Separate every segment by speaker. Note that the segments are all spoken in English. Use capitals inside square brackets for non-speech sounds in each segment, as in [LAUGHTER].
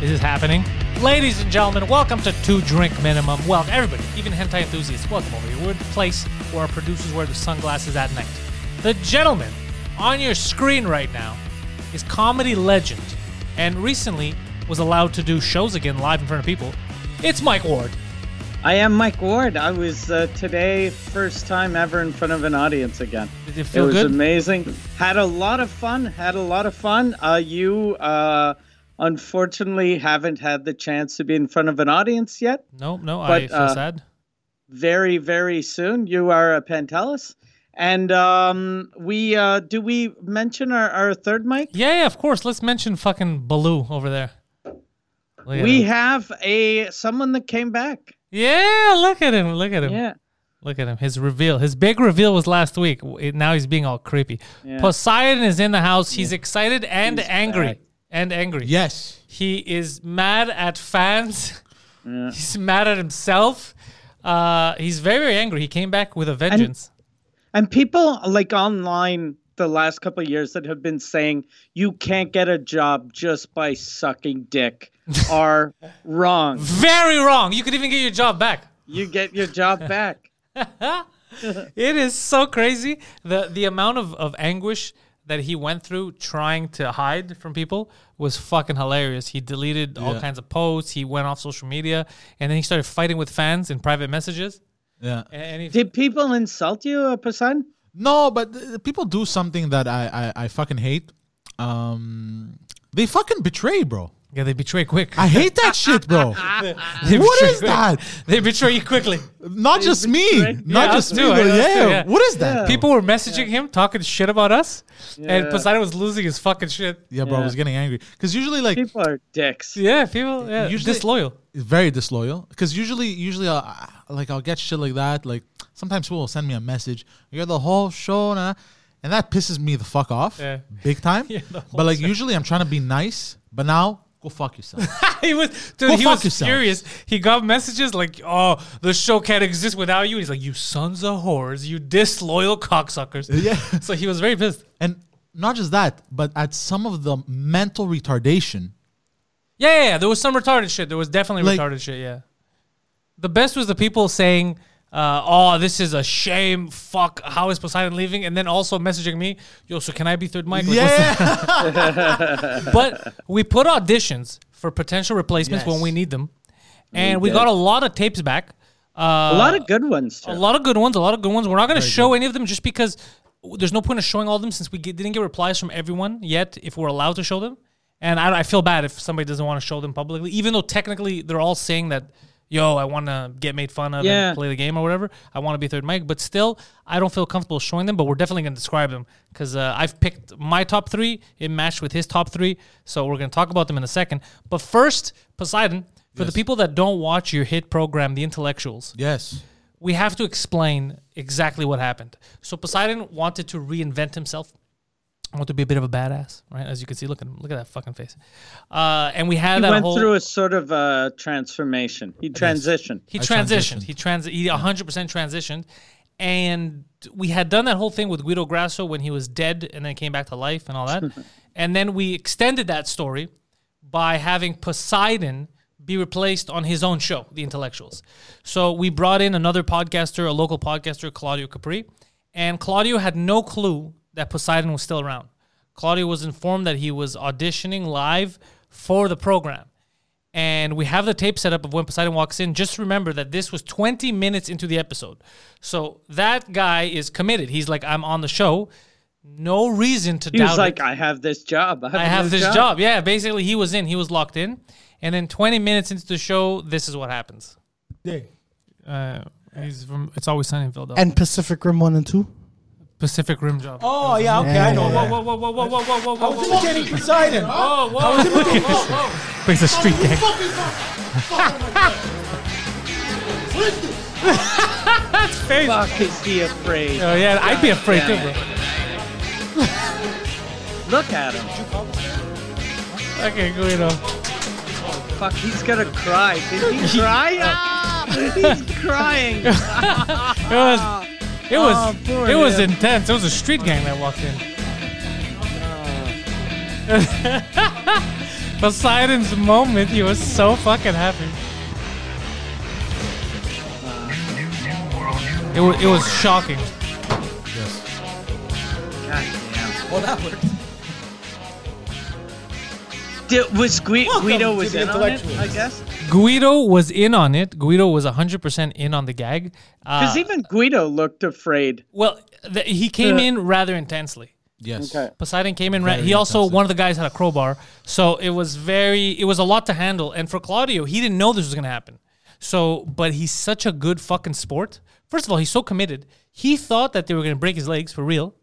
Speaker 1: This is happening. Ladies and gentlemen, welcome to Two Drink Minimum. Welcome, everybody, even hentai enthusiasts. Welcome over here. We're the place where our producers wear the sunglasses at night. The gentleman on your screen right now is comedy legend and recently was allowed to do shows again live in front of people. It's Mike Ward.
Speaker 2: I am Mike Ward. I was uh, today first time ever in front of an audience again.
Speaker 1: Did it feel
Speaker 2: was
Speaker 1: good?
Speaker 2: amazing. Had a lot of fun. Had a lot of fun. Uh, you uh, unfortunately haven't had the chance to be in front of an audience yet.
Speaker 1: No, no, I
Speaker 2: But,
Speaker 1: feel
Speaker 2: uh,
Speaker 1: sad.
Speaker 2: Very very soon. You are a Pantelis. And um, we uh, do we mention our, our third mic?
Speaker 1: Yeah, yeah, of course. Let's mention fucking Baloo over there. Look at
Speaker 2: We
Speaker 1: him.
Speaker 2: have a someone that came back.
Speaker 1: yeah, look at him. Look at him.
Speaker 2: Yeah.
Speaker 1: Look at him. His reveal. His big reveal was last week. W- it- Now he's being all creepy. Poseidon is in the house. He's excited and angry.
Speaker 2: back.
Speaker 1: And angry.
Speaker 3: Yes.
Speaker 1: He is mad at fans. [LAUGHS] He's mad at himself. Uh, he's very, very angry. He came back with a vengeance.
Speaker 2: And people like online the last couple of years that have been saying you can't get a job just by sucking
Speaker 1: [LAUGHS]
Speaker 2: dick are wrong.
Speaker 1: very wrong. You could even get your job back.
Speaker 2: You get your job back.
Speaker 1: It is so crazy. The the amount of, of anguish that he went through trying to hide from people was fucking hilarious. He deleted all
Speaker 3: Yeah.
Speaker 1: kinds of posts. He went off social media and then he started fighting with fans in private messages.
Speaker 3: Yeah.
Speaker 1: And he,
Speaker 2: Did people insult you, uh, Poseidon?
Speaker 3: No, but uh, people do something that I, I, I fucking hate. Um, they fucking betray, bro.
Speaker 1: yeah, they betray quick.
Speaker 3: I hate that shit, bro.
Speaker 1: [LAUGHS] They
Speaker 3: what
Speaker 1: betray
Speaker 3: is
Speaker 1: quick.
Speaker 3: that?
Speaker 1: [LAUGHS] They betray you quickly.
Speaker 3: Not just me.
Speaker 2: betray-
Speaker 3: Not
Speaker 1: Yeah,
Speaker 3: just
Speaker 1: us
Speaker 3: me.
Speaker 1: too,
Speaker 3: but
Speaker 1: us
Speaker 3: yeah.
Speaker 1: too, yeah.
Speaker 3: What is that?
Speaker 2: Yeah.
Speaker 3: People.
Speaker 1: People were messaging him, talking shit about us, and
Speaker 2: Yeah.
Speaker 1: Poseidon was losing his fucking shit.
Speaker 3: Yeah, bro. I was getting angry because usually like
Speaker 2: People are dicks.
Speaker 1: Yeah, people. Yeah,
Speaker 3: Usually-
Speaker 1: disloyal.
Speaker 3: it's very disloyal because usually usually I'll, I- like I'll get shit like that like sometimes people will send me a message you're the whole show nah, and that pisses me the fuck off
Speaker 1: Yeah.
Speaker 3: big time
Speaker 1: [LAUGHS] Yeah, the whole
Speaker 3: but like usually I'm trying to be nice but now go
Speaker 1: [LAUGHS]
Speaker 3: fuck yourself
Speaker 1: he was dude,
Speaker 3: Go
Speaker 1: he
Speaker 3: fuck
Speaker 1: was
Speaker 3: yourselves.
Speaker 1: furious. He got messages like, "Oh, the show can't exist without you." He's like, "You sons of whores, you disloyal cocksuckers."
Speaker 3: Yeah.
Speaker 1: [LAUGHS] So he was very pissed.
Speaker 3: and not just that but at some of the mental retardation
Speaker 1: Yeah, yeah, yeah. There was some retarded shit. There was definitely
Speaker 3: Like-
Speaker 1: retarded shit. Yeah. The best was the people saying, uh, "Oh, this is a shame. Fuck, how is Poseidon leaving?" And then also messaging me, "Yo, so can I be third mic?" Like, what's
Speaker 3: yeah
Speaker 1: [LAUGHS] but we put auditions for potential replacements
Speaker 3: Yes.
Speaker 1: when we need them, and we
Speaker 2: did.
Speaker 1: got a lot of tapes back. Uh,
Speaker 2: A lot of good ones.
Speaker 1: A
Speaker 2: Too.
Speaker 1: lot of good ones. A lot of good ones. We're not going to show any of them just because w- there's no point in showing all of them since we get, didn't get replies from everyone yet. If we're allowed to show them, and I, I feel bad if somebody doesn't want to show them publicly, even though technically they're all saying that, "Yo, I want to get made fun of
Speaker 2: Yeah.
Speaker 1: and play the game or whatever. I want to be third mic." But still, I don't feel comfortable showing them. But we're definitely going to describe them because uh, I've picked my top three. It matched with his top three, so we're going to talk about them in a second. But first, Poseidon. For the people that don't watch your hit program, The Intellectuals,
Speaker 3: yes
Speaker 1: we have to explain exactly what happened. So Poseidon wanted to reinvent himself. Wanted to be a bit of a badass, right? As you can see, look at him. Look at that fucking face. Uh, and we had
Speaker 2: He
Speaker 1: that
Speaker 2: went
Speaker 1: whole.
Speaker 2: through a sort of uh, transformation. He transitioned.
Speaker 1: he
Speaker 3: I
Speaker 1: transitioned.
Speaker 3: transitioned.
Speaker 1: He trans. He 100 percent transitioned, and we had done that whole thing with Guido Grasso when he was dead and then came back to life and all
Speaker 3: [LAUGHS]
Speaker 1: that, and then we extended that story by having Poseidon be replaced on his own show, The Intellectuals. So we brought in another podcaster, a local podcaster, Claudio Capri, and Claudio had no clue that Poseidon was still around. Claudio was informed that he was auditioning live for the program and we have the tape set up of when Poseidon walks in. Just remember that this was 20 minutes into the episode. So that guy is committed. He's like, I'm on the show. No reason to
Speaker 2: He
Speaker 1: doubt
Speaker 2: was like,
Speaker 1: it.
Speaker 2: I have this job. I have,
Speaker 1: I have this job. Yeah, basically, he was in. He was locked in. And then 20 minutes into the show, this is what happens. Uh, he's from, it's always sunny in Philadelphia.
Speaker 4: and Pacific Rim one and two.
Speaker 1: Pacific Rim job.
Speaker 5: Oh yeah, okay, I know.
Speaker 1: Whoa,
Speaker 5: that.
Speaker 1: whoa, whoa, whoa, whoa, whoa, whoa, whoa, whoa,
Speaker 5: Jenny Poseidon.
Speaker 1: whoa, whoa, whoa, whoa. [LAUGHS] Oh, Brings a street gang. That's crazy.
Speaker 2: Fuck is he afraid?
Speaker 1: Oh yeah, I'd be afraid too,
Speaker 2: damn
Speaker 1: bro.
Speaker 2: it. Look at him.
Speaker 1: Okay, Guido.
Speaker 2: Fuck, he's gonna cry.
Speaker 1: [LAUGHS]
Speaker 2: Did he cry? Ah, [LAUGHS] he's crying.
Speaker 1: It was, it was,
Speaker 2: Oh, poor
Speaker 1: it was
Speaker 2: dude.
Speaker 1: intense. It was a street gang that walked in. [LAUGHS] Poseidon's moment. He was so fucking happy. It was, it was shocking.
Speaker 3: Yes.
Speaker 5: Well, that worked.
Speaker 2: Did, was Gui-
Speaker 5: Welcome
Speaker 2: Guido
Speaker 5: to
Speaker 2: was
Speaker 5: the
Speaker 2: in on it, I
Speaker 5: intellectuals.
Speaker 2: guess.
Speaker 1: Guido was in on it. Guido was 100% in on the gag. Uh,
Speaker 2: Because even Guido looked afraid.
Speaker 1: well, the, he came in rather intensely.
Speaker 3: Yes.
Speaker 2: Okay.
Speaker 1: Poseidon came in. Ra-
Speaker 3: Very
Speaker 1: he also
Speaker 3: intensive.
Speaker 1: one of the guys had a crowbar, so it was very it was a lot to handle. And for Claudio, he didn't know this was gonna happen. So, but he's such a good fucking sport. First of all, he's so committed. He thought that they were gonna break his legs for real,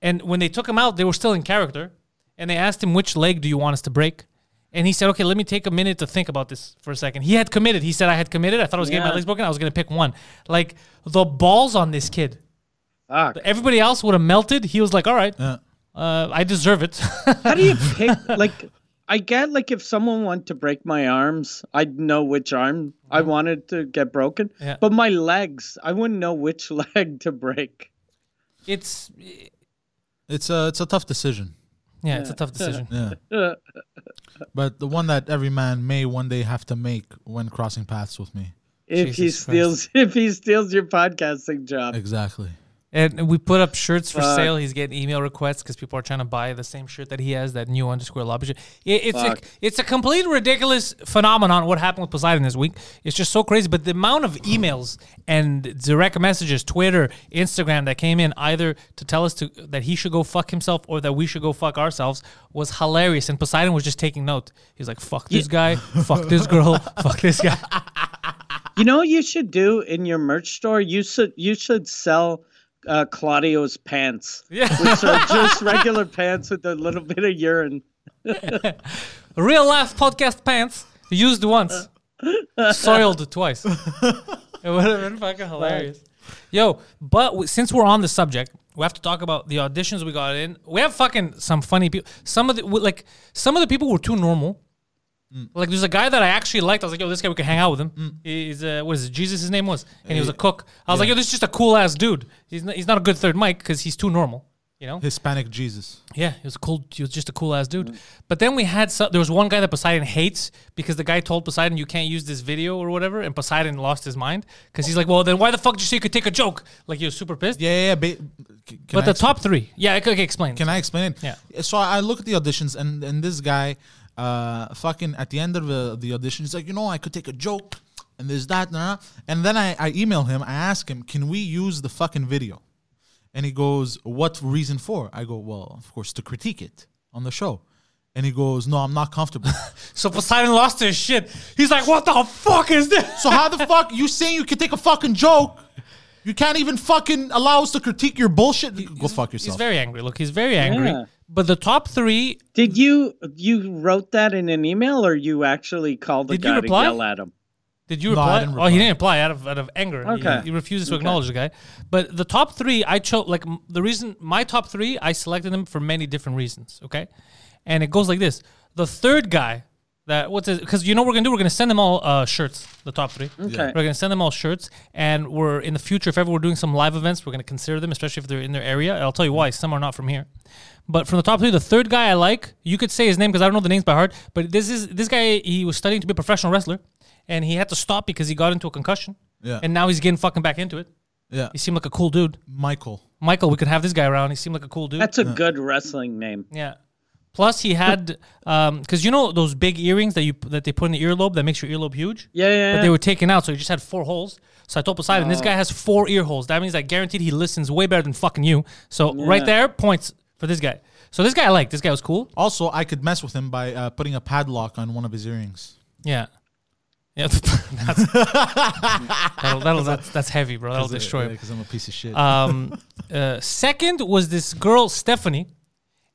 Speaker 1: and when they took him out, they were still in character, and they asked him which leg do you want us to break. And he said, "Okay, let me take a minute to think about this for a second. He had committed. He said, "I had committed. I thought I was getting my
Speaker 2: Yeah.
Speaker 1: legs broken. I was going to pick one." Like the balls on this kid.
Speaker 2: Fuck.
Speaker 1: Everybody else would have melted. He was like, "All right,
Speaker 3: Yeah.
Speaker 1: uh, I deserve it."
Speaker 2: How do you pick? like, I get like if someone wanted to break my arms, I'd know which arm I wanted to get broken.
Speaker 1: Mm-hmm. Yeah.
Speaker 2: But my legs, I wouldn't know which [LAUGHS] leg to break.
Speaker 1: [LAUGHS] it's
Speaker 3: It's a it's a tough decision,
Speaker 1: yeah, it's a tough decision.
Speaker 3: but the one that every man may one day have to make when crossing paths with me.
Speaker 2: If he
Speaker 1: Jesus Christ.
Speaker 2: steals, if he steals your podcasting job,
Speaker 3: Exactly.
Speaker 1: And we put up shirts for
Speaker 2: Fuck.
Speaker 1: sale. He's getting email requests because people are trying to buy the same shirt that he has, that new underscore lobby shirt. It, it's a,
Speaker 2: Fuck.
Speaker 1: it's a complete ridiculous phenomenon. What happened with Poseidon this week? It's just so crazy. But the amount of emails and direct messages, Twitter, Instagram that came in either to tell us to that he should go fuck himself or that we should go fuck ourselves was hilarious. And Poseidon was just taking note. He's like, "Fuck this guy, fuck this
Speaker 2: [LAUGHS]
Speaker 1: girl, fuck this guy."
Speaker 2: you know what you should do in your merch store. You should you should sell uh, Claudio's pants,
Speaker 1: [LAUGHS] Yeah.
Speaker 2: which are just regular pants with a little bit of urine.
Speaker 1: Real life podcast pants used once, soiled twice. It would have been fucking hilarious. Yo, but w- since we're on the subject, we have to talk about the auditions we got in. We have fucking some funny people. Some of the w- like some of the people were too normal. Like there's a guy that I actually liked. I was like, yo, this guy we could hang out with him. He's uh, what is it? Jesus his name was, and he was a cook. I was like, yo, this is just a cool ass dude. He's not, he's not a good third mic because he's too normal. You know,
Speaker 3: Hispanic Jesus.
Speaker 1: yeah, he was cool. He was just a cool ass dude.
Speaker 3: Mm.
Speaker 1: But then we had some, there was one guy that Poseidon hates because the guy told Poseidon you can't use this video or whatever, and Poseidon lost his mind because he's like, well, then why the fuck did you say you could take a joke? Like he was super pissed.
Speaker 3: Yeah, yeah. yeah ba- c- can
Speaker 1: but
Speaker 3: I
Speaker 1: the
Speaker 3: ex-
Speaker 1: top three, yeah, I could explain.
Speaker 3: Can I explain it?
Speaker 1: Yeah.
Speaker 3: So I I look at the auditions, and and this guy, uh, fucking at the end of the, the audition, he's like, you know, I could take a joke, and there's that, and, that. and then I, I email him, I ask him, can we use the fucking video? And he goes, what reason for? I go, well, of course, to critique it on the show. And he goes, no, I'm not comfortable.
Speaker 1: [LAUGHS] so Poseidon lost his shit. He's like, what the fuck is this?
Speaker 3: so how the fuck you saying you can take a fucking joke? You can't even fucking allow us to critique your bullshit. go fuck
Speaker 1: He's
Speaker 3: yourself.
Speaker 1: very angry. Look, he's very angry.
Speaker 2: Yeah.
Speaker 1: But the top three,
Speaker 2: Did you you wrote that in an email, or you actually called the
Speaker 1: Did you
Speaker 2: guy to
Speaker 1: reply?
Speaker 2: yell at him?
Speaker 1: Did you
Speaker 3: No,
Speaker 1: reply?
Speaker 3: I didn't
Speaker 1: Oh, he
Speaker 3: reply.
Speaker 1: didn't reply out of out of anger. He-
Speaker 2: Okay.
Speaker 1: He, refuses to acknowledge the guy. But the top three, I chose like m- the reason my top three, I selected them for many different reasons. Okay, and it goes like this: the third guy that what's it? Because you know what we're gonna do? We're gonna send them all uh, shirts. The top three.
Speaker 2: Okay.
Speaker 1: We're gonna send them all shirts, and we're in the future. If ever we're doing some live events, we're gonna consider them, especially if they're in their area. I'll tell you why. Some are not from here, but from the top three, the third guy I like, you could say his name because I don't know the names by heart. But this is this guy. He was studying to be a professional wrestler, and he had to stop because he got into a concussion.
Speaker 3: Yeah.
Speaker 1: And now he's getting fucking back into it.
Speaker 3: yeah,
Speaker 1: He seemed like a cool dude,
Speaker 3: Michael.
Speaker 1: Michael. We could have this guy around. He seemed like a cool dude.
Speaker 2: That's a good wrestling name.
Speaker 1: yeah. Plus, he had because you know those big earrings that you that they put in the earlobe that makes your earlobe huge
Speaker 2: Yeah, yeah.
Speaker 1: but
Speaker 2: yeah.
Speaker 1: they were taken out, so he just had four holes. So I told Poseidon, this guy has four ear holes. That means I guaranteed he listens way better than fucking you. So right there, points for this guy. So this guy I liked. This guy was cool.
Speaker 3: Also, I could mess with him by uh, putting a padlock on one of his earrings.
Speaker 1: Yeah. Yeah, [LAUGHS] that's, that'll, that'll, that's, that's heavy, bro. That'll destroy him.
Speaker 3: Because I'm a piece of shit.
Speaker 1: Um, uh, second was this girl Stephanie,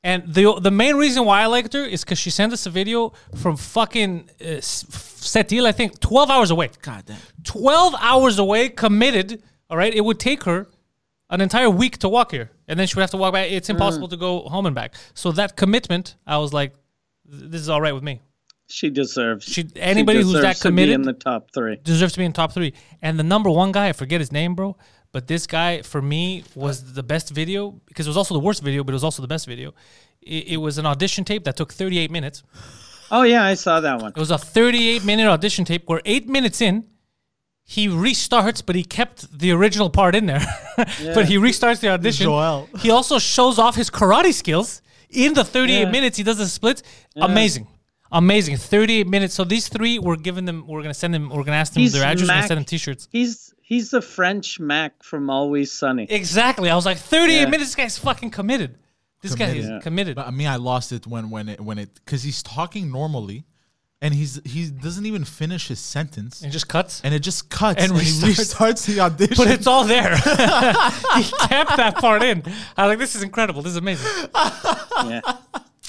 Speaker 1: and the the main reason why I liked her is because she sent us a video from fucking uh, S- Setil, I think, twelve hours away.
Speaker 3: God damn.
Speaker 1: 12 hours away, committed. All right. It would take her an entire week to walk here. And then she would have to walk back. It's impossible to go home and back. So that commitment, I was like, th- this is all right with me.
Speaker 2: she deserves.
Speaker 1: She- anybody who's that
Speaker 2: deserves to be
Speaker 1: committed-
Speaker 2: in the top three.
Speaker 1: Deserves to be in top three. And the number one guy, I forget his name, bro. But this guy, for me, was the best video because it was also the worst video, but it was also the best video. It, it was an audition tape that took 38 minutes.
Speaker 2: Oh yeah, I saw that one.
Speaker 1: It was a 38 minute audition tape where eight minutes in, he restarts, but he kept the original part in there. [LAUGHS] but he restarts the audition.
Speaker 3: Joel.
Speaker 1: He also shows off his karate skills in the 38
Speaker 2: Yeah.
Speaker 1: minutes. He does the splits. Amazing. Amazing. 38 minutes. So these three, we're giving them, we're going to send them, we're going to ask them
Speaker 2: He's
Speaker 1: their address, we're going
Speaker 2: Mac-
Speaker 1: to send them t shirts.
Speaker 2: He's he's the French Mac from Always Sunny.
Speaker 1: Exactly. I was like, 38
Speaker 2: Yeah.
Speaker 1: minutes. This guy's fucking committed. This guy is
Speaker 3: Committed.
Speaker 1: committed.
Speaker 3: But I mean, I lost it when when it when it because he's talking normally, and he's he doesn't even finish his sentence,
Speaker 1: and just cuts.
Speaker 3: and it just cuts
Speaker 1: And
Speaker 3: and, he
Speaker 1: restarts.
Speaker 3: restarts the audition.
Speaker 1: but [LAUGHS] it's all
Speaker 3: [LAUGHS]
Speaker 1: there. he kept that part in. I was like, this is incredible. This is amazing.
Speaker 2: yeah.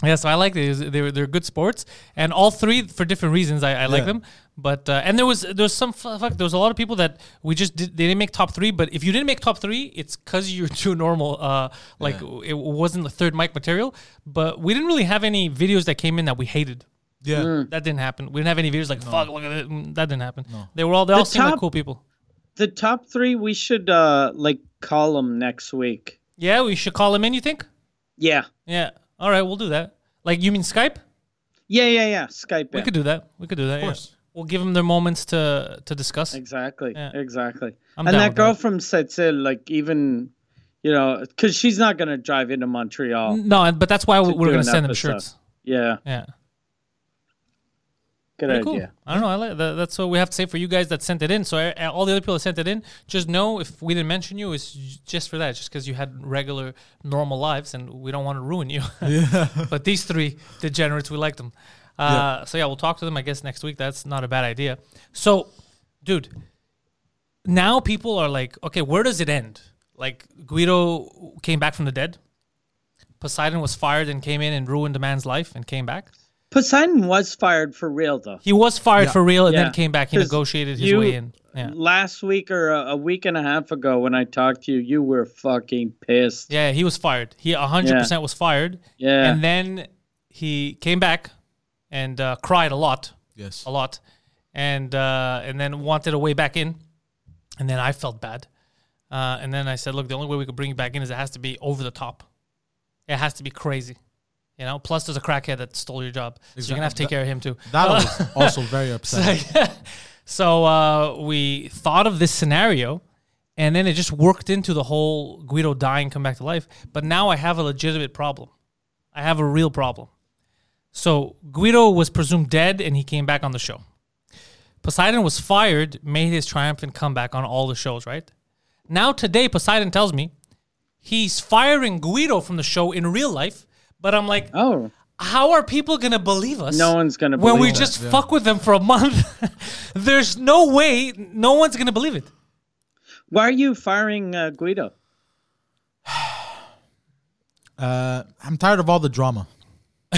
Speaker 1: Yeah, so I liked it. It was- They were they're good sports, and all three for different reasons. I, I like
Speaker 3: Yeah.
Speaker 1: them, but uh, and there was there was some fu- fuck. There was a lot of people that we just did, they didn't make top three. But if you didn't make top three, it's because you're [LAUGHS] too normal. Uh, like it wasn't the third mic material. But we didn't really have any videos that came in that we hated.
Speaker 3: yeah,
Speaker 1: That didn't happen. We didn't have any videos like fuck. Look at it. Mm, That didn't happen. They were all they all seemed like
Speaker 2: top-
Speaker 1: cool people.
Speaker 2: The top three we should uh like call them next week.
Speaker 1: Yeah, we should call them in. You think?
Speaker 2: Yeah.
Speaker 1: Yeah. All right, we'll do that. Like you mean Skype?
Speaker 2: Yeah, yeah, yeah. Skype
Speaker 1: We
Speaker 2: in.
Speaker 1: could do that. We could do that. Of
Speaker 3: course.
Speaker 1: We'll give them their moments to to discuss.
Speaker 2: Exactly.
Speaker 1: Yeah.
Speaker 2: Exactly.
Speaker 1: I'm
Speaker 2: and
Speaker 1: down
Speaker 2: that
Speaker 1: with
Speaker 2: girl
Speaker 1: that.
Speaker 2: from Setsil, like even you know, because she's not gonna drive into Montreal.
Speaker 1: No, and- but that's why we-
Speaker 2: To
Speaker 1: we're
Speaker 2: do
Speaker 1: going to
Speaker 2: an
Speaker 1: send them
Speaker 2: episode.
Speaker 1: shirts.
Speaker 2: Yeah.
Speaker 1: Yeah.
Speaker 2: Good
Speaker 1: Pretty
Speaker 2: idea.
Speaker 1: cool. I don't know. I like that. That's what we have to say for you guys that sent it in. So uh, all the other people that sent it in, just know if we didn't mention you, it's just for that. Just because you had regular, normal lives, and we don't want to ruin
Speaker 2: [LAUGHS]
Speaker 1: you. [LAUGHS] but these three degenerates, we like them. Uh, So yeah, we'll talk to them. I guess next week. That's not a bad idea. So, dude, now people are like, okay, where does it end? Like Guido came back from the dead. Poseidon was fired and came in and ruined a man's life and came back.
Speaker 2: Poseidon was fired for real though.
Speaker 1: He was fired
Speaker 3: Yeah.
Speaker 1: for real and
Speaker 2: Yeah.
Speaker 1: then came back. He
Speaker 2: 'Cause
Speaker 1: negotiated his
Speaker 2: you-
Speaker 1: way in. Yeah.
Speaker 2: Last week or a, a week and a half ago when I talked to you, you were fucking pissed.
Speaker 1: yeah, he was fired. He 100% was fired.
Speaker 2: Yeah.
Speaker 1: And then he came back and uh, cried a lot,
Speaker 3: yes.
Speaker 1: a lot, and uh, and then wanted a way back in. And then I felt bad. Uh, and then I said, look, the only way we could bring you back in is it has to be over the top. It has to be crazy. You know, plus there's a crackhead that stole your job. So you're going to have to take care of him too. [LAUGHS]
Speaker 3: That was also very upsetting.
Speaker 1: so uh, we thought of this scenario, and then it just worked into the whole Guido dying, come back to life. But now I have a legitimate problem. I have a real problem. So Guido was presumed dead, and he came back on the show. Poseidon was fired, made his triumphant comeback on all the shows, right? Now today, Poseidon tells me he's firing Guido from the show in real life. But I'm like,
Speaker 2: Oh,
Speaker 1: how are people gonna believe us?
Speaker 2: No one's gonna
Speaker 1: when we
Speaker 2: believe
Speaker 1: just fuck with them for a month. [LAUGHS] There's no way. No one's gonna believe it.
Speaker 2: why are you firing uh, Guido?
Speaker 3: Uh, I'm tired of all the drama,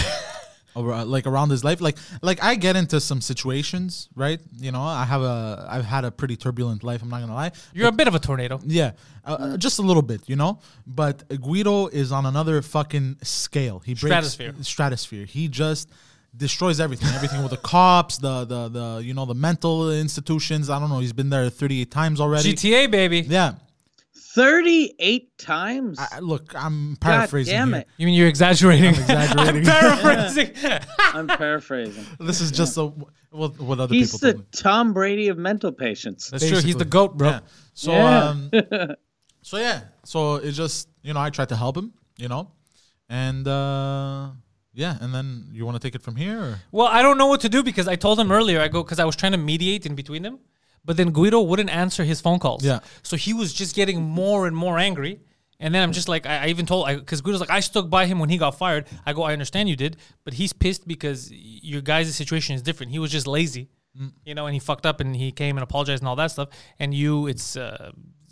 Speaker 1: [LAUGHS]
Speaker 3: Over, uh, like around his life. Like, like I get into some situations, right? You know, I have a, I've had a pretty turbulent life. I'm not gonna lie.
Speaker 1: You're a bit of a tornado.
Speaker 3: Yeah, uh, uh,
Speaker 2: Mm.
Speaker 3: just a little bit, you know. But Guido is on another fucking scale. He breaks
Speaker 1: Stratosphere.
Speaker 3: Stratosphere. He just destroys everything. Everything with the cops, the the the you know the mental institutions. I don't know. He's been there 38 times already.
Speaker 1: GTA baby.
Speaker 3: Yeah.
Speaker 2: Thirty-eight times.
Speaker 3: I, look, I'm
Speaker 2: God
Speaker 3: paraphrasing.
Speaker 2: damn
Speaker 3: here.
Speaker 2: it!
Speaker 1: You mean you're exaggerating? [LAUGHS]
Speaker 3: exaggerating.
Speaker 1: Paraphrasing.
Speaker 2: I'm paraphrasing.
Speaker 3: This is just a, well, what other
Speaker 2: He's
Speaker 3: people.
Speaker 2: the
Speaker 3: told me.
Speaker 2: Tom Brady of mental patients.
Speaker 1: That's true. He's the
Speaker 3: Basically.
Speaker 1: goat, bro.
Speaker 3: Yeah. So
Speaker 2: Yeah. [LAUGHS]
Speaker 3: um so yeah. So it just you know, I tried to help him, you know. And uh yeah, and then you want to take it from here? Or?
Speaker 1: Well, I don't know what to do because I told him earlier. I go because I was trying to mediate in between them, but then Guido wouldn't answer his phone calls.
Speaker 3: Yeah.
Speaker 1: So he was just getting more and more angry. And then I'm just like, I, I even told, because Guido's like, I stuck by him when he got fired. I go, I understand you did, but he's pissed because y- your guys' situation is different. He was just lazy, you know, and he fucked up and he came and apologized and all that stuff. And you, it's, uh,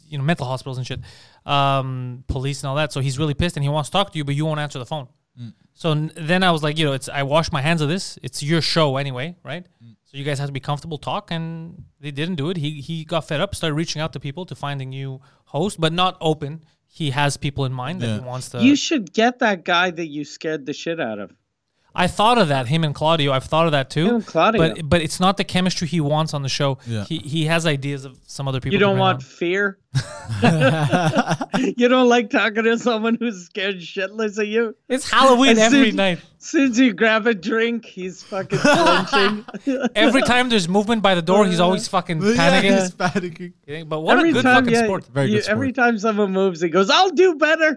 Speaker 1: you know, mental hospitals and shit, um, police and all that. So he's really pissed and he wants to talk to you, but you won't answer the phone. So n- then I was like, you know, it's I wash my hands of this. It's your show anyway, right?
Speaker 3: Mm.
Speaker 1: So you guys have to be comfortable talk, and they didn't do it. He he got fed up, started reaching out to people to find a new host, but not open. He has people in mind that
Speaker 3: Yeah.
Speaker 1: he wants to.
Speaker 2: You should get that guy that you scared the shit out of.
Speaker 1: I thought of that. Him and Claudio. I've thought of that too.
Speaker 2: Him and Claudio.
Speaker 1: But but it's not the chemistry he wants on the show.
Speaker 3: Yeah.
Speaker 1: He he has ideas of some other people.
Speaker 2: You
Speaker 1: to
Speaker 2: don't
Speaker 1: bring
Speaker 2: want
Speaker 1: on. [LAUGHS]
Speaker 2: fear. [LAUGHS] you don't like talking to someone who's scared shitless of you.
Speaker 1: It's
Speaker 2: [LAUGHS]
Speaker 1: Halloween
Speaker 2: As
Speaker 1: every
Speaker 2: soon-
Speaker 1: night.
Speaker 2: Since you grab a drink,
Speaker 1: [LAUGHS]
Speaker 2: he's fucking flinching.
Speaker 1: Every time there's movement by the door, he's
Speaker 2: [LAUGHS]
Speaker 1: always fucking
Speaker 3: Yeah,
Speaker 1: panicking.
Speaker 3: he's panicking.
Speaker 1: But what a good fucking
Speaker 2: yeah,
Speaker 1: sport.
Speaker 3: Very good
Speaker 2: you- Every time someone moves, he goes, "I'll
Speaker 1: [LAUGHS]
Speaker 2: do better."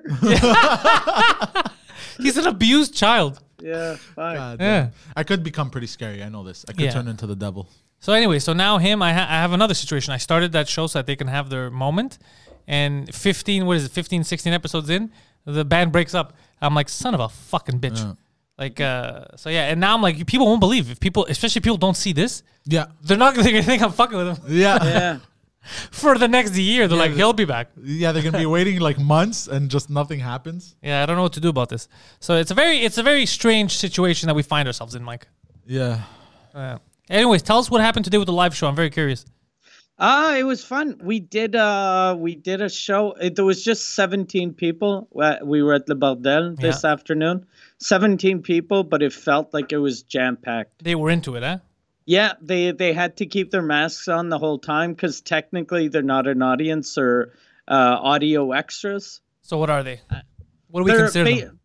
Speaker 1: He's an abused child.
Speaker 2: yeah, fine.
Speaker 3: God
Speaker 1: Yeah.
Speaker 3: damn. I could become pretty scary. I know this. I could
Speaker 1: Yeah.
Speaker 3: turn into the devil.
Speaker 1: So anyway, so now him, I, ha- I have another situation. I started that show so that they can have their moment, and 15, what is it, 15, 16 episodes in, the band breaks up. I'm like, son of a fucking bitch.
Speaker 3: Yeah.
Speaker 1: Like, uh, so yeah, and now I'm like, people won't believe if people, especially if people don't see this,
Speaker 3: Yeah.
Speaker 1: they're not [LAUGHS] they're gonna think I'm fucking with him
Speaker 3: Yeah. [LAUGHS] Yeah.
Speaker 2: Yeah,
Speaker 1: [LAUGHS] for the next year. They're like, he'll be back.
Speaker 3: they're gonna be waiting like months and just nothing happens.
Speaker 1: Yeah, I don't know what to do about this. So it's a very, it's a very strange situation that we find ourselves in, Mike.
Speaker 3: Yeah.
Speaker 1: Uh, anyways, tell us what happened today with the live show. I'm very curious.
Speaker 2: Ah, it was fun. We did uh we did a show. It, there was just 17 people. Uh, We were at Le Bordel this afternoon. 17 people, but it felt like it was jam packed.
Speaker 1: They were into it, huh?
Speaker 2: Yeah, they they had to keep their masks on the whole time cuz technically they're not an audience or uh, audio extras.
Speaker 1: So what are they? What do we
Speaker 2: they're
Speaker 1: consider
Speaker 2: ba-
Speaker 1: them?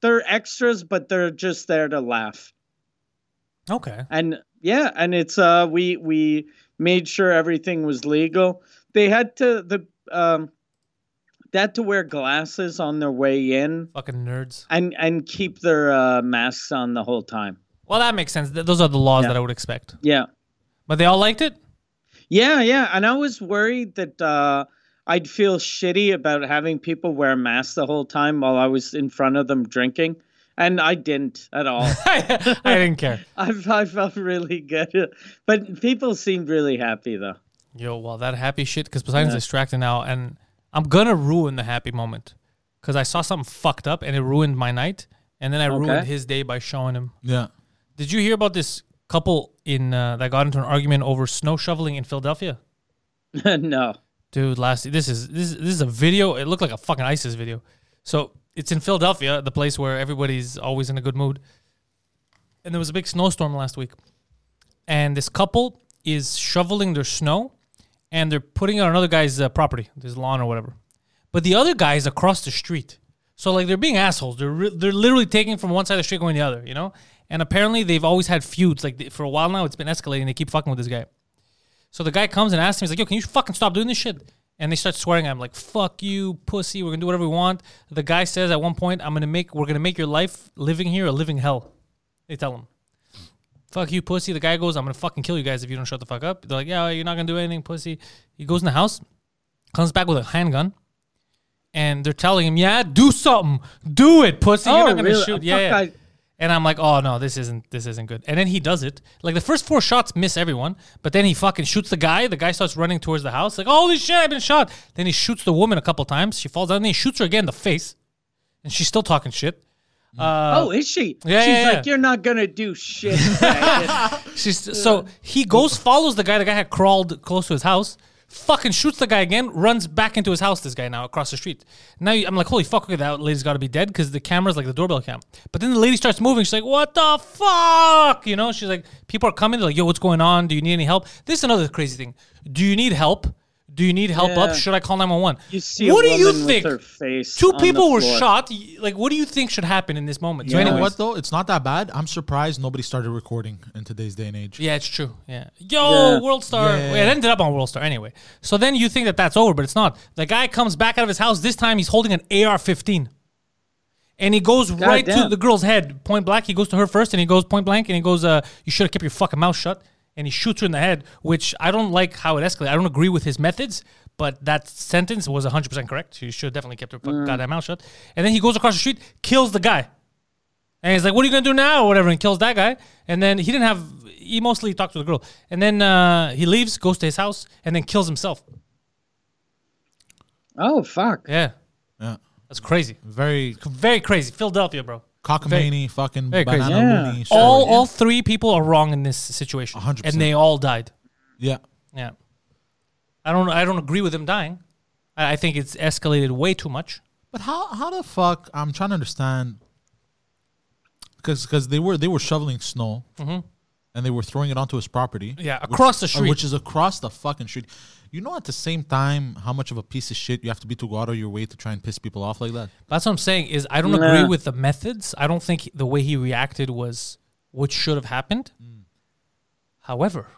Speaker 2: they're extras but they're just there to laugh.
Speaker 1: Okay.
Speaker 2: and yeah and it's uh we we made sure everything was legal they had to the um they had to wear glasses on their way in
Speaker 1: Fucking nerds.
Speaker 2: and and keep their uh masks on the whole time
Speaker 1: Well, that makes sense. Th- those are the laws
Speaker 2: Yeah.
Speaker 1: that I would expect.
Speaker 2: yeah
Speaker 1: But they all liked it? [LAUGHS]
Speaker 2: yeah yeah and i was worried that uh i'd feel shitty about having people wear masks the whole time while i was in front of them drinking and i didn't at all
Speaker 1: I didn't care.
Speaker 2: I, I felt really good but people seemed really happy though [LAUGHS]
Speaker 1: Yo, well, that happy shit, because Poseidon's distracting now, and I'm going to ruin the happy moment because I saw something fucked up and it ruined my night, and then I ruined
Speaker 2: Okay.
Speaker 1: his day by showing him.
Speaker 3: Yeah.
Speaker 1: Did you hear about this couple in uh, that got into an argument over snow shoveling in Philadelphia?
Speaker 2: no
Speaker 1: Dude, last this is this this is a video. It looked like a fucking ISIS video. So it's in Philadelphia, the place where everybody's always in a good mood. And there was a big snowstorm last week, and this couple is shoveling their snow, and they're putting it on another guy's uh, property, his lawn or whatever. But the other guy is across the street, so like they're being assholes. They're re- they're literally taking from one side of the street going the other, you know. And apparently they've always had feuds. Like th- for a while now, it's been escalating. They keep fucking with this guy. So the guy comes and asks him, he's like, yo, can you fucking stop doing this shit? And they start swearing at him, like, fuck you, pussy, we're gonna do whatever we want. The guy says at one point, I'm gonna make we're gonna make your life living here a living hell. They tell him. Fuck you, pussy. The guy goes, I'm gonna fucking kill you guys if you don't shut the fuck up. They're like, Yeah, you're not gonna do anything, pussy. He goes in the house, comes back with a handgun, and they're telling him, Yeah, do something. Do it, pussy. you're not gonna shoot. Yeah,
Speaker 2: Oh, Fuck,
Speaker 1: yeah.
Speaker 2: I-
Speaker 1: And I'm like, oh no, this isn't this isn't good. And then he does it. Like the first four shots miss everyone, but then he fucking shoots the guy. The guy starts running towards the house, like, holy shit, I've been shot. Then he shoots the woman a couple times. She falls down, and he shoots her again in the face, and she's still talking shit.
Speaker 2: Oh, is she?
Speaker 1: Uh, Yeah,
Speaker 2: She's
Speaker 1: yeah,
Speaker 2: like,
Speaker 1: yeah.
Speaker 2: you're not gonna do
Speaker 1: [LAUGHS]
Speaker 2: shit. faggot."
Speaker 1: She's so he goes, follows the guy. The guy had crawled close to his house. Fucking shoots the guy again, runs back into his house. This guy now across the street. Now you- I'm like, holy fuck, okay, that lady's got to be dead because the camera's like the doorbell cam. But then the lady starts moving. She's like, what the fuck? You know, she's like, people are coming. They're like, yo, what's going on? Do you need any help? This is another crazy thing. Do you need help? Do you need help
Speaker 2: Yeah.
Speaker 1: up? Should I call 911?
Speaker 2: you see,
Speaker 1: what
Speaker 2: a
Speaker 1: do you
Speaker 2: woman
Speaker 1: think?
Speaker 2: With her face
Speaker 1: Two
Speaker 2: on the
Speaker 1: people were
Speaker 2: floor.
Speaker 1: shot. Y- Like, what do you think should happen in this moment? So
Speaker 2: Yeah.
Speaker 3: You know
Speaker 1: anyway,
Speaker 3: what though? It's not that bad. I'm surprised nobody started recording in today's day and age.
Speaker 1: Yeah, it's true. Yeah. Yo,
Speaker 2: Yeah.
Speaker 1: World Star.
Speaker 3: Yeah.
Speaker 1: It ended up on World Star anyway. So then you think that that's over, but it's not. The guy comes back out of his house. This time he's holding an AR 15. And he goes right to
Speaker 2: damn.
Speaker 1: the girl's head, point blank. He goes to her first and he goes point blank and he goes, uh, You should have kept your fucking mouth shut. And he shoots her in the head, which I don't like how it escalated. I don't agree with his methods, but that sentence was 100% correct. She should have definitely kept her fucking goddamn mouth shut. And then he goes across the street, kills the guy. And he's like, "What are you gonna do now?" or whatever, and kills that guy. And then he didn't have. He mostly talked to the girl, and then uh, he leaves, goes to his house, and then kills himself.
Speaker 2: Oh fuck!
Speaker 1: Yeah,
Speaker 3: Yeah.
Speaker 1: that's crazy.
Speaker 3: Very
Speaker 1: Very crazy. Philadelphia, bro.
Speaker 3: cockamamie, fucking
Speaker 1: very crazy.
Speaker 3: banana
Speaker 2: Yeah.
Speaker 3: loony. story.
Speaker 1: All all three people are wrong in this situation,
Speaker 3: 100%.
Speaker 1: and they all died.
Speaker 3: yeah.
Speaker 1: Yeah, I don't. I don't agree with him dying. I, I think it's escalated way too much.
Speaker 3: But how how the fuck I'm trying to understand because because they were they were shoveling snow, and they were throwing it onto his property.
Speaker 1: Mm-hmm. Yeah,
Speaker 3: which-
Speaker 1: across the
Speaker 3: uh,
Speaker 1: street.
Speaker 3: which is across the fucking street. You know, at the same time, how much of a piece of shit you have to be to go out of your way to try and piss people off like that.
Speaker 1: That's what I'm saying. Is I don't
Speaker 2: Nah.
Speaker 1: agree with the methods. I don't think the way he reacted was what should have happened. However,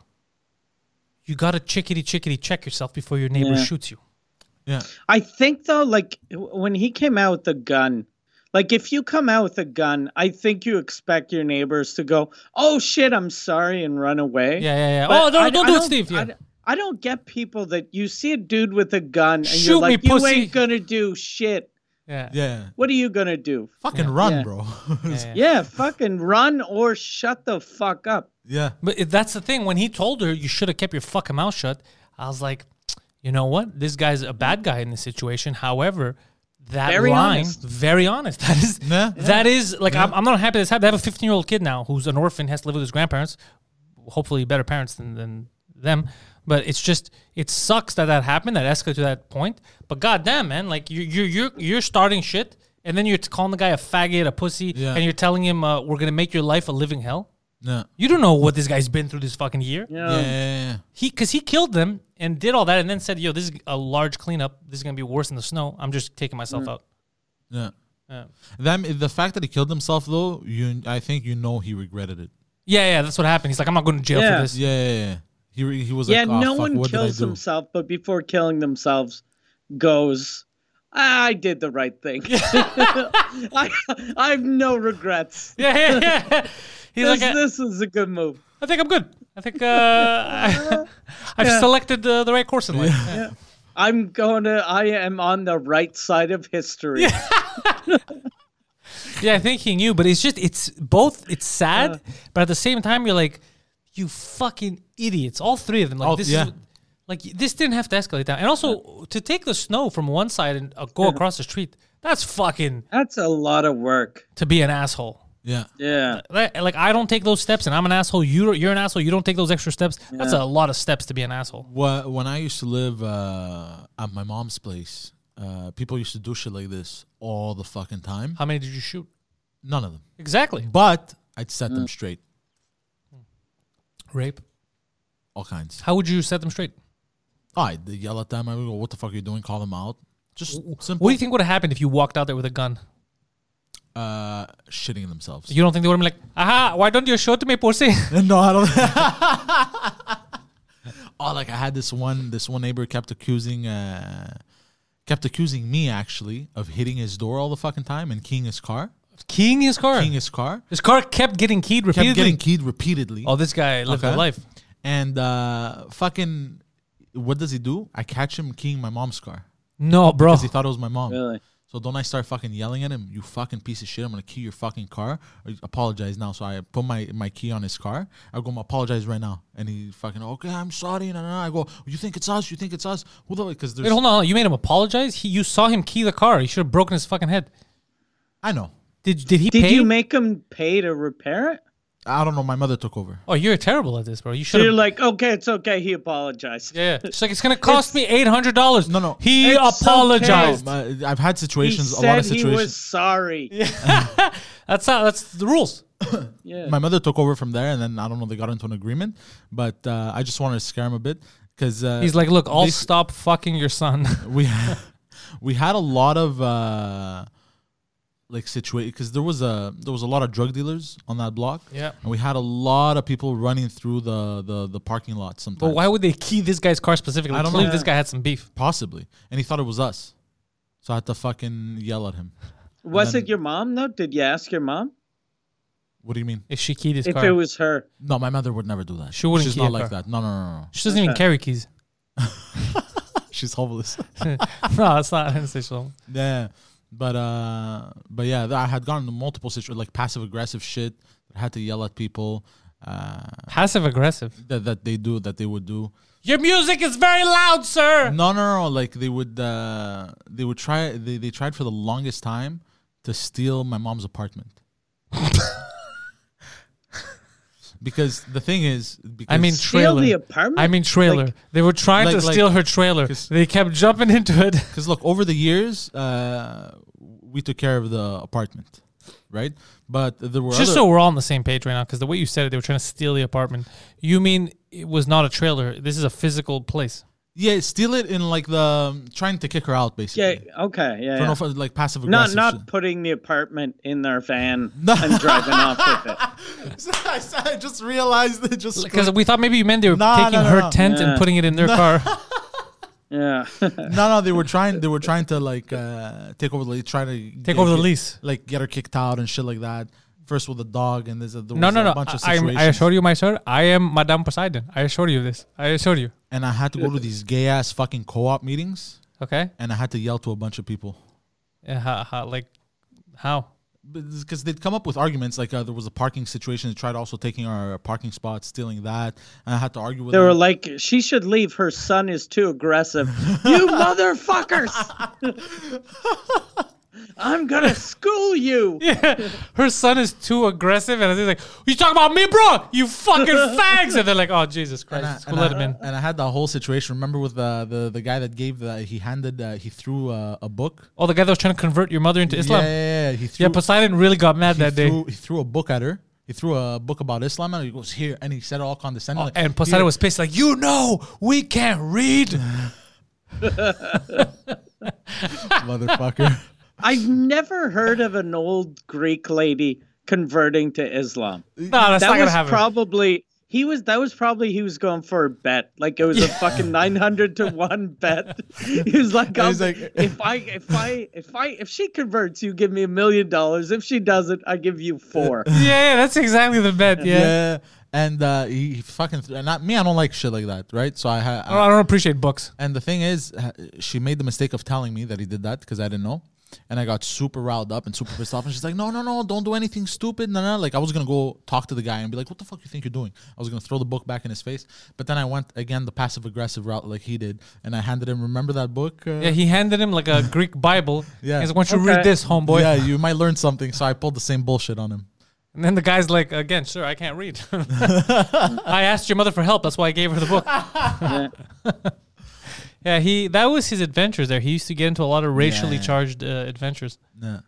Speaker 1: you gotta chickity chickity check yourself before your neighbor
Speaker 2: Yeah.
Speaker 1: shoots you.
Speaker 3: Yeah,
Speaker 2: I think though, like w- when he came out with the gun, like if you come out with a gun, I think you expect your neighbors to go, "Oh shit, I'm sorry," and run away.
Speaker 1: Yeah, yeah, yeah.
Speaker 2: But
Speaker 1: oh, no,
Speaker 2: I-
Speaker 1: don't
Speaker 2: I
Speaker 1: do it, Steve.
Speaker 2: I
Speaker 1: Yeah.
Speaker 2: d- I don't get people that you see a dude with a gun and
Speaker 1: Shoot me,
Speaker 2: you're like, "You
Speaker 1: pussy."
Speaker 2: ain't gonna do shit."
Speaker 1: yeah,
Speaker 3: yeah.
Speaker 2: What are you gonna do?
Speaker 3: Fucking run,
Speaker 2: Yeah.
Speaker 3: bro. [LAUGHS]
Speaker 1: yeah, yeah.
Speaker 2: Yeah, fucking run or shut the fuck up.
Speaker 3: yeah.
Speaker 1: But it- that's the thing. When he told her you should have kept your fucking mouth shut, I was like, you know what? This guy's a bad guy in this situation. However, that
Speaker 2: Very
Speaker 1: line,
Speaker 2: honest.
Speaker 1: very honest. [LAUGHS] That is,
Speaker 3: Yeah.
Speaker 1: that is like I'm, I'm not happy this happened. I have a 15 year old kid now who's an orphan, has to live with his grandparents. Hopefully, better parents than than them. But it's just it sucks that that happened. That escalated to that point. But goddamn, man, like you you you're you're starting shit, and then you're calling the guy a faggot, a pussy,
Speaker 3: Yeah.
Speaker 1: and you're telling him uh, we're gonna make your life a living hell.
Speaker 2: Um,
Speaker 3: Yeah.
Speaker 1: You don't know what this guy's been through this fucking year.
Speaker 2: You
Speaker 3: Yeah,
Speaker 2: know?
Speaker 3: yeah, yeah,
Speaker 1: He because he killed them and did all that, and then said, "Yo, this is a large cleanup. This is gonna be worse than the snow. I'm just taking myself out."
Speaker 3: yeah.
Speaker 1: Yeah.
Speaker 3: That, the fact that he killed himself, though, you I think you know he regretted it.
Speaker 1: Yeah, yeah, that's what happened. He's like, "I'm not going to jail for
Speaker 2: Yeah.
Speaker 1: this."
Speaker 3: Yeah, yeah, yeah. He, re- he was
Speaker 2: yeah,
Speaker 3: like, "Ah,
Speaker 2: no
Speaker 3: fuck,
Speaker 2: one
Speaker 3: what did I
Speaker 2: kills
Speaker 3: do?"
Speaker 2: himself, but before killing themselves, goes, I did the right thing. [LAUGHS] I, I have no
Speaker 3: [LAUGHS]
Speaker 2: regrets.
Speaker 1: Yeah, yeah, yeah. He's
Speaker 2: This,
Speaker 1: like, "I-
Speaker 2: this is a good move.
Speaker 1: "I think I'm good. I think uh, I, [LAUGHS] I've selected uh, the right course in life." Yeah.
Speaker 2: I'm going to, I am on the right side of history.
Speaker 1: Yeah, I think he knew, but it's just it's both. It's
Speaker 3: Uh.
Speaker 1: sad, but at the same time, you're like, "You fucking idiots!" All three of them. Like
Speaker 3: All-
Speaker 1: this
Speaker 3: yeah.
Speaker 1: is. Like this didn't have to escalate down, and also to take the snow from one side and uh, go across the street. That's fucking
Speaker 2: That's a lot of work.
Speaker 1: to be an asshole.
Speaker 3: Yeah. Uh,
Speaker 2: Yeah.
Speaker 1: Like like, I don't take those steps, and I'm an asshole. You you're an asshole. You don't take those extra steps. That's a lot of steps to be an asshole.
Speaker 3: Wha- When I used to live uh, at my mom's place, uh, people used to do shit like this all the fucking time.
Speaker 1: How many did you shoot?
Speaker 3: None of them.
Speaker 1: Exactly.
Speaker 3: But I'd set them straight.
Speaker 1: Rape.
Speaker 3: All kinds.
Speaker 1: How would you set them straight?
Speaker 3: I'd yell at them. I would go, what the fuck are you doing? Call them out. Just simple.
Speaker 1: What do you think would have happened if you walked out there with a gun?
Speaker 3: Uh, shitting themselves.
Speaker 1: You don't think they would have been like, aha, why don't you shoot me, pussy?
Speaker 3: [LAUGHS] no, I don't. [LAUGHS] oh, like I had this one. This one neighbor kept accusing, uh, kept accusing me actually of hitting his door all the fucking time and keying his car.
Speaker 1: Keying his car.
Speaker 3: Keying his car.
Speaker 1: his car kept getting keyed
Speaker 3: Kept
Speaker 1: repeatedly.
Speaker 3: getting keyed repeatedly.
Speaker 1: oh, this guy lived
Speaker 3: Okay.
Speaker 1: a life.
Speaker 3: And uh, fucking, what does he do? I catch him keying my mom's car
Speaker 1: No, bro.
Speaker 3: because he thought it was my mom.
Speaker 2: Really?
Speaker 3: So don't I start fucking yelling at him? You fucking piece of shit! I'm gonna key your fucking car. I apologize now. So I put my, my key on his car. I go, apologize right now. And he fucking okay, I'm sorry. No, no, no. I go, you think it's us? You think it's us? Who the? Because
Speaker 1: Wait,
Speaker 3: there's
Speaker 1: hold on, hold on. You made him apologize? He, you saw him key the car. You should have broken his fucking head.
Speaker 3: I know.
Speaker 1: Did, did he
Speaker 2: Did
Speaker 1: pay?
Speaker 2: you make him pay to repair it?
Speaker 3: I don't know. My mother took over.
Speaker 1: oh, you're terrible at this, bro. You
Speaker 2: So
Speaker 1: should
Speaker 2: you're
Speaker 1: have.
Speaker 2: like, okay, it's okay. He apologized.
Speaker 1: yeah. It's like, it's going to cost me $800.
Speaker 3: No, no.
Speaker 1: He
Speaker 2: It's
Speaker 1: apologized.
Speaker 3: My, I've had
Speaker 2: He
Speaker 3: situations, a lot
Speaker 2: said
Speaker 3: of
Speaker 2: he
Speaker 3: situations.
Speaker 2: was sorry.
Speaker 1: That's how, that's the rules.
Speaker 2: Yeah.
Speaker 3: my mother took over from there, and then I don't know. They got into an agreement, but uh, I just wanted to scare him a bit because uh,
Speaker 1: He's like, look, I'll
Speaker 3: This-
Speaker 1: stop fucking your son.
Speaker 3: we [LAUGHS] we had a lot of uh like situation because there was a there was a lot of drug dealers on that block
Speaker 1: Yeah.
Speaker 3: and we had a lot of people running through the the, the parking lot sometimes
Speaker 1: [LAUGHS] but why would they key this guy's car specifically? I
Speaker 3: don't
Speaker 1: don't
Speaker 3: know.
Speaker 1: believe this guy had some beef.
Speaker 3: possibly and he thought it was us so i had to fucking yell at him
Speaker 2: Was
Speaker 3: then-
Speaker 2: it your mom though? Did you ask your mom
Speaker 3: what do you mean
Speaker 1: If she keyed his
Speaker 2: if
Speaker 1: car.
Speaker 2: it was her?
Speaker 3: no my mother would never do that
Speaker 1: She wouldn't
Speaker 3: she's
Speaker 1: key
Speaker 3: not
Speaker 1: a
Speaker 3: like
Speaker 1: car.
Speaker 3: that no no no no
Speaker 1: she doesn't even carry keys. [LAUGHS]
Speaker 3: she's hopeless
Speaker 1: no, that's [LAUGHS] not sensational.
Speaker 3: [LAUGHS] yeah but uh but yeah th- i had gotten into multiple situations like passive aggressive shit i had to yell at people uh
Speaker 1: Passive aggressive.
Speaker 3: that, that they do that they would do
Speaker 1: Your music is very loud, sir.
Speaker 3: No, no, no. Like they would, uh, they would try. They, they tried for the longest time to steal my mom's apartment. [LAUGHS] because the thing is, because
Speaker 1: I mean
Speaker 2: Steal
Speaker 1: trailer.
Speaker 2: the apartment.
Speaker 1: I mean trailer.
Speaker 2: Like-
Speaker 1: they were trying
Speaker 3: Like-
Speaker 1: to
Speaker 3: like-
Speaker 1: steal her trailer.
Speaker 3: 'cause-
Speaker 1: They kept jumping into it.
Speaker 3: because look, over the years, uh, we took care of the apartment. right? But there were
Speaker 1: Just
Speaker 3: other-
Speaker 1: so we're all on the same page right now, because the way you said it, they were trying to steal the apartment. You mean it was not a trailer? This is a physical place.
Speaker 3: yeah, steal it in like the um, trying to kick her out
Speaker 2: Yeah.
Speaker 3: basically.
Speaker 2: Okay. Yeah.
Speaker 3: For
Speaker 2: yeah.
Speaker 3: no fu- like passive
Speaker 2: Not
Speaker 3: aggressive.
Speaker 2: not putting the apartment in their van and driving off with it.
Speaker 3: shit. [LAUGHS] I just realized it. Just
Speaker 1: Because we thought maybe you meant they were
Speaker 3: No,
Speaker 1: taking
Speaker 3: no, no,
Speaker 1: her
Speaker 3: no.
Speaker 1: tent and
Speaker 2: Yeah.
Speaker 1: putting it in their
Speaker 3: [LAUGHS]
Speaker 1: car.
Speaker 2: Yeah.
Speaker 3: no, no, they were trying. They were trying to like uh, take over the try to
Speaker 1: Take over the lease.
Speaker 3: like get her kicked out and shit like that. First with the dog, and there's a there
Speaker 1: No,
Speaker 3: was
Speaker 1: no,
Speaker 3: a
Speaker 1: no.
Speaker 3: bunch of
Speaker 1: I,
Speaker 3: situations.
Speaker 1: I assure you, my sir, I am Madame Poseidon. I assure you this. I assure you.
Speaker 3: and I had to go to these gay ass fucking co-op meetings,
Speaker 1: Okay.
Speaker 3: and I had to yell to a bunch of people
Speaker 1: Yeah, ha- ha- like, how? [LAUGHS]
Speaker 3: because they'd come up with arguments like uh, there was a parking situation. They tried also taking our parking spot, stealing that, and I had to argue with
Speaker 2: They
Speaker 3: them.
Speaker 2: were like, she should leave. Her son is too aggressive. you motherfuckers! I'm gonna school you.
Speaker 1: Her son is too aggressive, and he's like, "You talking about me, bro? You
Speaker 3: [LAUGHS]
Speaker 1: fucking fags!" And they're like, "Oh Jesus Christ,
Speaker 3: and,
Speaker 1: we'll let
Speaker 3: I,
Speaker 1: him in."
Speaker 3: and I had that whole situation. Remember with the the, the guy that gave the he handed uh, he threw uh, a book.
Speaker 1: Oh, the guy that was trying to convert your mother into Islam.
Speaker 3: Yeah,
Speaker 1: Yeah,
Speaker 3: yeah, yeah. He threw,
Speaker 1: Poseidon really got mad
Speaker 3: he
Speaker 1: that day.
Speaker 3: threw, he threw a book at her. He threw a book about Islam and he goes here and he said it all condescending. like,
Speaker 1: Oh, and Poseidon
Speaker 3: "Here."
Speaker 1: was pissed, like, "You know, we can't read."
Speaker 3: motherfucker.
Speaker 2: I've never heard of an old Greek lady converting to Islam.
Speaker 1: no, that's not
Speaker 2: that
Speaker 1: gonna
Speaker 2: was
Speaker 1: happen.
Speaker 2: probably he was. That was probably he was going for a bet. Like it was a fucking nine hundred to one bet. He was like,
Speaker 3: And
Speaker 2: "I'm-
Speaker 3: he's like-
Speaker 2: if I if I if I if she converts, you give me a million dollars. If she doesn't, I give you four.
Speaker 1: yeah, yeah, that's exactly the bet. [LAUGHS] Yeah,
Speaker 3: yeah. And uh, he, he fucking threw, and not me. I don't like shit like that, right? So I had.
Speaker 1: I, don't, I don't appreciate books.
Speaker 3: And the thing is, uh, she made the mistake of telling me that he did that because I didn't know. And I got super riled up and super pissed off. And she's like, no, no, no, don't do anything stupid. No, no. Like, I was going to go talk to the guy and be like, what the fuck you think you're doing? I was going to throw the book back in his face. But then I went again the passive aggressive route like he did. And I handed him, remember that book? Uh,
Speaker 1: Yeah, he handed him like
Speaker 3: [LAUGHS]
Speaker 1: a Greek Bible.
Speaker 3: Yeah.
Speaker 1: he's like, "Why don't you
Speaker 2: Okay.
Speaker 1: read this, homeboy?"
Speaker 3: Yeah, you might learn something. So I pulled the same bullshit on him.
Speaker 1: And then the guy's like, "Again, sir, I can't
Speaker 3: [LAUGHS]
Speaker 1: read. I asked your mother for help. That's why I gave her the book."
Speaker 3: [LAUGHS]
Speaker 1: [LAUGHS] yeah, he that was his adventures there. He used to get into a lot of racially
Speaker 3: Yeah.
Speaker 1: charged uh, adventures.
Speaker 3: Yeah.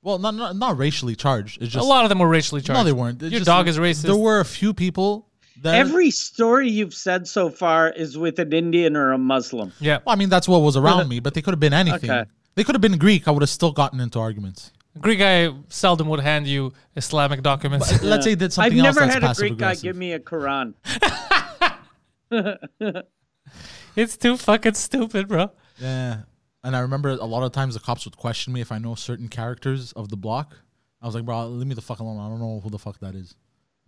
Speaker 3: Well, not, not, not racially charged. It's just.
Speaker 1: a lot of them were racially charged.
Speaker 3: No, they weren't. It's
Speaker 1: your
Speaker 3: just-
Speaker 1: dog is racist.
Speaker 3: There were a few people that.
Speaker 2: Every story you've said so far is with an Indian or a Muslim.
Speaker 1: yeah,
Speaker 3: Well, I mean, that's what was around me, but they could have been anything.
Speaker 2: uh, Okay.
Speaker 3: They could have been Greek. I would have still gotten into arguments.
Speaker 1: Greek guy seldom would hand you Islamic documents.
Speaker 3: Let's say he did
Speaker 2: uh, I've
Speaker 3: something else
Speaker 2: never
Speaker 3: that's
Speaker 2: had a
Speaker 3: passive
Speaker 2: Greek guy
Speaker 3: aggressive.
Speaker 2: give me a Quran.
Speaker 1: [LAUGHS] it's too fucking stupid, bro.
Speaker 3: yeah. And I remember a lot of times the cops would question me if I know certain characters of the block. I was like, bro, leave me the fuck alone. I don't know who the fuck that is.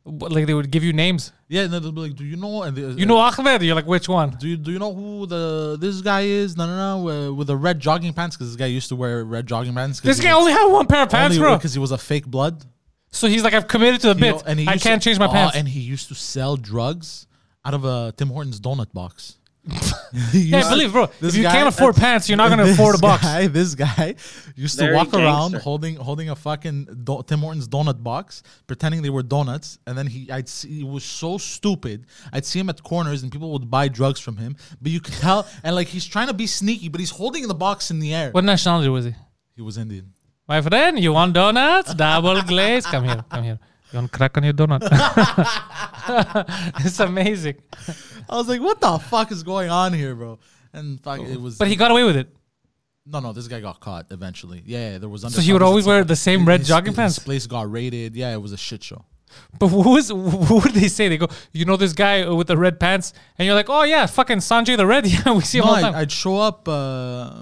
Speaker 1: But, Like they would give you names.
Speaker 3: Yeah, and they'll be like, do you know? And they-
Speaker 1: You know Ahmed. You're like, which one?
Speaker 3: do you, do you know who the this guy is? No, no, no. uh, With the red jogging pants, because this guy used to wear red jogging pants. 'cause
Speaker 1: This
Speaker 3: he
Speaker 1: guy
Speaker 3: was
Speaker 1: only had one pair of pants, bro.
Speaker 3: Because he was a fake blood.
Speaker 1: So he's like, I've committed to the
Speaker 3: You
Speaker 1: bit.
Speaker 3: know, and he
Speaker 1: I
Speaker 3: used
Speaker 1: can't
Speaker 3: to-
Speaker 1: change my
Speaker 3: Oh,
Speaker 1: pants.
Speaker 3: And he used to sell drugs out of a Tim Hortons
Speaker 1: [LAUGHS]
Speaker 3: donut box. He
Speaker 1: Yeah,
Speaker 3: used
Speaker 1: I
Speaker 3: to-
Speaker 1: believe, bro.
Speaker 3: [LAUGHS] this
Speaker 1: If you
Speaker 3: guy-
Speaker 1: can't afford pants, you're not gonna afford a
Speaker 3: [LAUGHS] this
Speaker 1: box.
Speaker 3: Guy, this guy used to
Speaker 2: Very
Speaker 3: walk around
Speaker 2: gangster.
Speaker 3: holding holding a fucking do- Tim Hortons donut box, pretending they were donuts, and then he I'd see, he was so stupid. I'd see him at corners, and people would buy drugs from him, but you could tell, and like he's trying to be sneaky, but he's holding the box in the air.
Speaker 1: What nationality was he?
Speaker 3: He was Indian.
Speaker 1: My friend, you want
Speaker 3: [LAUGHS]
Speaker 1: donuts? Double glaze. Come here, come here. You want crack on your donut? [LAUGHS] it's amazing.
Speaker 3: I was like, what the fuck is going on here, bro? And fuck, it was.
Speaker 1: But he got away with it.
Speaker 3: No, no, this guy got caught eventually. Yeah, yeah there was.
Speaker 1: So he would
Speaker 3: undercovers
Speaker 1: always
Speaker 3: and
Speaker 1: wear
Speaker 3: stuff.
Speaker 1: the same red
Speaker 3: His-
Speaker 1: jogging pants.
Speaker 3: His place got raided. Yeah, it was a shit show.
Speaker 1: But who was [LAUGHS] who would they say? They go, you know this guy with the red pants? And you're like, oh yeah, fucking Sanjay the Red. [LAUGHS] Yeah, we see him
Speaker 3: No,
Speaker 1: all the time.
Speaker 3: I, I'd show up uh,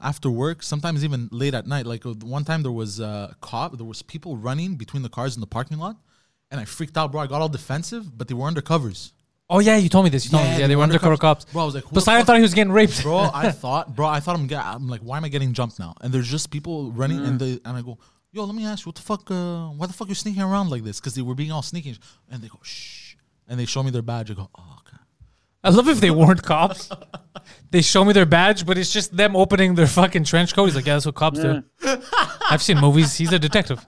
Speaker 3: after work, sometimes even late at night. Like uh, one time, there was a cop. There was people running between the cars in the parking lot, and I freaked out, bro. I got all defensive, but they were undercovers,
Speaker 1: oh yeah, you told me this. You told me
Speaker 3: Yeah,
Speaker 1: this. Yeah, they were undercover cops.
Speaker 3: Bro, I was like, who the
Speaker 1: Poseidon
Speaker 3: fuck-
Speaker 1: thought he was getting raped.
Speaker 3: bro.
Speaker 1: [LAUGHS]
Speaker 3: I thought, bro, I thought I'm. Get, I'm like, why am I getting jumped now? And there's just people running,
Speaker 1: Mm.
Speaker 3: and they and I go. Yo, let me ask you, what the fuck? Uh, why the fuck you sneaking around like this? Because they were being all sneaky, and they go shh, and they show me their badge. I go, oh, okay.
Speaker 1: I love if they weren't cops. They show me their badge, but it's just them opening their fucking trench coat. He's like, yeah, that's what cops do. I've seen movies. He's a detective.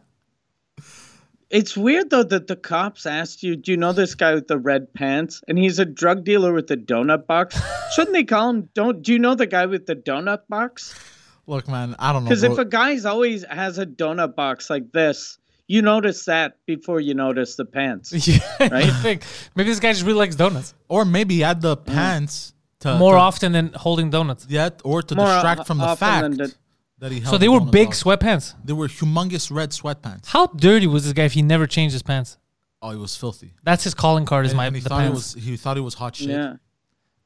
Speaker 2: It's weird though that the cops asked you, "Do you know this guy with the red pants?" And he's a drug dealer with the donut
Speaker 3: [LAUGHS]
Speaker 2: box. Shouldn't they call him? Don't do you know the guy with the donut box?
Speaker 3: Look, man, I don't know.
Speaker 2: Because
Speaker 3: bro.
Speaker 2: if a guy's always has a donut box like this, You notice that before you notice the
Speaker 3: [LAUGHS]
Speaker 2: pants.
Speaker 1: right? [LAUGHS] You think maybe this guy just really likes donuts
Speaker 3: Or maybe he had the pants to
Speaker 1: more
Speaker 3: to,
Speaker 1: often than holding donuts.
Speaker 3: yet, or to
Speaker 2: More
Speaker 3: distract
Speaker 2: o-
Speaker 3: from the
Speaker 2: often
Speaker 3: fact
Speaker 2: than the-
Speaker 3: that he held.
Speaker 1: So they
Speaker 3: the
Speaker 1: were
Speaker 3: donuts
Speaker 1: big
Speaker 3: up.
Speaker 1: sweatpants.
Speaker 3: They were humongous red sweatpants.
Speaker 1: How dirty was this guy if he never changed his pants?
Speaker 3: Oh, he was filthy.
Speaker 1: That's his calling card. Is
Speaker 3: And,
Speaker 1: my
Speaker 3: and he
Speaker 1: the
Speaker 3: thought it
Speaker 1: pants.
Speaker 3: was he thought it was hot shit.
Speaker 2: Yeah.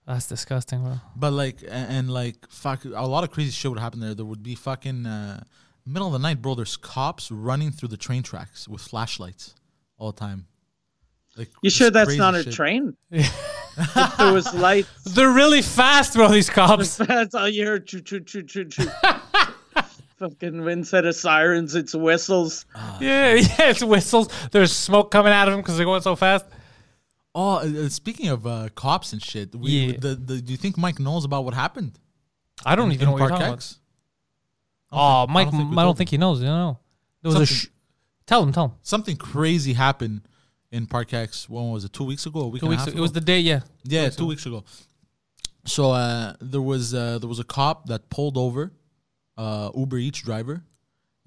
Speaker 1: That's disgusting, bro.
Speaker 3: But like a- and like fuck, a lot of crazy shit would happen there. There would be fucking uh, middle of the night, bro. There's cops running through the train tracks with flashlights all the time. Like
Speaker 2: You
Speaker 3: just
Speaker 2: sure that's
Speaker 3: crazy
Speaker 2: not a
Speaker 3: shit. [LAUGHS]
Speaker 2: train? if there was lights. [LAUGHS]
Speaker 1: They're really fast, bro. These
Speaker 3: [LAUGHS]
Speaker 1: cops.
Speaker 2: That's all you heard. Choo, choo, choo, choo, choo. Fucking wind set of sirens. It's whistles.
Speaker 1: yeah, yeah. It's whistles. There's smoke coming out of them because they're going so fast.
Speaker 3: Oh, uh, uh, speaking of uh, cops and shit, we,
Speaker 1: Yeah.
Speaker 3: the, the, do you think Mike knows about what happened
Speaker 1: I don't even know what you're talking about.
Speaker 3: X?
Speaker 1: Oh, Mike, I
Speaker 3: don't
Speaker 1: don't
Speaker 3: think
Speaker 1: think,
Speaker 3: we told
Speaker 1: he knows. You know, there was a
Speaker 3: Something-
Speaker 1: sh- tell him, tell him.
Speaker 3: Something crazy happened in Park X. When was it? Two weeks ago? A week
Speaker 1: Two
Speaker 3: and
Speaker 1: weeks.
Speaker 3: a half
Speaker 1: It
Speaker 3: ago?
Speaker 1: was the day. Yeah,
Speaker 3: yeah, two weeks ago. So uh, there was uh, there was a cop that pulled over uh, Uber Eats driver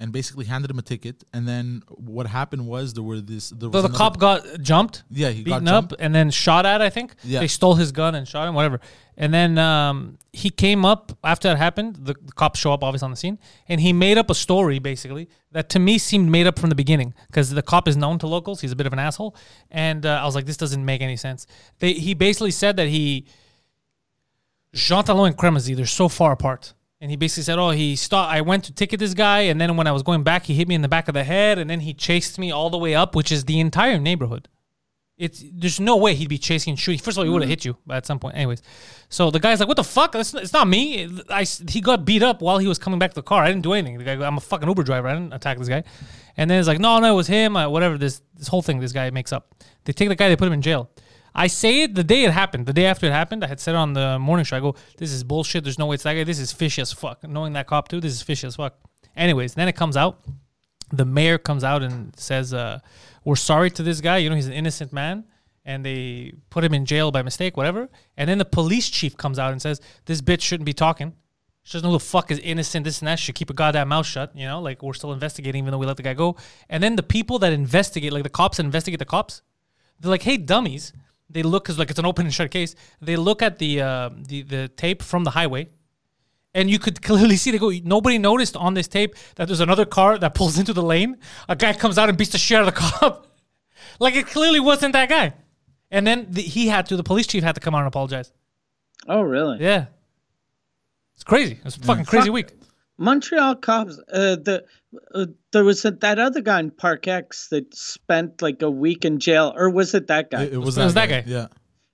Speaker 3: and basically handed him a ticket. And then what happened was there were this
Speaker 1: so
Speaker 3: there was
Speaker 1: the
Speaker 3: another-
Speaker 1: cop got jumped.
Speaker 3: Yeah, he got
Speaker 1: beaten up and then shot at. I think
Speaker 3: Yeah.
Speaker 1: they stole his gun and shot him. Whatever. And then um, he came up after that happened. The, the cops show up, obviously, on the scene, and he made up a story basically that to me seemed made up from the beginning because the cop is known to locals. He's a bit of an asshole, and uh, I was like, this doesn't make any sense. They, he basically said that he Jean Talon and Kremzy, they're so far apart. And he basically said, Oh, he stopped. I went to ticket this guy. And then when I was going back, he hit me in the back of the head. And then he chased me all the way up, which is the entire neighborhood. It's There's no way he'd be chasing and shooting. First of all, he would have hit you at some point. Anyways, so the guy's like, What the fuck? It's, it's not me. I, s- he got beat up while he was coming back to the car. I didn't do anything. The guy, goes, I'm a fucking Uber driver. I didn't attack this guy. And then it's like, No, no, it was him. Uh, whatever. This, this whole thing this guy makes up. They take the guy, they put him in jail. I say it the day it happened, the day after it happened. I had said it on the morning show. I go, "This is bullshit. There's no way it's that guy. This is fishy as fuck." Knowing that cop too, this is fishy as fuck. Anyways, then it comes out. The mayor comes out and says, uh, "We're sorry to this guy. You know, he's an innocent man." And they put him in jail by mistake, whatever. And then the police chief comes out and says, "This bitch shouldn't be talking. She doesn't know who the fuck is innocent. This and that. She should keep her goddamn mouth shut. You know, like we're still investigating, even though we let the guy go." And then the people that investigate, like the cops that investigate the cops, they're like, "Hey, dummies!" They look because like it's an open and shut case. They look at the uh, the the tape from the highway, and you could [LAUGHS] clearly see they go. Nobody noticed on this tape that there's another car that pulls [LAUGHS] into the lane. A guy comes out and beats the shit out of the [LAUGHS] cop. like it clearly wasn't that guy. And then the, he had to. The police chief had to come out and apologize.
Speaker 2: Oh, really?
Speaker 1: Yeah, it's crazy. It's a fucking crazy
Speaker 2: Fuck.
Speaker 1: week.
Speaker 2: Montreal cops. Uh, the uh, there was a, that other guy in Park X that spent like a week in jail, or was it that guy?
Speaker 3: It, it was,
Speaker 1: It was
Speaker 3: that,
Speaker 1: that
Speaker 3: guy. Yeah.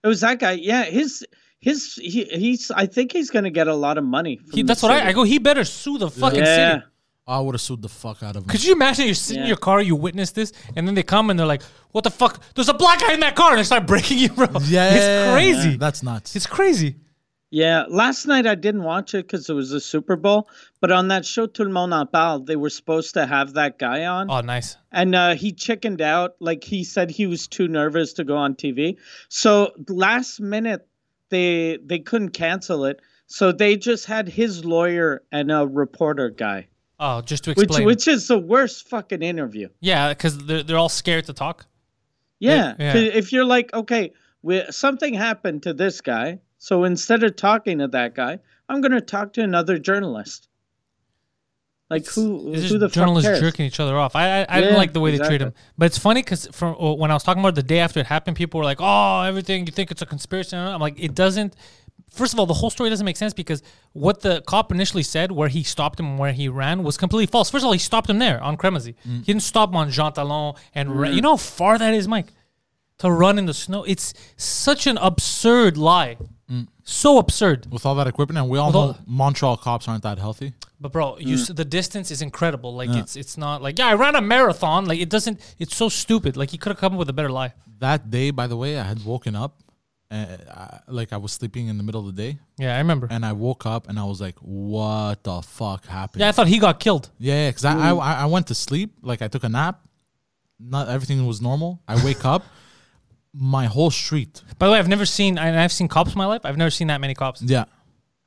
Speaker 2: It was that guy. Yeah, his his he, he's. I think he's gonna get a lot of money. From
Speaker 1: He,
Speaker 2: the
Speaker 1: that's what I,
Speaker 2: city.
Speaker 1: I go. He better sue the fucking
Speaker 2: Yeah.
Speaker 1: city.
Speaker 3: I would have sued the fuck out of him.
Speaker 1: Could you imagine you're sitting in
Speaker 2: Yeah.
Speaker 1: your car, you witness this, and then they come and they're like, "What the fuck? There's a black guy in that car!" and they start [LAUGHS] breaking you, bro. it's crazy.
Speaker 3: That's nuts.
Speaker 1: It's crazy.
Speaker 2: Yeah, last night I didn't watch it because it was the Super Bowl. But on that show, Tout le monde en parle, they were supposed to have that guy on.
Speaker 1: Oh, nice.
Speaker 2: and uh, he chickened out. Like he said, he was too nervous to go on TV. So last minute, they they couldn't cancel it. So they just had his lawyer and a reporter guy,
Speaker 1: Oh, just to
Speaker 2: which
Speaker 1: explain.
Speaker 2: which is the worst fucking interview.
Speaker 1: yeah, because they're, they're all scared to talk.
Speaker 2: Yeah,
Speaker 1: Yeah.
Speaker 2: 'cause if you're like, okay, we, something happened to this guy, so instead of talking to that guy, I'm gonna talk to another journalist. Like who?
Speaker 1: It's just
Speaker 2: who the
Speaker 1: journalists
Speaker 2: fuck cares?
Speaker 1: jerking each other off. I I, I didn't
Speaker 2: Yeah,
Speaker 1: like the way they treat
Speaker 2: exactly.
Speaker 1: him. But it's funny because from oh, when I was talking about it the day after it happened, people were like, "Oh, everything you think it's a conspiracy." I'm like, it doesn't. First of all, the whole story doesn't make sense because what the cop initially said, where he stopped him, and where he ran, was completely false. First of all, he stopped him there on Cremazy. He didn't stop him on Jean Talon and ra- you know how far that is, Mike, to run in the snow. It's such an absurd lie, so absurd.
Speaker 3: With all that equipment, and we all
Speaker 1: With all-
Speaker 3: know Montreal cops aren't that healthy.
Speaker 1: But bro,
Speaker 3: Mm.
Speaker 1: you s- the distance is incredible. Like it's it's not like yeah, I ran a marathon. Like it doesn't. It's so stupid. Like he could have come up with a better lie.
Speaker 3: That day, by the way, I had woken up, and I, like I was sleeping in the middle of the day,
Speaker 1: Yeah, I remember.
Speaker 3: and I woke up and I was like, "What the fuck happened?"
Speaker 1: yeah, I thought he got killed.
Speaker 3: Yeah, because I, I I went to sleep, like I took a nap, not everything was normal. I wake up, my whole street.
Speaker 1: By the way, I've never seen. I, I've seen cops in my life. I've never seen that many cops.
Speaker 3: Yeah,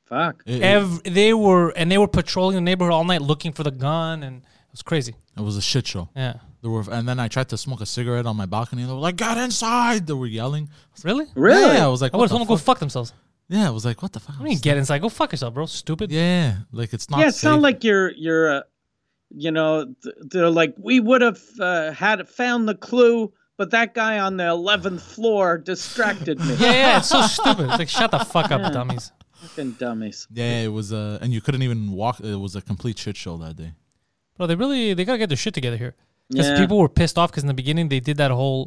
Speaker 2: Fuck.
Speaker 3: it- it-
Speaker 1: Ev- they were and they were patrolling the neighborhood all night looking for the gun and it was It's crazy.
Speaker 3: It was a shit show.
Speaker 1: Yeah.
Speaker 3: There were, and then I tried to smoke a cigarette on my balcony. And they were like, "Get inside!" They were yelling.
Speaker 1: Really?
Speaker 2: Really?
Speaker 3: Yeah, I was like,
Speaker 1: I
Speaker 3: "What
Speaker 1: would
Speaker 3: the
Speaker 1: have to go
Speaker 3: fuck?"
Speaker 1: fuck themselves.
Speaker 3: Yeah, I was like, "What the fuck?"
Speaker 1: I mean, get inside. Go fuck yourself, bro. Stupid.
Speaker 3: Yeah, like it's not.
Speaker 2: yeah, it's not
Speaker 3: safe.
Speaker 2: like you're you're, uh, you know, th- they're like we would have uh, had found the clue, but that guy on the eleventh floor distracted me.
Speaker 1: [LAUGHS] Yeah, yeah. It's so stupid. It's like shut the fuck up, dummies.
Speaker 2: Fucking dummies.
Speaker 3: Yeah, it was. Uh, and you couldn't even walk. It was a complete shit show that day.
Speaker 1: Bro, they really they gotta get their shit together here. Because
Speaker 2: Yeah.
Speaker 1: people were pissed off because in the beginning they did that whole,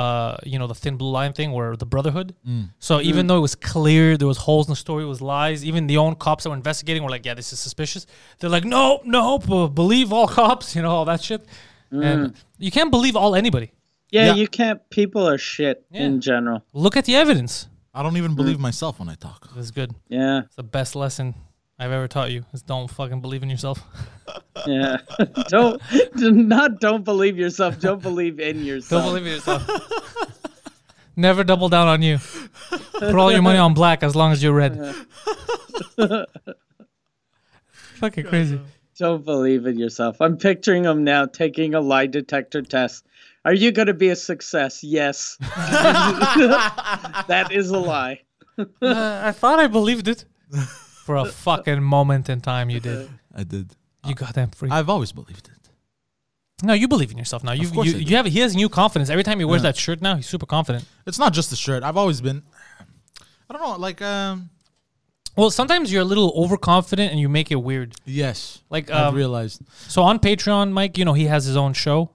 Speaker 1: uh, you know, the thin blue line thing where the brotherhood. So even though it was clear there was holes in the story, it was lies. Even the own cops that were investigating were like, "Yeah, this is suspicious." They're like, "No, no, b- believe all cops," [LAUGHS] you know, all that shit. And you can't believe all anybody.
Speaker 2: Yeah,
Speaker 3: Yeah.
Speaker 2: you can't. People are shit in general.
Speaker 1: Look at the evidence.
Speaker 3: I don't even believe myself when I talk.
Speaker 1: That's good.
Speaker 2: Yeah,
Speaker 1: It's the best lesson I've ever taught you. Is don't fucking believe in yourself.
Speaker 2: yeah. [LAUGHS] don't do not don't believe yourself. Don't believe in yourself.
Speaker 1: Don't believe in yourself. [LAUGHS] Never double down on you. Put all your money on black as long as you're
Speaker 3: [LAUGHS]
Speaker 1: red. Fucking crazy.
Speaker 2: Don't believe in yourself. I'm picturing him now taking a lie detector test. Are you going to be a success?
Speaker 1: [LAUGHS]
Speaker 2: Yes. [LAUGHS] that is a lie.
Speaker 1: Uh, I thought I believed
Speaker 3: [LAUGHS]
Speaker 1: it. For a fucking moment in time, you did.
Speaker 3: I did.
Speaker 1: You goddamn freak.
Speaker 3: I've always believed it.
Speaker 1: No, you believe in yourself now. You've,
Speaker 3: course
Speaker 1: you
Speaker 3: I do.
Speaker 1: you have he has new confidence. Every time he wears that shirt now, he's super confident.
Speaker 3: It's not just the shirt. I've always been. I don't know. Like, um,
Speaker 1: Well, sometimes you're a little overconfident and you make it weird.
Speaker 3: yes.
Speaker 1: Like,
Speaker 3: I've
Speaker 1: um,
Speaker 3: realized.
Speaker 1: So on Patreon, Mike, you know he has his own show,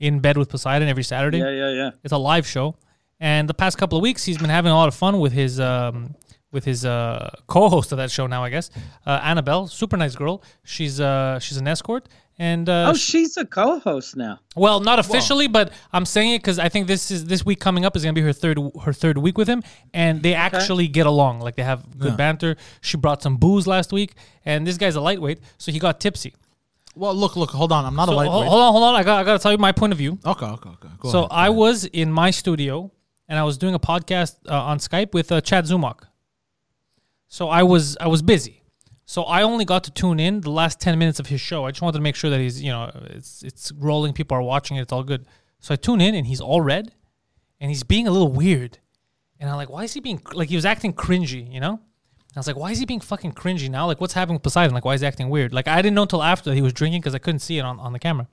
Speaker 1: in bed with Poseidon every Saturday.
Speaker 2: Yeah, yeah, yeah.
Speaker 1: It's a live show, and the past couple of weeks he's been having a lot of fun with his um, with his uh, co-host of that show now, I guess, uh, Annabelle, super nice girl. She's uh, she's an escort, and uh,
Speaker 2: Oh, she's a co-host now.
Speaker 1: well, not officially, but I'm saying it because I think this is this week coming up is gonna be her third her third week with him, and they actually get along. Like they have good banter. She brought some booze last week, and this guy's a lightweight, so he got tipsy.
Speaker 3: Well, look, look. Hold on. I'm not
Speaker 1: So,
Speaker 3: a
Speaker 1: ho-
Speaker 3: lightweight.
Speaker 1: hold on, hold on. I got I gotta tell you my point of view.
Speaker 3: Okay, okay, okay. Go
Speaker 1: So
Speaker 3: ahead.
Speaker 1: I was in my studio and I was doing a podcast uh, on Skype with uh, Chad Zumach. So I was I was busy. So I only got to tune in the last 10 minutes of his show. I just wanted to make sure that he's, you know, it's it's rolling, people are watching it, it's all good. So I tune in and he's all red and he's being a little weird. And I'm like, why is he being like he was acting cringy, you know? And I was like, why is he being fucking cringy now? Like, what's happening with Poseidon? Like, why is he acting weird? Like, I didn't know until after that he was drinking because I couldn't see it on, on the camera.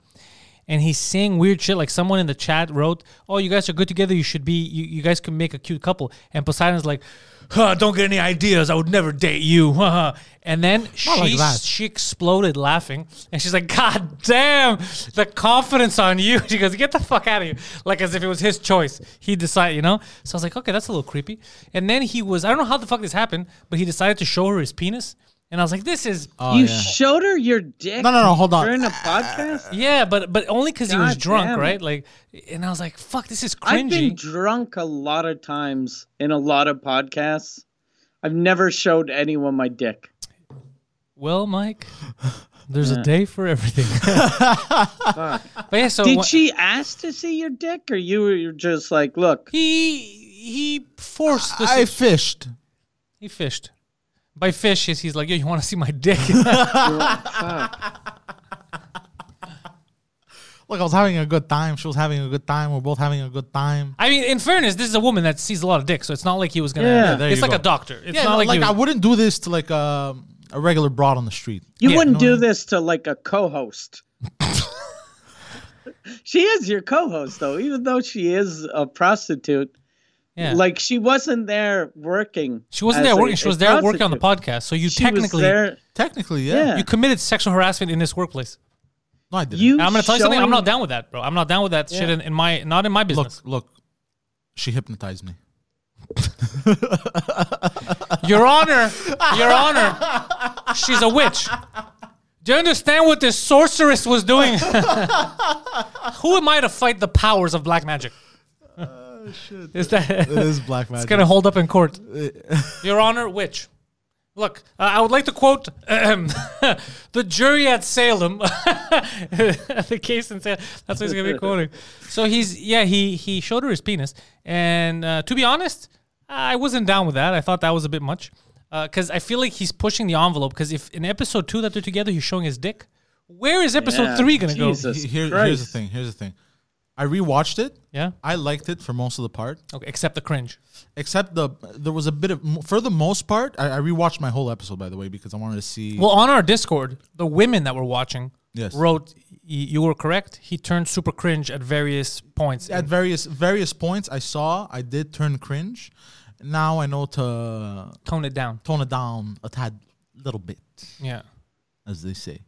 Speaker 1: And he's saying weird shit. Like, someone in the chat wrote, Oh, you guys are good together. You should be, you, you guys can make a cute couple. And Poseidon's like, huh, Don't get any ideas. I would never date you. [LAUGHS] and then she,
Speaker 3: like that.
Speaker 1: she exploded laughing. And she's like, God damn, the confidence on you. [LAUGHS] She goes, Get the fuck out of here. Like, as if it was his choice. He decided, you know? So I was like, Okay, that's a little creepy. And then he was, I don't know how the fuck this happened, but he decided to show her his penis. And I was like, This is
Speaker 2: you showed her your dick.
Speaker 3: Oh, No, no, no, hold on.
Speaker 2: During a podcast,
Speaker 1: Yeah, but but only because he was
Speaker 2: God
Speaker 1: drunk,
Speaker 2: damn it.
Speaker 1: right? Like, and I was like, "Fuck, this is
Speaker 2: I've been
Speaker 1: cringy."
Speaker 2: drunk a lot of times in a lot of podcasts. I've never showed anyone my dick.
Speaker 1: well,
Speaker 2: [LAUGHS]
Speaker 1: Mike, there's a day for everything. but yeah, so
Speaker 2: Did
Speaker 1: wha-
Speaker 2: she ask to see your dick, or you were just like, "Look,
Speaker 1: he he forced the
Speaker 3: I fished.
Speaker 1: he fished. By fish is he's like, "Yo, you want to see my dick?" [LAUGHS]
Speaker 3: Look, I was having a good time. She was having a good time. We're both having a good time.
Speaker 1: I mean, in fairness, this is a woman that sees a lot of dick, so it's not like he was gonna.
Speaker 2: Yeah. Yeah, there
Speaker 1: it's
Speaker 3: you
Speaker 1: like
Speaker 3: go.
Speaker 1: a doctor. It's
Speaker 3: yeah,
Speaker 1: not
Speaker 3: no,
Speaker 1: like,
Speaker 3: like,
Speaker 1: he
Speaker 3: I
Speaker 1: was-
Speaker 3: wouldn't do this to like um, a regular broad on the street.
Speaker 2: you
Speaker 1: Yeah.
Speaker 2: wouldn't do this to like a
Speaker 1: [LAUGHS]
Speaker 2: co-host." she is your co-host, though, even though she is a prostitute.
Speaker 1: yeah.
Speaker 2: Like she wasn't there working.
Speaker 1: she wasn't
Speaker 2: as
Speaker 1: there
Speaker 2: a-
Speaker 1: working. She
Speaker 2: a
Speaker 1: was there working on the
Speaker 2: prostitute.
Speaker 1: podcast. So you
Speaker 2: She was
Speaker 1: technically
Speaker 2: there-
Speaker 3: Technically, yeah.
Speaker 2: Yeah.
Speaker 1: you committed sexual harassment in this workplace.
Speaker 3: No, I didn't.
Speaker 2: You.
Speaker 1: And I'm gonna tell you something. I'm
Speaker 2: showing-
Speaker 1: not down with that, bro. I'm not down with that shit in, in my not in my
Speaker 3: look,
Speaker 1: business.
Speaker 3: look. She hypnotized me.
Speaker 1: Your Honor, Your Honor, she's a witch. Do you understand what this sorceress was doing? [LAUGHS] Who am I to fight the powers of black magic? Is that
Speaker 3: It is black magic.
Speaker 1: it's gonna hold up in court? [LAUGHS] Your Honor, witch. Look, uh, I would like to quote [LAUGHS] the jury at Salem, [LAUGHS] the case in Salem. That's what he's gonna be quoting. So he's yeah, he he showed her his penis, and uh, to be honest, I wasn't down with that. I thought that was a bit Uh, much, because I feel like he's pushing the envelope. Because if in episode two that they're together, he's showing his dick. Where is episode
Speaker 2: Yeah,
Speaker 1: three gonna go?
Speaker 2: Jesus.
Speaker 3: He- here- here's
Speaker 2: Christ.
Speaker 3: the thing. Here's the thing. I rewatched it.
Speaker 1: Yeah.
Speaker 3: I liked it for most of the part,
Speaker 1: Okay, except the cringe.
Speaker 3: except the there was a bit of for the most part. I, I rewatched my whole episode by the way because I wanted to see.
Speaker 1: Well, on our Discord, the women that were watching
Speaker 3: Yes.
Speaker 1: wrote, "Y- "You were correct. He turned super cringe at various points."
Speaker 3: at
Speaker 1: in-
Speaker 3: various various points, I saw I did turn cringe. Now I know to
Speaker 1: tone it down.
Speaker 3: tone it down a tad, little bit,
Speaker 1: Yeah.
Speaker 3: as they say.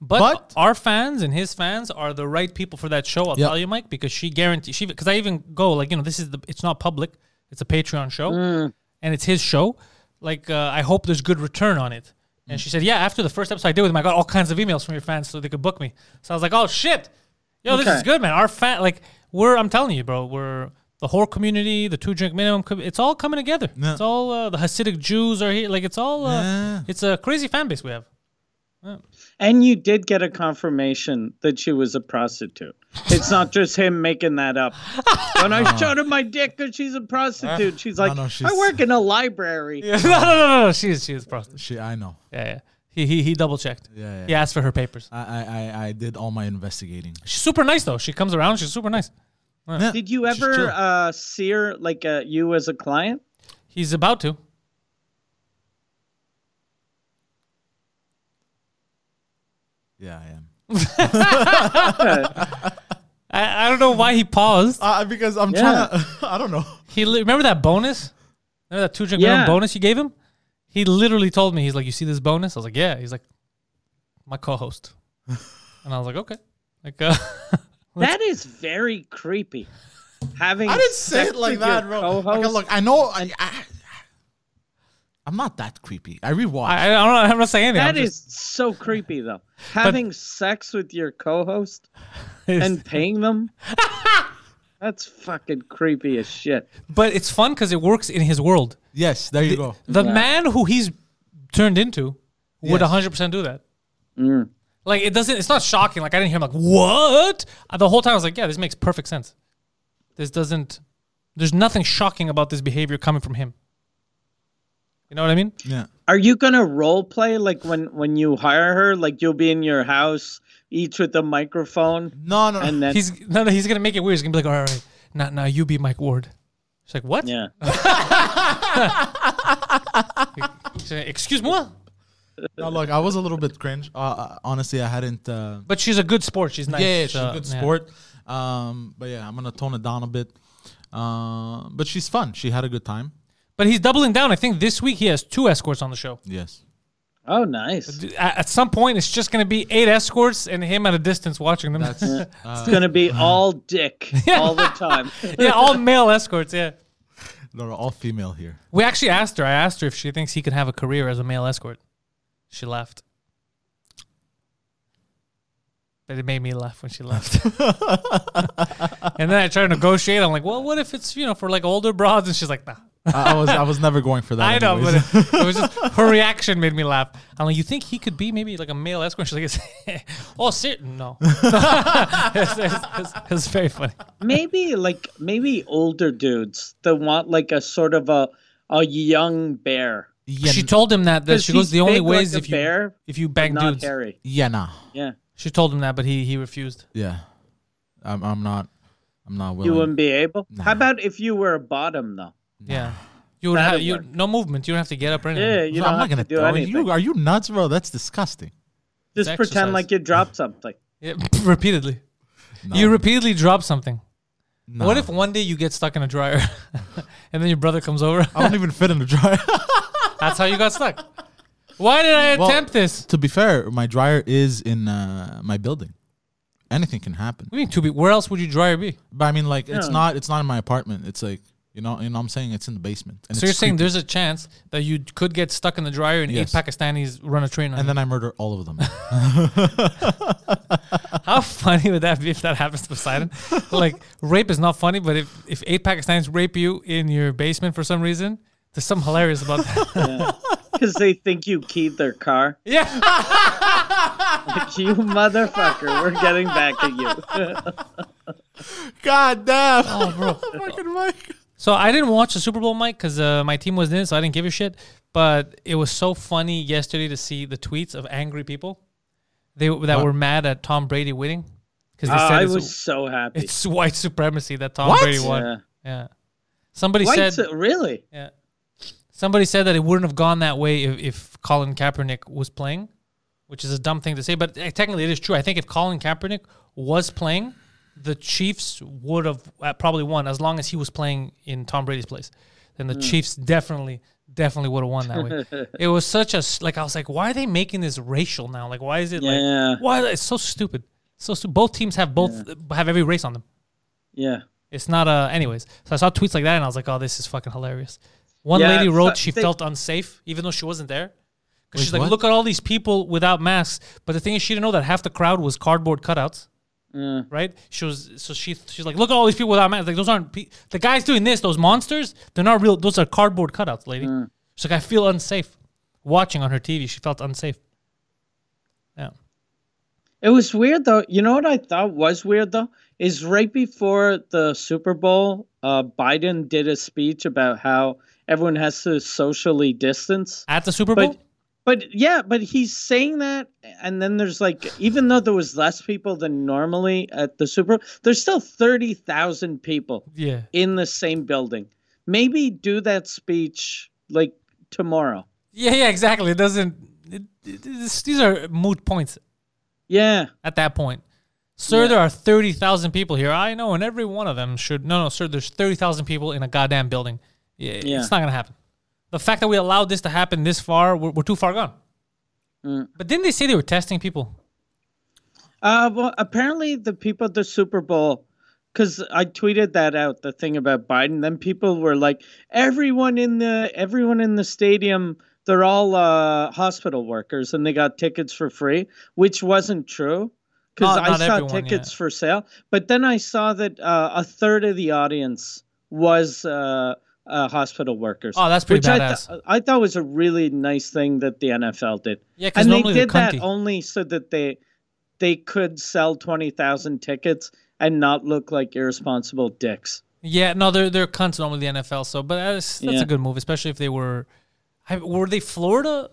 Speaker 1: But,
Speaker 3: But-
Speaker 1: our fans and his fans are the right people for that show. I'll
Speaker 3: Yeah.
Speaker 1: tell you, Mike, because she guarantees she because I even go like you know this is the it's not public, it's a Patreon show,
Speaker 3: Mm.
Speaker 1: and it's his show. Like uh, I hope there's good return on it. And she said, yeah. After the first episode I did with him, I got all kinds of emails from your fans so they could book me. So I was like, oh shit, yo, this
Speaker 2: Okay.
Speaker 1: is good, man. Our fan like we're I'm telling you, bro, we're the whore community, the two drink minimum, com- it's all coming together.
Speaker 3: Yeah.
Speaker 1: It's all uh, the Hasidic Jews are here. Like it's all uh,
Speaker 3: Yeah.
Speaker 1: it's a crazy fan base we have.
Speaker 2: And you did get a confirmation that she was a prostitute. It's not just him making that
Speaker 1: [LAUGHS]
Speaker 2: up. When I showed him my dick because she's a prostitute, she's like,
Speaker 3: Ah, no, she's-
Speaker 2: I work in a library.
Speaker 1: [LAUGHS] no, no, no, no, no. She is, she is prostitute.
Speaker 3: She, I know.
Speaker 1: Yeah, yeah. He he, he double checked.
Speaker 3: Yeah, yeah.
Speaker 1: He asked for her papers.
Speaker 3: I, I, I, I did all my investigating.
Speaker 1: She's super nice though. She comes around. She's super nice.
Speaker 3: Yeah,
Speaker 2: Did you
Speaker 3: she's chill.
Speaker 2: ever uh, see her, like uh, you as a
Speaker 3: [LAUGHS]
Speaker 2: client?
Speaker 1: He's about to.
Speaker 3: yeah, I am.
Speaker 2: Uh,
Speaker 1: I, I don't know why he paused.
Speaker 3: Uh, because I'm
Speaker 2: Yeah.
Speaker 3: trying to. [LAUGHS] I don't know.
Speaker 1: He li- remember that bonus. Remember that two drink minimum
Speaker 2: Yeah.
Speaker 1: bonus you gave him. He literally told me he's like, "You see this bonus?" I was like, "Yeah." He's like, "My co-host," and I was like, "Okay." Like, uh, [LAUGHS]
Speaker 2: That is very creepy. Having
Speaker 3: I didn't say
Speaker 2: sex
Speaker 3: it like
Speaker 2: with your
Speaker 3: that, bro. Okay,
Speaker 2: co-host.
Speaker 3: look, I know. I, I, I'm not that creepy. I rewatched.
Speaker 1: I, I don't know. I'm not saying anything.
Speaker 2: That
Speaker 1: I'm just-
Speaker 2: is so creepy,
Speaker 3: [LAUGHS]
Speaker 2: though. Having sex with your co-host and paying
Speaker 3: [LAUGHS]
Speaker 2: them. That's fucking creepy as shit.
Speaker 1: but it's fun because it works in his world.
Speaker 3: yes, there you go.
Speaker 1: The man who he's turned into would
Speaker 3: Yes.
Speaker 1: 100% do that. Like it doesn't. It's not shocking. Like I didn't hear him. Like what? Uh, The whole time I was like, yeah, this makes perfect sense. This doesn't. There's nothing shocking about this behavior coming from him. You know what I mean?
Speaker 3: Yeah.
Speaker 2: Are you gonna role play like when when you hire her? Like you'll be in your house, each with a microphone,
Speaker 1: Mm-hmm.
Speaker 3: No, no, no.
Speaker 2: and then
Speaker 1: He's no, no. He's gonna make it weird. He's gonna be like, all right, all right now, now you be Mike Ward. She's like, what?
Speaker 2: yeah,
Speaker 1: She's like, Excuse moi.
Speaker 3: no, look, I was a little bit cringe. Uh, Uh, honestly, I hadn't. Uh,
Speaker 1: But she's a good sport. She's nice.
Speaker 3: yeah, yeah, she's
Speaker 1: so,
Speaker 3: a good
Speaker 1: yeah.
Speaker 3: sport. Um, but yeah, I'm gonna tone it down a bit. Uh, but she's fun. She had a good time.
Speaker 1: But he's doubling down. I think this week he has two escorts on the show.
Speaker 3: Yes.
Speaker 2: oh nice.
Speaker 1: D- At at some point, it's just gonna be eight escorts and him at a distance watching them.
Speaker 2: [LAUGHS]
Speaker 3: That's
Speaker 2: It's gonna be all dick all the time.
Speaker 1: [LAUGHS] [LAUGHS] yeah,
Speaker 3: [LAUGHS]
Speaker 1: all male escorts. Yeah.
Speaker 3: no, no, all female here.
Speaker 1: We actually asked her. I asked her if she thinks he could have a career as a male escort. She laughed. But it made me laugh when she
Speaker 3: [LAUGHS]
Speaker 1: left. and then I tried to negotiate. I'm like, well, what if it's, you know, for like older broads? And she's like, nah.
Speaker 3: I, I was, I was never going for that.
Speaker 1: [LAUGHS] I know, but
Speaker 3: [LAUGHS] anyways.
Speaker 1: it, it was just her reaction made me laugh. I'm like, you think he could be maybe like a male escort? She's like, [LAUGHS] oh, sit. No. [LAUGHS] it's, it's- it's- it's very funny.
Speaker 2: maybe like maybe older dudes that want like a sort of a a young bear.
Speaker 3: yeah,
Speaker 1: she told him that, that
Speaker 2: 'Cause
Speaker 1: she goes,
Speaker 2: he's
Speaker 1: the only
Speaker 2: big
Speaker 1: way is
Speaker 2: like a
Speaker 1: if you,
Speaker 2: bear,
Speaker 1: if you bang
Speaker 2: not
Speaker 1: dudes.
Speaker 2: hairy.
Speaker 3: yeah, nah,
Speaker 2: Yeah,
Speaker 1: She told him that, but he, he refused.
Speaker 3: yeah. I'm, I'm not, I'm not willing.
Speaker 2: you wouldn't be able.
Speaker 3: Nah.
Speaker 2: How about if you were a bottom though?
Speaker 1: Yeah. You would
Speaker 2: That'd
Speaker 1: have you
Speaker 2: work.
Speaker 1: no movement. You don't have to get up or anything.
Speaker 2: Yeah, you
Speaker 3: So
Speaker 2: don't
Speaker 3: I'm not
Speaker 2: have
Speaker 3: gonna
Speaker 2: to do
Speaker 3: throw it.
Speaker 2: anything.
Speaker 3: you. Are you nuts, bro? That's disgusting.
Speaker 2: Just
Speaker 1: It's
Speaker 2: pretend
Speaker 1: exercise.
Speaker 2: like you dropped something.
Speaker 1: Yeah, [LAUGHS] repeatedly. You repeatedly drop something.
Speaker 3: No.
Speaker 1: What if one day you get stuck in a dryer, [LAUGHS] and then your brother comes over? [LAUGHS]
Speaker 3: I don't even fit in the dryer? [LAUGHS]
Speaker 1: That's how you got stuck. Why did I
Speaker 3: Well-
Speaker 1: attempt this?
Speaker 3: to be fair, my dryer is in uh, my building. Anything can happen.
Speaker 1: We mean to be. Where else would your dryer be?
Speaker 3: But I mean, like, it's not it's not in my apartment. It's like you know, you know, what I'm saying it's in the basement.
Speaker 1: So
Speaker 3: And it's
Speaker 1: you're saying
Speaker 3: creepy.
Speaker 1: there's a chance that you could get stuck in the dryer and
Speaker 3: Yes.
Speaker 1: eight Pakistanis run a train on
Speaker 3: and
Speaker 1: you.
Speaker 3: then I murder all
Speaker 1: [LAUGHS]
Speaker 3: of them.
Speaker 1: How funny would that be if that happens to Poseidon? like rape is not funny, but if if eight Pakistanis rape you in your basement for some reason, there's something hilarious about
Speaker 2: [LAUGHS]
Speaker 1: that.
Speaker 2: Because they think you keyed their car.
Speaker 1: yeah.
Speaker 2: [LAUGHS] Like, you motherfucker, we're getting back at you.
Speaker 3: God damn!
Speaker 1: So I didn't watch the Super Bowl, Mike, because uh, my team was in, it, so I didn't give a shit. But it was so funny yesterday to see the tweets of angry people They that were mad at Tom Brady winning because they
Speaker 2: Ah,
Speaker 1: said
Speaker 2: I
Speaker 1: it's,
Speaker 2: was so happy.
Speaker 1: it's [LAUGHS] white supremacy that Tom
Speaker 3: What?
Speaker 1: Brady won. Yeah.
Speaker 2: yeah.
Speaker 1: Somebody
Speaker 2: White,
Speaker 1: said
Speaker 2: su- really?
Speaker 1: yeah. Somebody said that it wouldn't have gone that way if, if Colin Kaepernick was playing, which is a dumb thing to say, but eh, technically it is true. I think if Colin Kaepernick was playing, the Chiefs would have uh, probably won as long as he was playing in Tom Brady's place. Then the Chiefs definitely, definitely would have won that way. it was such a s- like I was like, why are they making this racial now? Like, why is it
Speaker 2: Yeah.
Speaker 1: like why? It's so stupid. So stu- both teams have both have every race on them.
Speaker 2: Yeah.
Speaker 1: It's not a. Anyways, so I saw tweets like that and I was like, oh, this is fucking hilarious. One
Speaker 2: Yeah,
Speaker 1: lady
Speaker 2: it's
Speaker 1: wrote
Speaker 2: like-
Speaker 1: she
Speaker 2: they-
Speaker 1: felt unsafe even though she wasn't there. Because she's like,
Speaker 3: what?
Speaker 1: look at all these people without masks. But the thing is, she didn't know that half the crowd was cardboard cutouts.
Speaker 2: Mm.
Speaker 1: Right? She was so she she's like, look at all these people without masks. Like those aren't pe- the guys doing this. Those monsters, they're not real. Those are cardboard cutouts, lady.
Speaker 2: Mm.
Speaker 1: She's like, I feel unsafe watching on her TV. She felt unsafe. Yeah.
Speaker 2: It was weird though. You know what I thought was weird though is right before the Super Bowl, uh, Biden did a speech about how everyone has to socially distance.
Speaker 1: At the Super Bowl.
Speaker 2: But but yeah, but he's saying that, and then there's like even though there was less people than normally at the Super Bowl, there's still thirty thousand people
Speaker 1: yeah.
Speaker 2: in the same building. Maybe do that speech like tomorrow.
Speaker 1: Yeah. Yeah. Exactly. It doesn't. It, it, it's- these are moot points.
Speaker 2: Yeah,
Speaker 1: at that point. Sir, there are 30,000 people here. I know, and every one of them should. No, no, sir, there's 30,000 people in a goddamn building. Yeah,
Speaker 2: Yeah.
Speaker 1: It's not going to happen. The fact that we allowed this to happen this far, we're, we're too far gone.
Speaker 2: Mm.
Speaker 1: But didn't they say they were testing people?
Speaker 2: Uh, well, apparently the people at the Super Bowl, because I tweeted that out the thing about Biden. Then people were like, everyone in the everyone in the stadium, they're all uh, hospital workers, and they got tickets for free, which wasn't true. Because
Speaker 1: Not-
Speaker 2: I
Speaker 1: not
Speaker 2: saw
Speaker 1: everyone,
Speaker 2: tickets
Speaker 1: yeah.
Speaker 2: for sale, but then I saw that uh, a third of the audience was uh, uh, hospital workers.
Speaker 1: Oh, that's pretty
Speaker 2: which I,
Speaker 1: badass.
Speaker 2: th- I thought was a really nice thing that the NFL did.
Speaker 1: Yeah, 'cause
Speaker 2: and they
Speaker 1: normally they're
Speaker 2: did that
Speaker 1: cunty.
Speaker 2: only so that they they could sell 20,000 tickets and not look like irresponsible dicks.
Speaker 1: Yeah, no, they're, they're cunts normally the NFL. So, but that's, that's
Speaker 2: Yeah.
Speaker 1: a good move, especially if they were. I- Were they Florida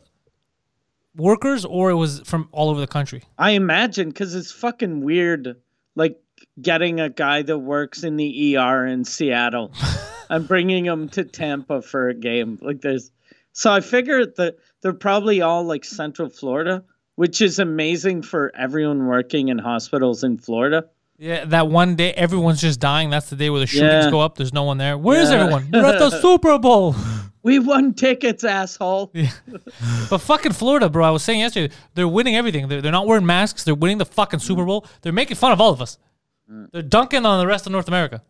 Speaker 1: workers or it was from all over the country?
Speaker 2: I imagine because it's fucking weird, like getting a guy that works in the ER
Speaker 1: [LAUGHS]
Speaker 2: in Seattle and bringing him to Tampa for a game. Like there's, so I figure that they're probably all like Central Florida, which is amazing for everyone working in hospitals in Florida.
Speaker 1: Yeah, that one day everyone's just dying. That's the day where the shootings
Speaker 2: Yeah.
Speaker 1: go up. There's no one there. Where's
Speaker 2: Yeah.
Speaker 1: everyone? They're
Speaker 2: [LAUGHS]
Speaker 1: at the Super Bowl.
Speaker 2: We won
Speaker 1: [LAUGHS]
Speaker 2: tickets, asshole.
Speaker 1: But fucking Florida, bro. I was saying yesterday, they're winning everything. They're, they're not wearing masks. They're winning the fucking
Speaker 2: Mm.
Speaker 1: Super Bowl. They're making fun of all of us. They're dunking on the rest of North America.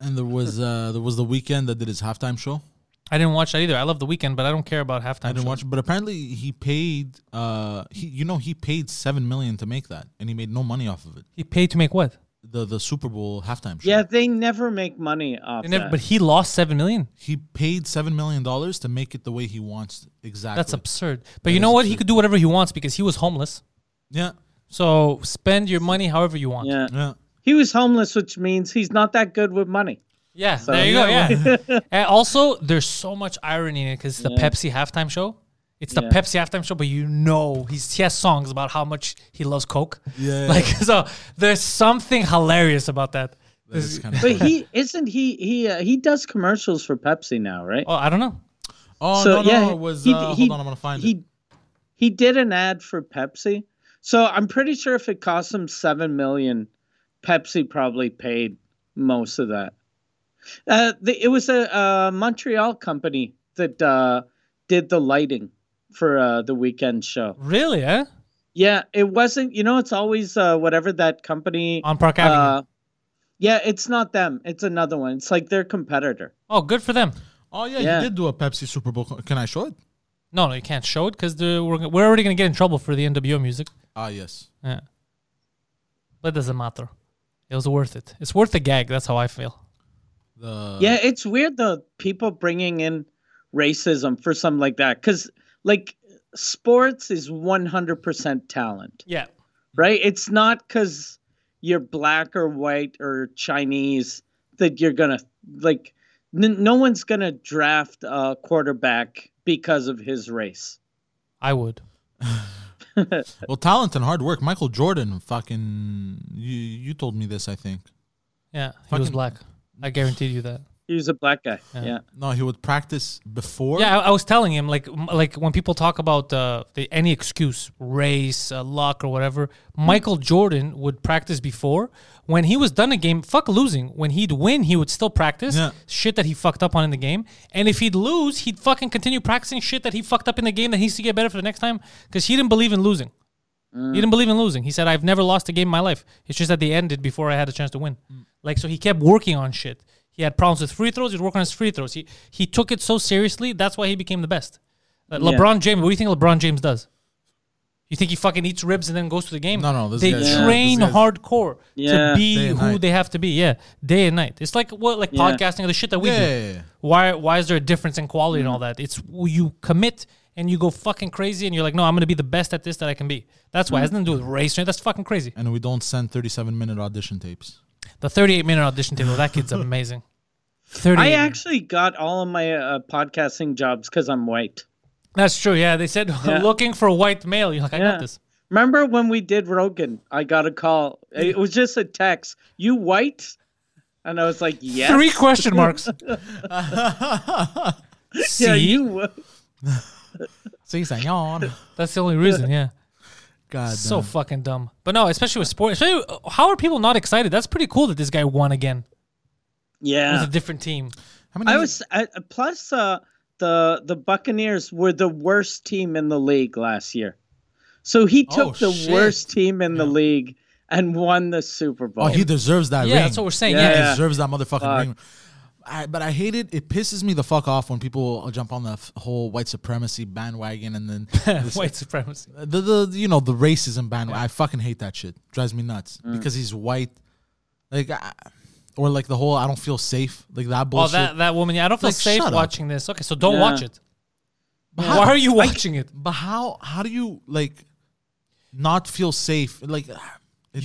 Speaker 3: And there was uh, there was the weekend that did his halftime show.
Speaker 1: I didn't watch that either. I love the weekend, but I don't care about halftime.
Speaker 3: I didn't
Speaker 1: show.
Speaker 3: watch, it, but apparently he paid. Uh, he you know he paid seven million to make that, and he made no money off of it.
Speaker 1: He paid to make what?
Speaker 3: The the Super Bowl halftime show.
Speaker 2: Yeah, they never make money off
Speaker 1: They never,
Speaker 2: that.
Speaker 1: but he lost seven million.
Speaker 3: he paid seven million dollars to make it the way he wants. Exactly.
Speaker 1: That's absurd. But you know what? He could do whatever he wants because he was homeless.
Speaker 3: yeah
Speaker 1: So spend your money however you want. Yeah,
Speaker 2: yeah.
Speaker 3: yeah.
Speaker 2: He was homeless, which means he's not that good with money.
Speaker 1: there you go. Yeah. and also, there's so much irony in it because it's the Pepsi halftime show. It's the
Speaker 2: Yeah.
Speaker 1: Pepsi halftime show, but you know he's, he has songs about how much he loves Coke. [LAUGHS]
Speaker 3: Yeah.
Speaker 1: Like so, there's something hilarious about that.
Speaker 3: That is kind of
Speaker 2: But he isn't he he uh, he does commercials for Pepsi now, right?
Speaker 1: Oh, I don't know.
Speaker 3: oh no no it was uh, hold on I'm gonna find
Speaker 2: he,
Speaker 3: it.
Speaker 2: He did an ad for Pepsi. So I'm pretty sure if it cost him seven million, Pepsi probably paid most of that. Uh, the, it was a uh, Montreal company that uh, did the lighting for uh, the weekend show.
Speaker 1: Really? Eh?
Speaker 2: Yeah, it wasn't. You know, it's always uh, whatever that company
Speaker 1: On Park Avenue.
Speaker 2: Uh, yeah, it's not them. It's another one. It's like their competitor.
Speaker 1: Oh, good for them.
Speaker 3: Oh yeah,
Speaker 2: yeah.
Speaker 3: he did do a Pepsi Super Bowl. co- Can I show it?
Speaker 1: No, no, you can't show it because we're, we're already gonna get in trouble for the NWO music.
Speaker 3: Ah yes.
Speaker 1: Yeah. But it doesn't matter. It was worth it. It's worth the gag. That's how I feel. Uh-huh.
Speaker 3: The
Speaker 2: Yeah, it's weird though. People bringing in racism for something like that because like sports is 100% talent,
Speaker 1: Yeah.
Speaker 2: right? It's not because you're black or white or Chinese that you're gonna like. N- no one's gonna draft a quarterback because of his race.
Speaker 1: I would.
Speaker 3: well, talent and hard work. Michael Jordan, fucking, you you told me this, I think.
Speaker 1: Yeah, he was
Speaker 3: Fucking-
Speaker 1: black. I guaranteed you that.
Speaker 2: He was a black guy. Yeah.
Speaker 3: No, he would practice before.
Speaker 1: Yeah, I, I was telling him like m- like when people talk about uh, the, any excuse, race, uh, luck, or whatever. Michael Jordan would practice before when he was done a game. Fuck losing. When he'd win, he would still practice
Speaker 3: Yeah.
Speaker 1: shit that he fucked up on in the game. And if he'd lose, he'd fucking continue practicing shit that he fucked up in the game that he needs to get better for the next time because he didn't believe in losing. He didn't believe in losing. He said, "I've never lost a game in my life. It's just that they ended before I had a chance to win."
Speaker 3: Mm.
Speaker 1: Like so, he kept working on shit. He had problems with free throws. He'd work on his free throws. He he took it so seriously. That's why he became the best. Uh, LeBron James. What do you think LeBron James does? You think he fucking eats ribs and then goes to the game?
Speaker 3: No, no, this
Speaker 1: they
Speaker 3: guy's-
Speaker 2: Yeah.
Speaker 1: train
Speaker 3: this guy's-
Speaker 1: hardcore
Speaker 2: Yeah.
Speaker 1: to be
Speaker 3: Day and
Speaker 1: who
Speaker 3: night.
Speaker 1: they have to be. Yeah, day and night. It's like what, like
Speaker 2: Yeah.
Speaker 1: podcasting or the shit that we
Speaker 3: Yeah,
Speaker 1: do.
Speaker 3: yeah, yeah.
Speaker 1: Why why is there a difference in quality
Speaker 2: Mm-hmm.
Speaker 1: and all that? It's you commit and you go fucking crazy and you're like, no, I'm gonna be the best at this that I can be. That's
Speaker 2: Mm-hmm.
Speaker 1: why it has nothing to do with race. Right? That's fucking crazy.
Speaker 3: And we don't send 37 minute audition tapes.
Speaker 1: The 38 minute audition table. That
Speaker 2: [LAUGHS]
Speaker 1: kid's amazing. 38.
Speaker 2: I actually got all of my uh, podcasting jobs because I'm white.
Speaker 1: That's true. Yeah, they said [LAUGHS]
Speaker 2: Yeah.
Speaker 1: looking for white male. You're like, I
Speaker 2: Yeah.
Speaker 1: got this.
Speaker 2: Remember when we did Rogan? I got a call. It was just a text. You white? And I was like, yes.
Speaker 1: Three question marks. See,
Speaker 2: [LAUGHS] Yeah, you. whi-
Speaker 3: Season.
Speaker 1: that's the only reason. Yeah.
Speaker 3: [LAUGHS] God
Speaker 1: So
Speaker 3: damn.
Speaker 1: fucking dumb. But no, especially with sports. Especially, how are people not excited? That's pretty cool that this guy won again
Speaker 2: Yeah.
Speaker 1: with a different team.
Speaker 3: How many
Speaker 2: I was I, plus uh, the the Buccaneers were the worst team in the league last year, so he took
Speaker 3: Oh,
Speaker 2: the
Speaker 3: shit.
Speaker 2: worst team in the league and won the Super Bowl.
Speaker 3: Oh, he deserves that
Speaker 1: Yeah,
Speaker 3: ring.
Speaker 1: that's what we're saying.
Speaker 2: Yeah,
Speaker 1: Yeah.
Speaker 3: He
Speaker 2: yeah.
Speaker 3: deserves that motherfucking ring. I, but I hate it. It pisses me the fuck off when people jump on the f- whole white supremacy bandwagon
Speaker 1: [LAUGHS]
Speaker 3: and then this-
Speaker 1: White supremacy.
Speaker 3: the, the you know the racism bandwagon. I fucking hate that shit. Drives me nuts
Speaker 1: Mm.
Speaker 3: because he's white, like I, or like the whole I don't feel safe like that
Speaker 1: Oh,
Speaker 3: bullshit.
Speaker 1: that, that woman. Yeah, I don't feel
Speaker 3: Like,
Speaker 1: safe
Speaker 3: shut up.
Speaker 1: watching this. Okay, so don't
Speaker 2: Yeah.
Speaker 1: watch it. Why are you watching it?
Speaker 3: but how how do you like not feel safe? Like it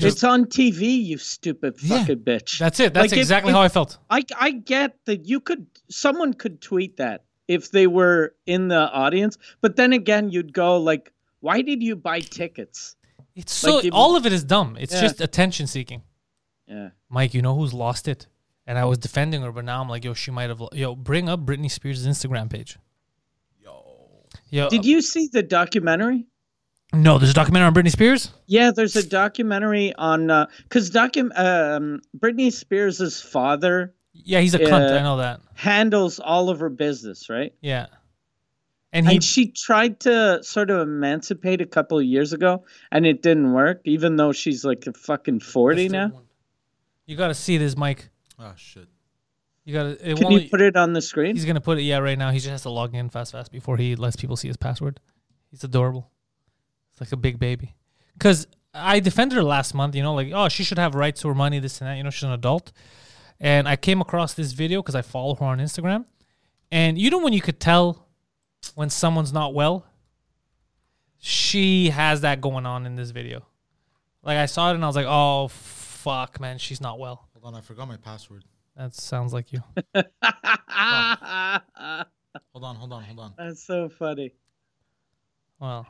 Speaker 2: it's on TV, you stupid
Speaker 3: Yeah.
Speaker 2: fucking bitch.
Speaker 1: That's it. That's
Speaker 2: Like, if-
Speaker 1: exactly
Speaker 2: if-
Speaker 1: how I felt.
Speaker 2: I I get that you could someone could tweet that if they were in the audience, but then again, you'd go like, why did you buy tickets?
Speaker 1: It's so
Speaker 2: like, if-
Speaker 1: all of it is dumb. It's
Speaker 2: Yeah.
Speaker 1: just attention seeking.
Speaker 2: Yeah,
Speaker 1: Mike, you know who's lost it? And I was defending her, but now I'm like, yo, she might have. lo- Yo, bring up Britney Spears' Instagram page. Yo, yo.
Speaker 2: did you see the documentary?
Speaker 1: No, there's a documentary on Britney Spears.
Speaker 2: Yeah, there's a documentary on because docu- um, Britney Spears' father
Speaker 1: Yeah, he's a cunt.
Speaker 2: Yeah.
Speaker 1: I know that.
Speaker 2: handles all of her business, right?
Speaker 1: Yeah, and he
Speaker 2: And she tried to sort of emancipate a couple of years ago, and it didn't work, even though she's like fucking forty now.
Speaker 1: You gotta see this, Mike.
Speaker 3: oh shit.
Speaker 1: You gotta. It
Speaker 2: Can
Speaker 1: won't
Speaker 2: you
Speaker 1: let-
Speaker 2: put it on the screen?
Speaker 1: He's gonna put it. Yeah, right now he just has to log in fast, fast before he lets people see his password. He's adorable. It's like a big baby. Cause I defended her last month. You know, like oh, she should have rights to her money, this and that. You know, she's an adult. And I came across this video because I follow her on Instagram. And you know when you could tell when someone's not well. She has that going on in this video. Like I saw it and I was like, oh fuck, man, she's not well.
Speaker 3: Hold on, I forgot my password.
Speaker 1: That sounds like you.
Speaker 2: [LAUGHS]
Speaker 3: Hold on, hold on, hold on.
Speaker 2: That's so funny.
Speaker 1: Well,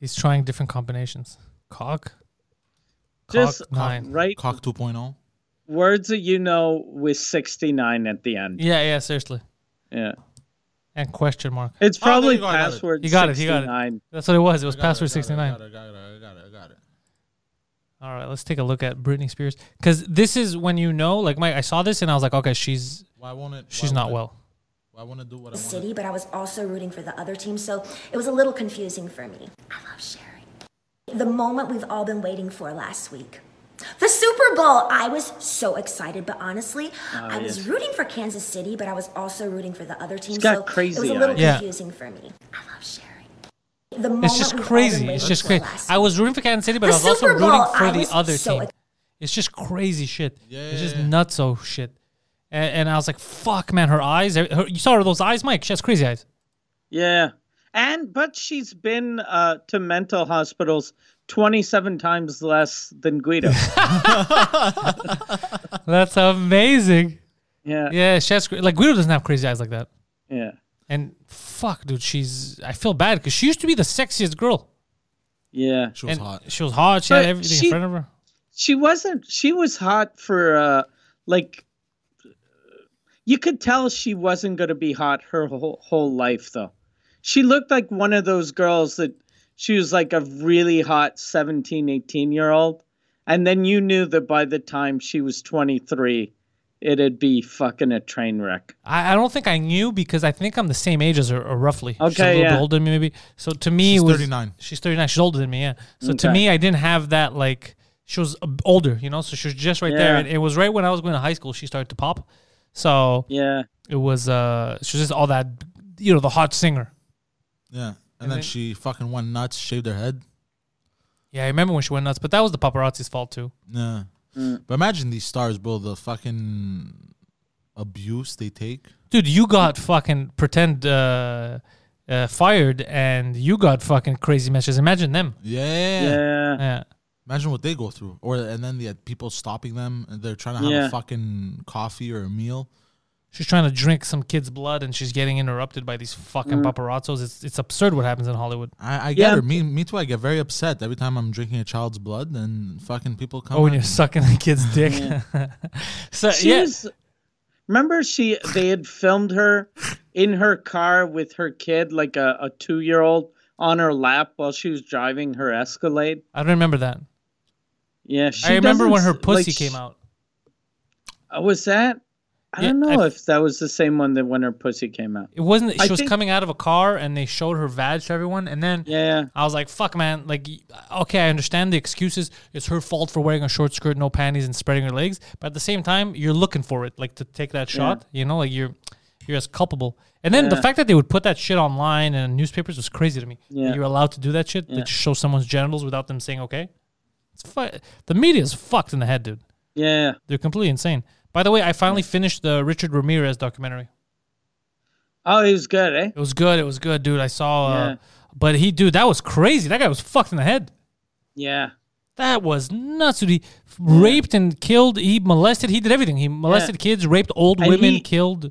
Speaker 1: he's trying different combinations. Cock, cock
Speaker 2: Just uh,
Speaker 1: nine.
Speaker 2: right
Speaker 3: Cock oh. 2.0.
Speaker 2: words that you know with sixty nine at the end.
Speaker 1: Yeah, yeah, seriously.
Speaker 2: Yeah,
Speaker 1: And question mark.
Speaker 2: it's
Speaker 3: Oh, there
Speaker 2: probably
Speaker 3: you go, I got it.
Speaker 2: password.
Speaker 1: You got it, you got it.
Speaker 2: 69.
Speaker 1: That's what it was. It was
Speaker 3: I got it, I
Speaker 1: password
Speaker 3: got it, I
Speaker 1: sixty nine.
Speaker 3: got it, I got it, I got it, I got it.
Speaker 1: All right, let's take a look at Britney Spears because this is when you know. Like, Mike, I saw this and I was like, okay, she's
Speaker 3: Why won't it?
Speaker 1: she's
Speaker 3: why
Speaker 1: not
Speaker 3: won't it-
Speaker 1: well.
Speaker 3: Why won't it do what I
Speaker 4: the
Speaker 3: want?
Speaker 4: city, but I was also rooting for the other team, so it was a little confusing for me. I love sharing. The moment we've all been waiting for last week. The Super Bowl! I was so excited, but honestly,
Speaker 2: Oh,
Speaker 4: I was rooting for Kansas City, but I was also rooting for the other team,
Speaker 2: got
Speaker 4: so it was
Speaker 2: crazy
Speaker 4: a little
Speaker 2: eyes.
Speaker 1: Yeah.
Speaker 4: confusing for me. I love sharing. The moment
Speaker 1: It's just
Speaker 4: we've all been
Speaker 1: crazy. It's
Speaker 4: waiting
Speaker 1: just
Speaker 4: for
Speaker 1: crazy.
Speaker 4: last
Speaker 1: I was rooting for Kansas City, but
Speaker 4: The
Speaker 1: I was also
Speaker 4: Super Bowl,
Speaker 1: rooting for
Speaker 4: I
Speaker 1: the
Speaker 4: was
Speaker 1: other
Speaker 4: so
Speaker 1: team.
Speaker 4: ex-
Speaker 1: It's just crazy shit. It's just
Speaker 3: Yeah.
Speaker 1: nutso shit. And, and I was like, fuck, man, her eyes. Her, her- you saw her, those eyes, Mike? She has crazy eyes.
Speaker 2: Yeah. And but she's been uh, to mental hospitals 27 times less than Guido.
Speaker 1: That's amazing.
Speaker 2: yeah. Yeah.
Speaker 1: Yeah, she has cra- like Guido doesn't have crazy eyes like that.
Speaker 2: Yeah.
Speaker 1: And fuck, dude, she's I feel bad because she used to be the sexiest girl.
Speaker 2: Yeah.
Speaker 3: She was
Speaker 1: and
Speaker 3: hot.
Speaker 1: She was hot. She had
Speaker 2: But
Speaker 1: everything in
Speaker 2: she-
Speaker 1: front of her.
Speaker 2: she wasn't she was hot for uh like you could tell she wasn't going to be hot her whole, whole life though she looked like one of those girls that she was like a really hot 17 18 year old and then you knew that by the time she was 23 it'd be fucking a train wreck
Speaker 1: I, I don't think I knew because I think I'm the same age as her, or roughly. she's a
Speaker 2: Okay,
Speaker 1: little bit
Speaker 2: yeah.
Speaker 1: older than me, maybe. So to me,
Speaker 3: She's
Speaker 1: it was,
Speaker 3: 39.
Speaker 1: She's 39. She's older than me, yeah. So to
Speaker 2: Okay.
Speaker 1: me, I didn't have that like she was uh, older, you know. So she was just right there.
Speaker 2: Yeah.
Speaker 1: And it was right when I was going to high school. She started to pop. So
Speaker 2: yeah
Speaker 1: it was uh, she was just all that, you know, the hot singer.
Speaker 3: Yeah. And, then, she fucking went nuts, shaved her head.
Speaker 1: Yeah, I remember when she went nuts, but that was the paparazzi's fault too.
Speaker 3: Yeah. But imagine these stars, bro, the fucking abuse they take.
Speaker 1: Dude, you got fucking pretend uh, uh, fired, and you got fucking crazy matches. Imagine them. Uh,
Speaker 3: Yeah.
Speaker 2: yeah
Speaker 1: Yeah.
Speaker 3: Imagine what they go through. Or and then they had people stopping them and they're trying to have
Speaker 2: Yeah.
Speaker 3: a fucking coffee or a meal.
Speaker 1: She's trying to drink some kid's blood and she's getting interrupted by these
Speaker 2: Mm.
Speaker 1: fucking paparazzos. It's, it's absurd what happens in Hollywood.
Speaker 3: I, I get
Speaker 2: Yeah.
Speaker 3: her. Me me too, I get very upset every time I'm drinking a child's blood and fucking people come.
Speaker 1: Oh, when
Speaker 3: at
Speaker 1: you're
Speaker 3: me.
Speaker 1: sucking the kid's
Speaker 2: [LAUGHS]
Speaker 1: dick. [LAUGHS] so,
Speaker 2: she
Speaker 1: yeah.
Speaker 2: was remember she they had filmed her in her car with her kid like a, a two-year-old on her lap while she was driving her escalade
Speaker 1: I don't remember that.
Speaker 2: yeah she
Speaker 1: I remember
Speaker 2: doesn't
Speaker 1: when her
Speaker 2: s-
Speaker 1: pussy
Speaker 2: like,
Speaker 1: came out.
Speaker 2: uh, was that i
Speaker 1: Yeah,
Speaker 2: don't know
Speaker 1: I-
Speaker 2: if that was the same one that when her pussy came out
Speaker 1: It wasn't, she
Speaker 2: I
Speaker 1: was
Speaker 2: think-
Speaker 1: coming out of a car and they showed her vag to everyone. And then
Speaker 2: yeah
Speaker 1: I was like, fuck, man. Like, y- okay, I understand the excuses. It's her fault for wearing a short skirt, no panties, and spreading her legs. But at the same time, you're looking for it, like to take that shot. You know, like you're you're as culpable. And then the fact that they would put that shit online and in newspapers was crazy to me. That
Speaker 2: Yeah.
Speaker 1: You're allowed to do that shit. That you show someone's genitals without them saying okay. It's fu- the media is fucked in the head, dude.
Speaker 2: yeah
Speaker 1: They're completely insane. By the way, I finally finished the Richard Ramirez documentary.
Speaker 2: oh he was good eh
Speaker 1: It was good. It was good, dude. I saw. Uh,
Speaker 2: Yeah.
Speaker 1: But he, dude, that was crazy. That guy was fucked in the head.
Speaker 2: yeah
Speaker 1: That was nuts. Dude. He f- raped and killed. He molested. He did everything. He molested kids, raped old
Speaker 2: And
Speaker 1: women,
Speaker 2: he-
Speaker 1: killed.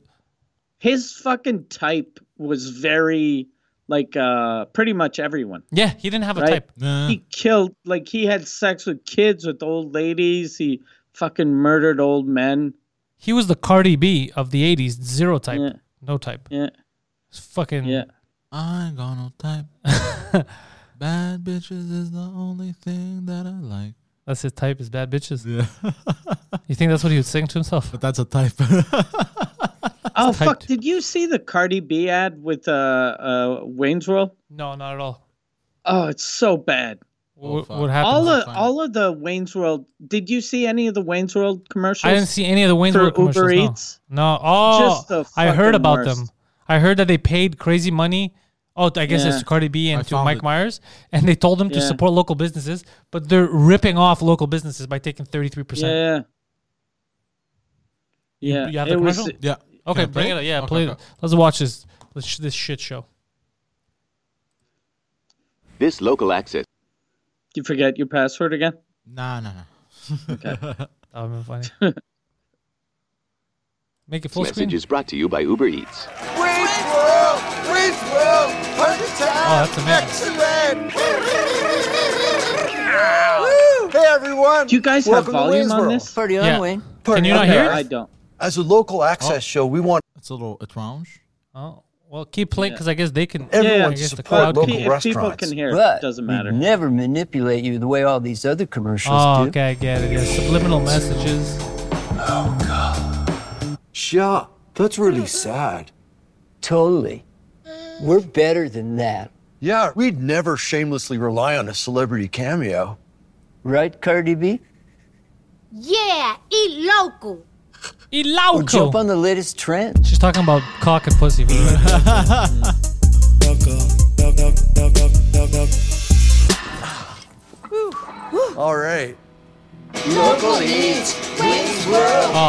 Speaker 2: his fucking type was very like uh pretty much everyone
Speaker 1: Yeah, he didn't have a
Speaker 2: Right.
Speaker 1: type.
Speaker 3: Yeah.
Speaker 2: he killed like he had sex with kids with old ladies he fucking murdered old men
Speaker 1: He was the Cardi B of the '80s. Zero type.
Speaker 2: Yeah.
Speaker 1: No type.
Speaker 2: yeah
Speaker 1: It's fucking.
Speaker 2: yeah
Speaker 3: I ain't got no type. Bad bitches is the only thing that I like.
Speaker 1: [LAUGHS] That's his type. Is bad bitches.
Speaker 3: [LAUGHS]
Speaker 1: you think that's what he would sing to himself?
Speaker 3: But that's a type. [LAUGHS]
Speaker 2: Oh fuck!
Speaker 1: hyped.
Speaker 2: Did you see the Cardi B ad with uh, uh Wayne's World?
Speaker 1: No, not at all.
Speaker 2: Oh, it's so bad.
Speaker 1: Wh-
Speaker 3: Oh, fuck.
Speaker 1: what happened?
Speaker 2: All
Speaker 3: I'll
Speaker 2: of
Speaker 3: find
Speaker 2: all of the Wayne's World. Did you see any of the Wayne's World commercials?
Speaker 1: I didn't see any of the Wayne's
Speaker 2: for
Speaker 1: World commercials.
Speaker 2: Uber
Speaker 1: no.
Speaker 2: Eats?
Speaker 1: no. Oh,
Speaker 2: Just the
Speaker 1: I heard
Speaker 2: fucking
Speaker 1: about
Speaker 2: worst.
Speaker 1: them. I heard that they paid crazy money. Oh, I guess it's
Speaker 2: Yeah.
Speaker 1: to Cardi B and
Speaker 3: I
Speaker 1: to
Speaker 3: found
Speaker 1: Mike
Speaker 3: it.
Speaker 1: Myers, and they told them to
Speaker 2: Yeah.
Speaker 1: support local businesses, but they're ripping off local businesses by taking thirty three percent.
Speaker 2: Yeah. Yeah.
Speaker 1: you have the
Speaker 2: it was.
Speaker 1: commercial?
Speaker 3: yeah.
Speaker 1: Okay,
Speaker 3: Can I
Speaker 1: bring it. up. Yeah,
Speaker 3: Okay,
Speaker 1: play
Speaker 3: okay.
Speaker 1: it. Let's watch this. This, sh- this shit show.
Speaker 6: This local access.
Speaker 2: You forget your password again?
Speaker 3: Nah, nah, nah.
Speaker 1: That would have been
Speaker 2: [LAUGHS]
Speaker 1: funny. Make it full screen.
Speaker 6: Message is brought to you by Uber Eats.
Speaker 7: Wayne's World, Wayne's World, hundred times.
Speaker 1: Oh, that's
Speaker 7: Excellent. Hey everyone.
Speaker 2: Do you guys have
Speaker 7: Welcome to
Speaker 2: volume
Speaker 7: Wayne's
Speaker 2: on
Speaker 7: World.
Speaker 2: this?
Speaker 8: Party on,
Speaker 1: Yeah.
Speaker 8: Wayne.
Speaker 1: Can you not
Speaker 2: Okay,
Speaker 1: hear?
Speaker 2: I
Speaker 1: it?
Speaker 2: don't.
Speaker 7: As a local access show, we want
Speaker 3: It's a little, it's rounge.
Speaker 1: Oh, well, keep playing because I guess they can.
Speaker 2: Everyone
Speaker 1: I
Speaker 2: to
Speaker 1: guess the
Speaker 7: support
Speaker 1: crowd
Speaker 2: But
Speaker 7: local
Speaker 1: can.
Speaker 2: pe- if people
Speaker 7: restaurants.
Speaker 2: can hear,
Speaker 8: But
Speaker 2: it doesn't
Speaker 8: we
Speaker 2: matter.
Speaker 8: never manipulate you the way all these other commercials
Speaker 1: Oh,
Speaker 8: do.
Speaker 1: okay, I get it. Yeah, subliminal messages.
Speaker 7: Sha, that's really sad.
Speaker 8: Totally. We're better than that.
Speaker 7: Yeah, we'd never shamelessly rely on a celebrity cameo.
Speaker 8: Right, Cardi B?
Speaker 9: Yeah, eat local.
Speaker 8: Or jump
Speaker 1: Ilauco.
Speaker 8: on the latest trend.
Speaker 1: She's talking about cock and pussy. for the record.
Speaker 7: All right.
Speaker 1: Oh,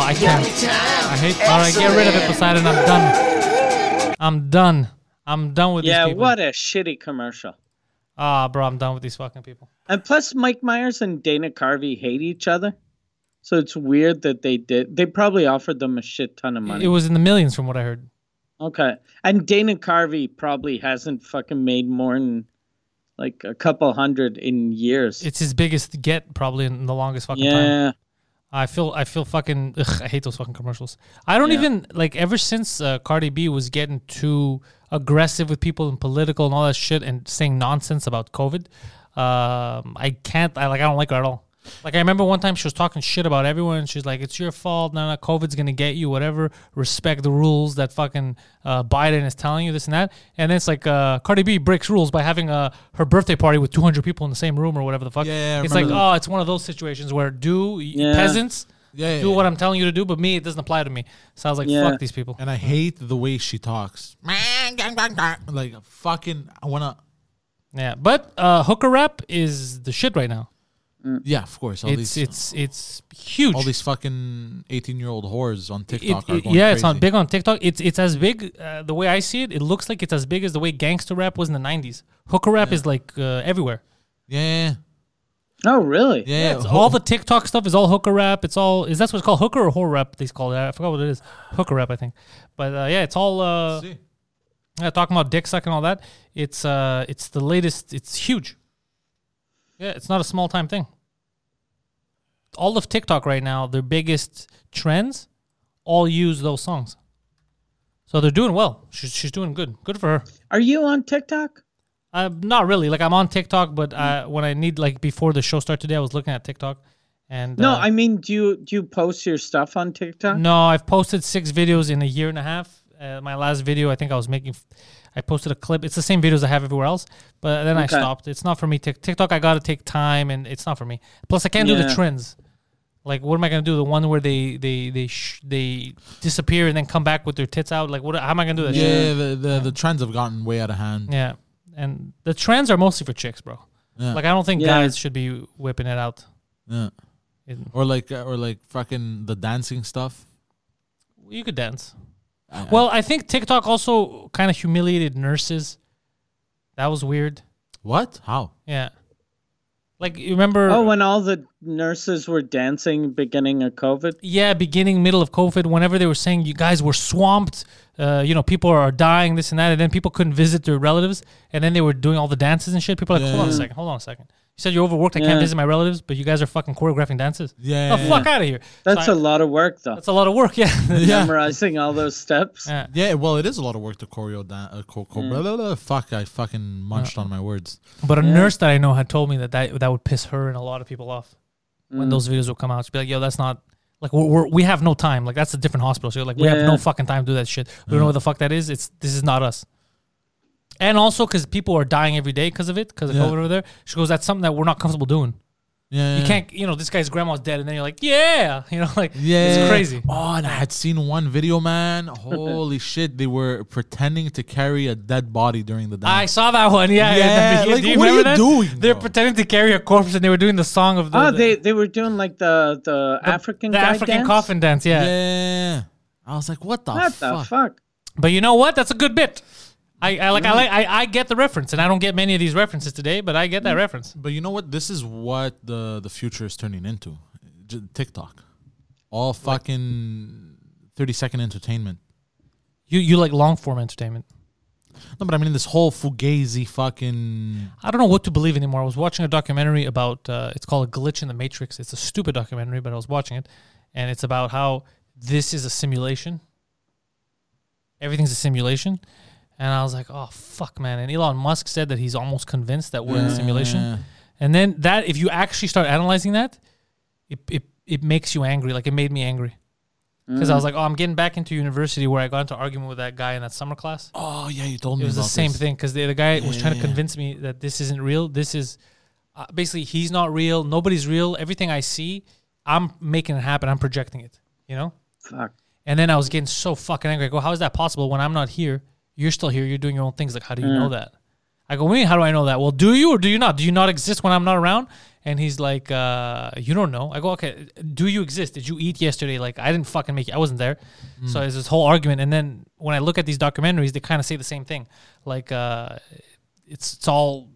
Speaker 1: I can't. I hate. All right, get rid of it, Poseidon. I'm done. I'm done. I'm done with
Speaker 2: Yeah,
Speaker 1: these people.
Speaker 2: what a shitty commercial.
Speaker 1: Ah, bro, I'm done with these fucking people.
Speaker 2: And plus, Mike Myers and Dana Carvey hate each other, so it's weird that they did. They probably offered them a shit ton of money.
Speaker 1: It was in the millions, from what I heard.
Speaker 2: Okay. And Dana Carvey probably hasn't fucking made more than like a couple hundred in years.
Speaker 1: It's his biggest get probably in the longest fucking time.
Speaker 2: yeah.
Speaker 1: I feel I feel fucking [LAUGHS] ugh, I hate those fucking commercials. I don't
Speaker 2: Yeah.
Speaker 1: even like ever since uh, Cardi B was getting too aggressive with people and political and all that shit and saying nonsense about COVID. Um, I can't I like I don't like her at all. Like I remember one time she was talking shit about everyone and she's like it's your fault. No, no, COVID's going to get you whatever. Respect the rules that fucking uh, Biden is telling you this and that. And then it's like uh, Cardi B breaks rules by having uh, her birthday party with 200 people in the same room or whatever the fuck.
Speaker 3: Yeah, yeah, I
Speaker 1: it's like
Speaker 3: remember that.
Speaker 1: oh, it's one of those situations where do
Speaker 2: Yeah.
Speaker 1: peasants
Speaker 3: Yeah, yeah,
Speaker 1: do
Speaker 3: yeah.
Speaker 1: what I'm telling you to do, but me, it doesn't apply to me. So I was like,
Speaker 2: Yeah.
Speaker 1: fuck these people.
Speaker 3: And I hate the way she talks. Like fucking, I wanna.
Speaker 1: Yeah, but uh, hooker rap is the shit right now.
Speaker 3: Yeah, of course. All
Speaker 1: it's
Speaker 3: these,
Speaker 1: it's it's huge.
Speaker 3: all these fucking eighteen-year-old whores on
Speaker 1: It-
Speaker 3: TikTok are
Speaker 1: it-
Speaker 3: going
Speaker 1: yeah, it's on
Speaker 3: crazy.
Speaker 1: big on TikTok. It's it's as big uh, the way I see it. It looks like it's as big as the way gangster rap was in the '90s. Hooker rap is like uh, everywhere.
Speaker 3: Yeah, yeah,
Speaker 2: Oh, really?
Speaker 3: yeah. yeah,
Speaker 1: It's
Speaker 3: yeah.
Speaker 1: all the TikTok stuff is all hooker rap. It's all is that's what's called hooker or whore rap. They call it. I forgot what it is. Hooker rap, I think. But uh, yeah, it's all uh,
Speaker 3: See?
Speaker 1: Yeah, talking about dick suck and all that. It's uh, it's the latest. It's huge. Yeah, it's not a small time thing. All of TikTok right now, their biggest trends, all use those songs. So they're doing well. She's she's doing good. Good for her.
Speaker 2: Are you on TikTok?
Speaker 1: Uh, not really. Like I'm on TikTok, but uh, when I need like before the show started today, I was looking at TikTok, and
Speaker 2: No,
Speaker 1: uh,
Speaker 2: I mean, do you do you post your stuff on TikTok?
Speaker 1: No, I've posted six videos in a year and a half. Uh, my last video, I think I was making, f- I posted a clip. It's the same videos I have everywhere else, but then I
Speaker 2: Okay.
Speaker 1: stopped. It's not for me. Tik- TikTok, I got to take time, and it's not for me. Plus, I can't do the
Speaker 2: Yeah.
Speaker 1: trends. Like, what am I gonna do? The one where they they they sh- they disappear and then come back with their tits out. Like, what? How am I gonna do that?
Speaker 3: Yeah,
Speaker 1: shit?
Speaker 3: yeah, the, the the trends have gotten way out of hand.
Speaker 1: yeah. And the trends are mostly for chicks, bro.
Speaker 3: Yeah.
Speaker 1: Like, I don't think
Speaker 2: Yeah.
Speaker 1: guys should be whipping it out.
Speaker 3: Yeah.
Speaker 1: It-
Speaker 3: Or like, uh, or like fucking the dancing stuff.
Speaker 1: You could dance. well, I think TikTok also kind of humiliated nurses. That was weird.
Speaker 3: What? How?
Speaker 1: Yeah. Like you remember
Speaker 2: Oh, when all the nurses were dancing beginning of COVID.
Speaker 1: yeah, beginning middle of COVID whenever they were saying you guys were swamped, uh, you know, people are dying this and that and then people couldn't visit their relatives and then they were doing all the dances and shit. People are like, "Hold on a
Speaker 3: Yeah.
Speaker 1: second. Hold on a second. You said you're overworked. I can't
Speaker 2: Yeah.
Speaker 1: visit my relatives, but you guys are fucking choreographing dances.
Speaker 3: Yeah,
Speaker 1: the
Speaker 3: yeah,
Speaker 1: fuck out of here.
Speaker 2: That's
Speaker 1: so
Speaker 2: a
Speaker 1: I-
Speaker 2: lot of work, though.
Speaker 1: that's a lot of work.
Speaker 3: [LAUGHS]
Speaker 1: Yeah,
Speaker 3: Yeah.
Speaker 2: Memorizing all those steps.
Speaker 1: Yeah.
Speaker 3: Yeah, well, it is a lot of work to choreo that. Uh, co-
Speaker 1: Mm.
Speaker 3: co- blah, blah, blah. Fuck, I fucking munched on my words.
Speaker 1: But a nurse that I know had told me that, that that would piss her and a lot of people off
Speaker 3: Mm.
Speaker 1: when those videos would come out. She'd be like, "Yo, that's not like we're, we're we have no time. Like that's a different hospital. So like we have
Speaker 2: Yeah.
Speaker 1: no fucking time to do that shit. We don't know
Speaker 3: Mm.
Speaker 1: what the fuck that is. It's this is not us." And also because people are dying every day because of it, because of
Speaker 3: Yeah.
Speaker 1: COVID over there. She goes, "That's something that we're not comfortable doing.
Speaker 3: Yeah,
Speaker 1: You
Speaker 3: yeah.
Speaker 1: can't, you know, this guy's grandma's dead, and then you're like, yeah, [LAUGHS] you know, like it's crazy.
Speaker 3: Oh, and I had seen one
Speaker 1: [LAUGHS]
Speaker 3: video, man. Holy shit, they were pretending to carry a dead body during the
Speaker 1: I
Speaker 3: dance.
Speaker 1: saw that one. Yeah, [LAUGHS]
Speaker 3: Yeah,
Speaker 1: video.
Speaker 3: like, what are
Speaker 1: remember
Speaker 3: you
Speaker 1: that?
Speaker 3: doing, Ah,
Speaker 1: They're
Speaker 3: bro?
Speaker 1: pretending to carry a corpse, and they were doing the song of the
Speaker 2: Oh,
Speaker 1: the,
Speaker 2: they they were doing like the the, African
Speaker 1: the
Speaker 2: guy
Speaker 1: African
Speaker 2: dance?
Speaker 1: coffin dance.
Speaker 3: yeah. I was like, what the
Speaker 2: What
Speaker 3: fuck?
Speaker 2: the fuck?
Speaker 1: But you know what? That's a good bit. I, I like I like I, I get the reference, and I don't get many of these references today, but I get that reference.
Speaker 3: But you know what? This is what the, the future is turning into J- TikTok. All fucking 30 second entertainment.
Speaker 1: You you like long form entertainment.
Speaker 3: No, but I mean, this whole fugazi fucking.
Speaker 1: I don't know what to believe anymore. I was watching a documentary about uh, it's called A Glitch in the Matrix. It's a stupid documentary, but I was watching it, and it's about how this is a simulation. Everything's a simulation, and I was like, oh fuck, man. And Elon Musk said that he's almost convinced that we're in a simulation. And then that, if you actually start analyzing that, it it, it makes you angry. Like it made me angry because I was like, oh, I'm getting back into university where I got into argument with that guy in that summer class.
Speaker 3: Oh, yeah, you told
Speaker 1: It
Speaker 3: me
Speaker 1: was the
Speaker 3: about
Speaker 1: same
Speaker 3: this.
Speaker 1: thing because the, the guy was trying to
Speaker 3: yeah, yeah.
Speaker 1: convince me that this isn't real. This is uh, basically he's not real. Nobody's real. Everything I see, I'm making it happen. I'm projecting it. You know.
Speaker 2: Fuck.
Speaker 1: And then I was getting so fucking angry. I go, how is that possible when I'm not here? You're still here. You're doing your own things. Like, how do you
Speaker 3: Mm.
Speaker 1: know that? I go, what do you mean, how do I know that? Well, do you or do you not? Do you not exist when I'm not around? And he's like, uh, you don't know. I go, okay, do you exist? Did you eat yesterday? Like, I didn't fucking make it. I wasn't there.
Speaker 3: Mm.
Speaker 1: So it's this whole argument. And then when I look at these documentaries, they kind of say the same thing. Like, uh, it's, it's all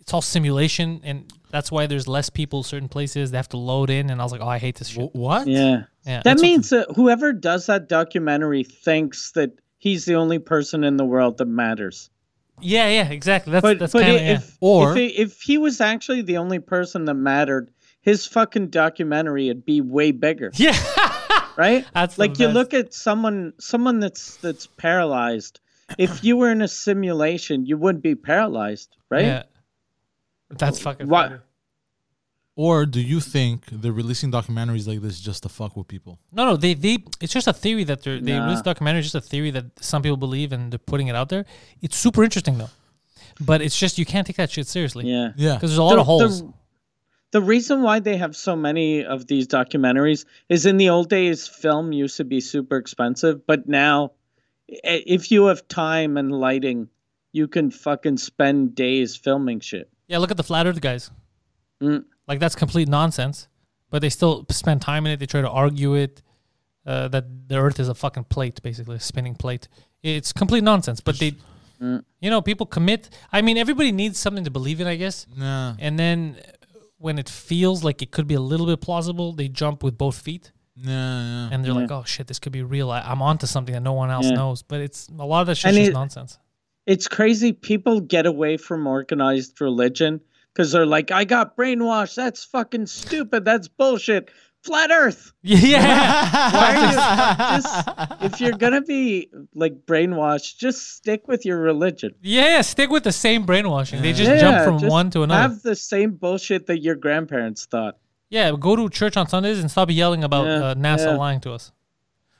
Speaker 1: it's all simulation, and that's why there's less people certain places. They have to load in, and I was like, oh, I hate this shit.
Speaker 3: Wh- What?
Speaker 2: Yeah.
Speaker 1: Yeah,
Speaker 2: That
Speaker 1: that's what-
Speaker 2: means that whoever does that documentary thinks that he's the only person in the world that matters.
Speaker 1: Yeah, yeah, exactly. That's
Speaker 2: But
Speaker 1: that's
Speaker 2: but
Speaker 1: kind of
Speaker 2: i-
Speaker 1: yeah.
Speaker 2: if
Speaker 3: Or-
Speaker 2: if he, if he was actually the only person that mattered, his fucking documentary would be way bigger.
Speaker 1: Yeah.
Speaker 2: [LAUGHS] right?
Speaker 1: [LAUGHS] That's the
Speaker 2: like you
Speaker 1: best.
Speaker 2: look at someone someone that's that's paralyzed. If you were in a simulation, you wouldn't be paralyzed, right?
Speaker 1: Yeah. That's fucking.
Speaker 2: Why-
Speaker 1: funny.
Speaker 3: Or do you think they're releasing documentaries like this just to fuck with people?
Speaker 1: No, no, they, they it's just a theory that they're, they
Speaker 2: Nah.
Speaker 1: released the documentary, just a theory that some people believe and they're putting it out there. It's super interesting though, but it's just you can't take that shit seriously.
Speaker 2: Yeah.
Speaker 3: Yeah.
Speaker 1: because there's a lot of holes.
Speaker 2: the reason why they have so many of these documentaries is in the old days, film used to be super expensive, but now, i- if you have time and lighting, you can fucking spend days filming shit.
Speaker 1: yeah, look at the flat Earth guys.
Speaker 2: Mm.
Speaker 1: Like that's complete nonsense, but they still spend time in it. They try to argue it uh, that the Earth is a fucking plate, basically a spinning plate. It's complete nonsense, but they,
Speaker 2: Mm.
Speaker 1: you know, people commit. I mean, everybody needs something to believe in, I guess.
Speaker 3: Nah.
Speaker 1: And then uh, when it feels like it could be a little bit plausible, they jump with both feet.
Speaker 3: Nah. nah.
Speaker 1: and they're like, "Oh shit, this could be real. I, I'm onto something that no one else
Speaker 2: Yeah.
Speaker 1: knows." But it's a lot of that shit's
Speaker 2: And
Speaker 1: just
Speaker 2: it-
Speaker 1: nonsense. [LAUGHS]
Speaker 2: It's crazy. People get away from organized religion because they're like, I got brainwashed. That's fucking stupid. That's bullshit. Flat
Speaker 1: [LAUGHS]
Speaker 2: Earth.
Speaker 1: Yeah,
Speaker 2: Why are you, just, if you're gonna be like brainwashed, just stick with your religion.
Speaker 1: yeah. Stick with the same brainwashing. They just jump from
Speaker 2: just
Speaker 1: one to another.
Speaker 2: Have the same bullshit that your grandparents thought.
Speaker 1: yeah, go to church on Sundays and stop yelling about
Speaker 2: Yeah,
Speaker 1: uh, NASA
Speaker 2: yeah. Oh.
Speaker 1: lying to us.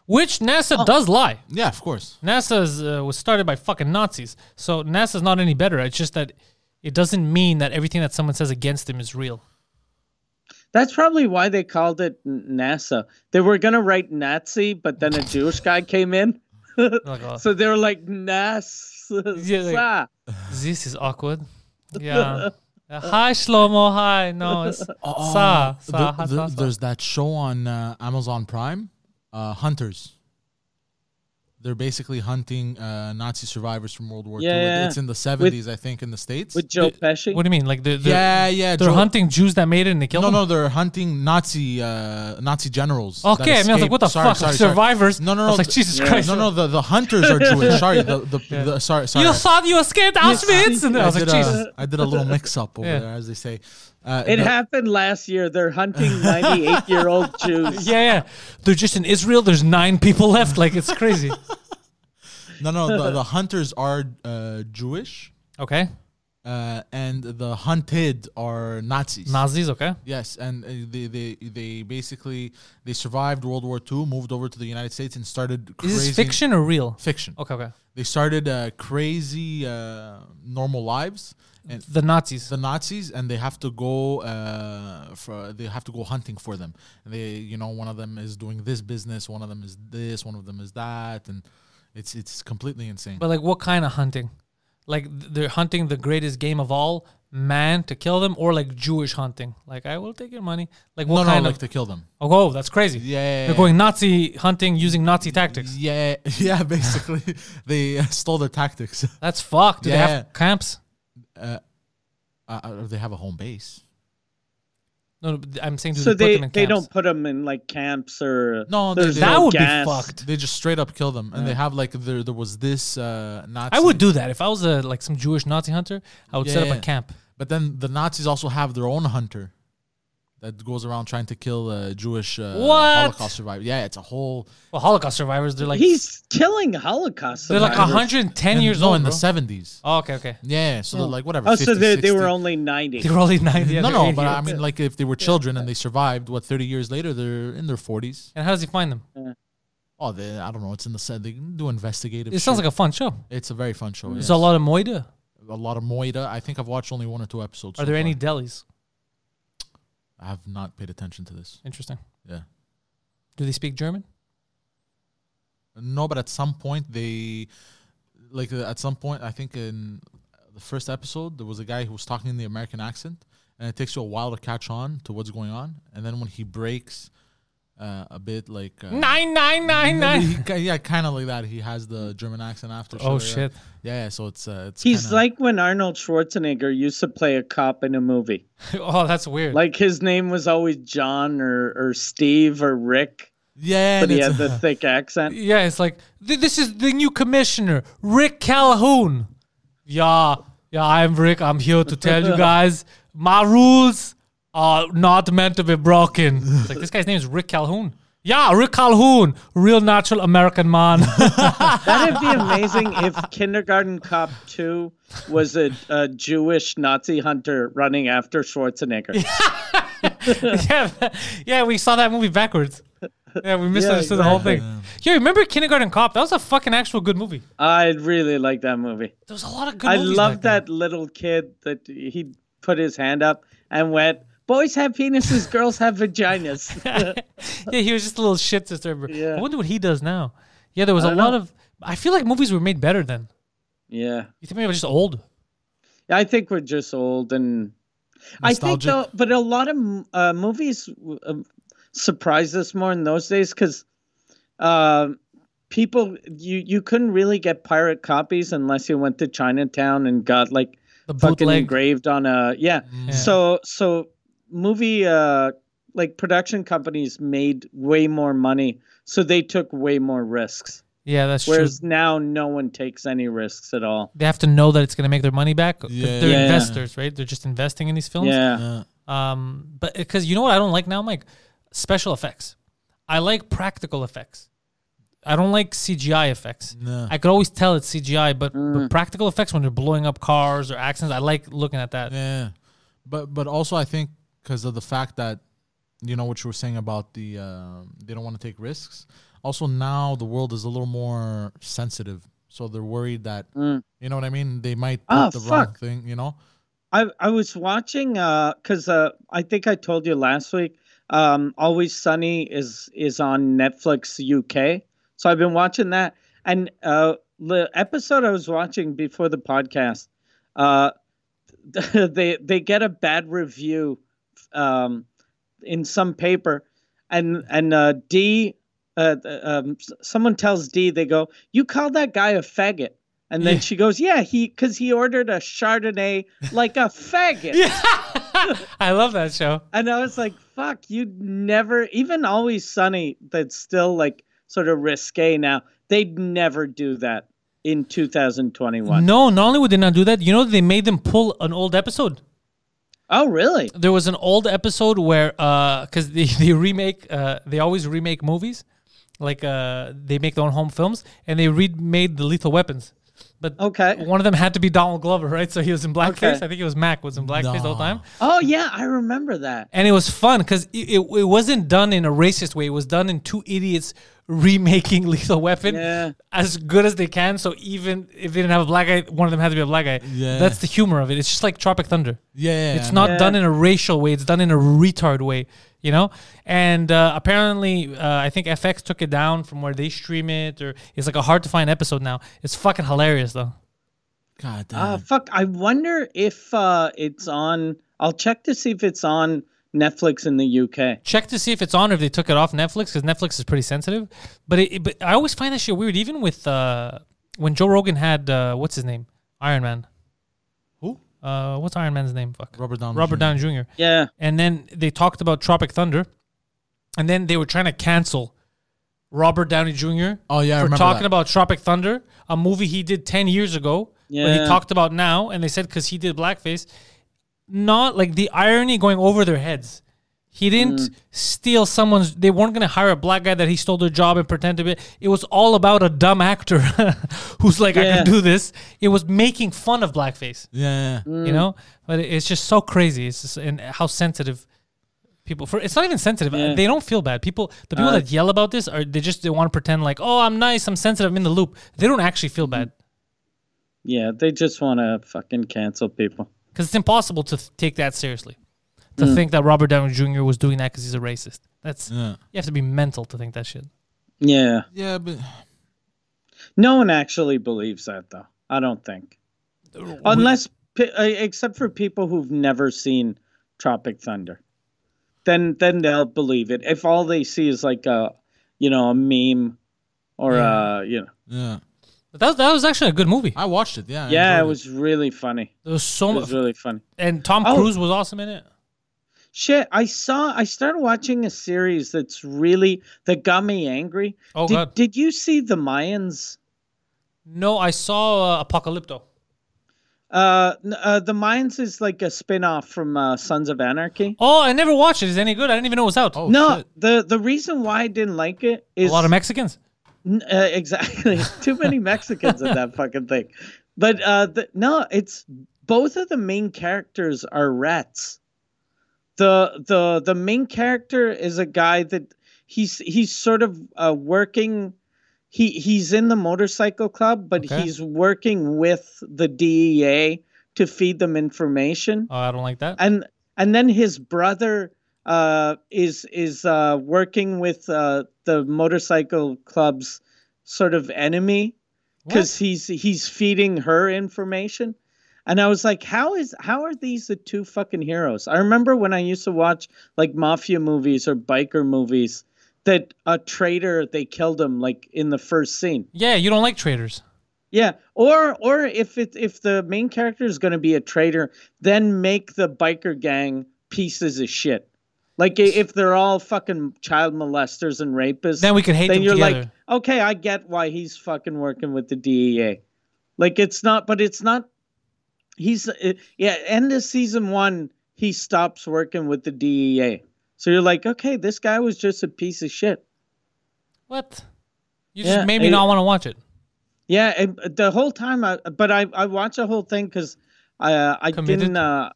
Speaker 1: Which NASA does lie.
Speaker 3: Yeah, of course.
Speaker 1: NASA's uh, was started by fucking Nazis, so NASA's not any better. It's just that it doesn't mean that everything that someone says against them is real.
Speaker 2: That's probably why they called it N- NASA. They were gonna write Nazi, but then a Jewish guy came in,
Speaker 1: [LAUGHS] Like, uh,
Speaker 2: so they were like NASA.
Speaker 1: Yeah, like- this is awkward.
Speaker 2: [LAUGHS]
Speaker 1: Yeah. Uh, hi Shlomo. Hi. No, it's Sa.
Speaker 3: Oh, The-
Speaker 1: Sa.
Speaker 3: the-
Speaker 1: sa, sa.
Speaker 3: there's that show on uh, Amazon Prime, uh, Hunters. They're basically hunting uh, Nazi survivors from World War
Speaker 2: Yeah,
Speaker 3: II.
Speaker 2: yeah.
Speaker 3: It's in the 70s, I think, in the States.
Speaker 2: With Joe Pesci.
Speaker 1: What do you mean? Like they're, they're
Speaker 3: yeah, yeah.
Speaker 1: they're
Speaker 3: Joe-
Speaker 1: hunting Jews that made it and they killed
Speaker 3: No,
Speaker 1: them.
Speaker 3: no, they're hunting Nazi uh, Nazi generals. that
Speaker 1: Okay, I mean, I was like,
Speaker 3: escaped.
Speaker 1: what the
Speaker 3: Sorry,
Speaker 1: fuck?
Speaker 3: sorry,
Speaker 1: like,
Speaker 3: sorry.
Speaker 1: survivors.
Speaker 3: No, no, no.
Speaker 1: I was like,
Speaker 3: the-
Speaker 1: Jesus Christ.
Speaker 3: No, no, the, the
Speaker 1: [LAUGHS]
Speaker 3: hunters are Jewish. Sorry, the, the, the sorry, sorry.
Speaker 1: You thought you escaped Auschwitz, and I was like,
Speaker 3: did a-
Speaker 1: Jesus.
Speaker 3: I did a little mix up over
Speaker 1: Yeah.
Speaker 3: there, as they say. Uh,
Speaker 2: It
Speaker 3: the-
Speaker 2: happened last year. They're
Speaker 1: [LAUGHS]
Speaker 2: hunting 98 year old Jews.
Speaker 1: Yeah, yeah. They're just in Israel. There's nine people left. Like it's
Speaker 3: [LAUGHS]
Speaker 1: crazy.
Speaker 3: No, no,
Speaker 1: [LAUGHS]
Speaker 3: the, the hunters are uh, Jewish,
Speaker 1: okay,
Speaker 3: uh, and the hunted are Nazis.
Speaker 1: Nazis. Okay.
Speaker 3: Yes, and uh, they, they they basically they survived World War II, moved over to the United States, and started. Crazy
Speaker 1: Is this fiction or real?
Speaker 3: Fiction.
Speaker 1: Okay, okay.
Speaker 3: They started uh, crazy uh, normal lives, and
Speaker 1: The Nazis.
Speaker 3: the Nazis, and they have to go uh, for they have to go hunting for them. And they, you know, one of them is doing this business, one of them is this, one of them is that, and it's it's completely insane.
Speaker 1: But like, what kind of hunting? Like th- they're hunting the greatest game of all, man, to kill them, or like Jewish hunting? Like I will take your money. Like what
Speaker 3: no, no,
Speaker 1: kind
Speaker 3: like
Speaker 1: of?
Speaker 3: to kill them.
Speaker 1: oh, whoa, that's crazy.
Speaker 3: Yeah, yeah, yeah.
Speaker 1: They're going Nazi hunting using Nazi tactics. [LAUGHS]
Speaker 3: Yeah, yeah. Basically, they uh, stole their tactics.
Speaker 1: That's fucked. Do they
Speaker 3: Yeah.
Speaker 1: have camps?
Speaker 3: [LAUGHS] Uh, Uh, they have a home base.
Speaker 1: No, no, but I'm saying do
Speaker 2: So
Speaker 1: they,
Speaker 2: they,
Speaker 1: put them in
Speaker 2: they
Speaker 1: camps?
Speaker 2: don't put them in like camps or.
Speaker 3: No, they-
Speaker 2: there's
Speaker 3: they-
Speaker 1: that
Speaker 2: no
Speaker 1: would
Speaker 2: gas.
Speaker 1: be fucked.
Speaker 3: They just straight up kill them, and they have like there there was this uh, Nazi.
Speaker 1: I would do that if I was a like some Jewish Nazi hunter. I would set up
Speaker 3: Yeah.
Speaker 1: a camp.
Speaker 3: But then the Nazis also have their own hunter that goes around trying to kill uh, Jewish uh,
Speaker 1: What?
Speaker 3: Holocaust survivors. Yeah, it's a whole.
Speaker 1: Well, Holocaust survivors, they're like
Speaker 2: He's killing Holocaust.
Speaker 1: they're like
Speaker 2: survivors.
Speaker 1: 110
Speaker 3: and
Speaker 1: years
Speaker 3: no,
Speaker 1: old.
Speaker 3: in
Speaker 1: bro.
Speaker 3: the seventies.
Speaker 1: oh, okay, okay. [LAUGHS]
Speaker 3: Yeah, so they're like whatever.
Speaker 2: Oh, so
Speaker 3: 50,
Speaker 2: they, they
Speaker 3: 60.
Speaker 2: were only 90.
Speaker 1: They're only 90.
Speaker 3: No,
Speaker 1: they're
Speaker 3: no,
Speaker 1: 80.
Speaker 3: but I mean, like, if they were children and they survived, what thirty years later, they're in their forties.
Speaker 1: and how does he find them?
Speaker 3: Oh, they, I don't know. It's in the set. They do investigative.
Speaker 1: It sounds like a fun show.
Speaker 3: a. It's a very fun show.
Speaker 1: There's
Speaker 3: yes.
Speaker 1: a lot of moida.
Speaker 3: a lot of Moida. I think I've watched only one or two episodes.
Speaker 1: Are
Speaker 3: so
Speaker 1: there any
Speaker 3: far.
Speaker 1: delis?
Speaker 3: I have not paid attention to this.
Speaker 1: Interesting.
Speaker 3: Yeah.
Speaker 1: Do they speak German?
Speaker 3: No, but at some point they, like uh, at some point, I think in the first episode there was a guy who was talking in the American accent, and it takes you a while to catch on to what's going on, and then when he breaks, uh, a bit
Speaker 1: [LAUGHS]
Speaker 3: like uh,
Speaker 1: Nine, nine, nine,
Speaker 3: he
Speaker 1: nine.
Speaker 3: ki- yeah, kind of like that. He has the German accent after.
Speaker 1: Oh,
Speaker 3: so, yeah.
Speaker 1: shit.
Speaker 3: Yeah, yeah, so it's uh, it's.
Speaker 2: He's
Speaker 3: kinda-
Speaker 2: like when Arnold Schwarzenegger used to play a cop in a movie.
Speaker 1: [LAUGHS] oh, that's weird.
Speaker 2: Like his name was always John or, or Steve or Rick,
Speaker 3: yeah,
Speaker 2: but
Speaker 3: and
Speaker 2: he had
Speaker 3: it's-
Speaker 2: the thick accent.
Speaker 1: yeah, it's like th- this is the new commissioner, Rick Calhoun. Yeah, yeah, I'm Rick. I'm here to tell
Speaker 3: [LAUGHS]
Speaker 1: you guys my rules are not meant to be broken. It's like this guy's name is Rick Calhoun. Yeah, Rick Calhoun, real natural American man. [LAUGHS]
Speaker 2: That'd be amazing if Kindergarten Cop 2 was a, a Jewish Nazi hunter running after Schwarzenegger.
Speaker 1: [LAUGHS] yeah, yeah, we saw that movie backwards. Yeah, we misunderstood the whole thing. Yeah, remember Kindergarten Cop? That was a fucking actual good movie.
Speaker 2: I really like that movie.
Speaker 1: There was a lot of good.
Speaker 2: I
Speaker 1: movies
Speaker 2: love
Speaker 1: back then.
Speaker 2: that little kid that he put his hand up and went, Boys have penises, girls have vaginas.
Speaker 1: yeah, he was just a little shit sister.
Speaker 2: Yeah.
Speaker 1: I wonder what he does now. Yeah, there was a
Speaker 2: don't
Speaker 1: lot
Speaker 2: know.
Speaker 1: of. I feel like movies were made better then.
Speaker 2: yeah.
Speaker 1: You think maybe we're just old?
Speaker 2: I think we're just old and I think
Speaker 3: Nostalgic.
Speaker 2: though, but a lot of uh, movies uh, surprised us more in those days because uh, people you you couldn't really get pirate copies unless you went to Chinatown and got like
Speaker 1: The
Speaker 2: fucking
Speaker 1: bootleg.
Speaker 2: engraved on a yeah. So so movie uh like production companies made way more money, so they took way more risks.
Speaker 1: Yeah, that's
Speaker 2: Whereas
Speaker 1: true.
Speaker 2: now no one takes any risks at all.
Speaker 1: They have to know that it's going to make their money back. 'cause
Speaker 3: Yeah.
Speaker 1: They're
Speaker 2: Yeah.
Speaker 1: investors, right? They're just investing in these films.
Speaker 2: Yeah.
Speaker 1: Um, but because you know what I don't like now, Mike, special effects. I like practical effects. I don't like CGI effects.
Speaker 3: No.
Speaker 1: I could always tell it's CGI, but, but practical effects when they're blowing up cars or accidents, I like looking at that.
Speaker 3: Yeah, but but also I think because of the fact that you know what you were saying about the um they don't want to take risks. Also now the world is a little more sensitive, so they're worried that you know what I mean. They might put
Speaker 2: Mm. Ah,
Speaker 3: the wrong
Speaker 2: fuck.
Speaker 3: thing. You know,
Speaker 2: I I was watching uh 'cause uh I think I told you last week um Always Sunny is is on Netflix UK. So I've been watching that and uh the episode I was watching before the podcast uh [LAUGHS] they they get a bad review um in some paper and and uh D uh, um, s- someone tells D, they go, "You call that guy a faggot," and then she goes, "Yeah, he because he ordered a Chardonnay like a faggot."
Speaker 1: I love that show.
Speaker 2: And I was like, "Fuck, you'd never even Always Sunny that's still like sort of risque now. They'd never do that in 2021."
Speaker 1: No, not only would they not do that, you know, they made them pull an old episode.
Speaker 2: Oh, really?
Speaker 1: There was an old episode where, because they, [LAUGHS] they remake, uh, they always remake movies, like uh, they make their own home films, and they remade the Lethal Weapons. But
Speaker 2: Okay.
Speaker 1: one of them had to be Donald Glover, right? So he was in blackface.
Speaker 2: Okay.
Speaker 1: I think it was Mac was in blackface the whole time,
Speaker 2: Oh, yeah, I remember that.
Speaker 1: and it was fun because it, it, it wasn't done in a racist way. It was done in two idiots remaking [LAUGHS] Lethal Weapon
Speaker 2: Yeah.
Speaker 1: as good as they can. So even if they didn't have a black guy, one of them had to be a black guy.
Speaker 3: Yeah.
Speaker 1: That's the humor of it. It's just like Tropic Thunder.
Speaker 3: yeah,
Speaker 1: It's not
Speaker 2: Yeah.
Speaker 1: done in a racial way. It's done in a retard way, you know. And uh, apparently, uh, I think FX took it down from where they stream it, or it's like a hard to find episode now. It's fucking hilarious though.
Speaker 3: God damn.
Speaker 2: Ah, fuck. I wonder if uh, it's on. I'll check to see if it's on Netflix in the UK.
Speaker 1: Check to see if it's on or if they took it off Netflix because Netflix is pretty sensitive. But it, it- but I always find that shit weird. Even with uh, when Joe Rogan had uh, what's his name, Iron Man.
Speaker 3: Who?
Speaker 1: Uh, what's Iron Man's name? Fuck.
Speaker 3: Robert Downey
Speaker 1: Robert
Speaker 3: Jr..
Speaker 1: Downey Jr.
Speaker 2: Yeah.
Speaker 1: and then they talked about Tropic Thunder, and then they were trying to cancel Robert Downey Jr.
Speaker 3: Oh, yeah, I
Speaker 1: for
Speaker 3: remember
Speaker 1: talking
Speaker 3: that.
Speaker 1: about Tropic Thunder, a movie he did ten years ago, but he
Speaker 2: Yeah.
Speaker 1: talked about now, and they said because he did blackface, not like the irony going over their heads. He didn't
Speaker 2: Mm.
Speaker 1: steal someone's. They weren't going to hire a black guy that he stole their job and pretend to be. It was all about a dumb actor [LAUGHS] who's like, I
Speaker 2: Yeah.
Speaker 1: can do this. It was making fun of blackface
Speaker 3: yeah,
Speaker 2: Mm.
Speaker 3: yeah.
Speaker 1: you know but it- it's just so crazy it's just and how sensitive people for it's not even sensitive Uh,
Speaker 2: Yeah. Uh,
Speaker 1: they don't feel bad people the people that yell about this are they just they want to pretend like oh i'm nice i'm sensitive i'm in the loop they don't actually feel bad
Speaker 2: Mm. Yeah, they just want to fucking cancel people.
Speaker 1: because it's impossible to th- take that seriously to
Speaker 2: Mm.
Speaker 1: think that robert downey jr was doing that because he's a racist that's
Speaker 3: Yeah.
Speaker 1: you have to be mental to think that shit
Speaker 2: Yeah.
Speaker 3: Yeah, but
Speaker 2: No one actually believes that, though. I don't think. Unless, pe- uh, except for people who've never seen Tropic Thunder, then then they'll believe it. If all they see is like a, you know, a meme, or uh you know,
Speaker 3: yeah,
Speaker 1: but that, that was actually a good movie
Speaker 3: I watched it. Yeah, I
Speaker 2: yeah, it
Speaker 3: enjoyed
Speaker 2: was really funny.
Speaker 1: there was so
Speaker 2: It
Speaker 1: much
Speaker 2: was really funny.
Speaker 1: and tom
Speaker 2: Oh.
Speaker 1: cruise was awesome in it
Speaker 2: Shit, I saw. I started watching a series that's really that got me angry.
Speaker 1: Oh,
Speaker 2: did,
Speaker 1: God.
Speaker 2: Did you see the Mayans?
Speaker 1: no i saw uh, apocalypto
Speaker 2: Uh, n- uh, the Mayans is like a spin-off from uh, Sons of Anarchy.
Speaker 1: Oh, I never watched it. Is it any good? I didn't even know it was out.
Speaker 3: Oh,
Speaker 2: no,
Speaker 3: shit.
Speaker 2: the the reason why I didn't like it
Speaker 1: a
Speaker 2: is
Speaker 1: lot of Mexicans.
Speaker 2: N- uh, exactly. [LAUGHS] Too many Mexicans in that fucking thing. But uh, the, no, it's both of the main characters are rats. The the the main character is a guy that he's he's sort of uh, working. He he's in the motorcycle club, but
Speaker 1: Okay.
Speaker 2: he's working with the DEA to feed them information
Speaker 1: Oh, I don't like that.
Speaker 2: and and then his brother uh, is is uh, working with uh, the motorcycle club's sort of enemy because he's he's feeding her information. And I was like, how is how are these the two fucking heroes? I remember when I used to watch like mafia movies or biker movies that a traitor they killed him like in the first scene.
Speaker 1: yeah, you don't like traitors.
Speaker 2: Yeah, or or if it if the main character is going to be a traitor, then make the biker gang pieces of shit. Like i- if they're all fucking child molesters and rapists,
Speaker 1: Then we could hate
Speaker 2: then
Speaker 1: them
Speaker 2: you're
Speaker 1: together.
Speaker 2: like, okay, I get why he's fucking working with the DEA. Like it's not, but it's not. He's uh, yeah. End of season one, he stops working with the DEA. So you're like, okay, this guy was just a piece of shit.
Speaker 1: What? You
Speaker 2: Yeah,
Speaker 1: just made me
Speaker 2: it-
Speaker 1: not want to watch it.
Speaker 2: Yeah, and the whole time, I, but I I watched the whole thing because I uh, I
Speaker 1: Committed.
Speaker 2: didn't uh,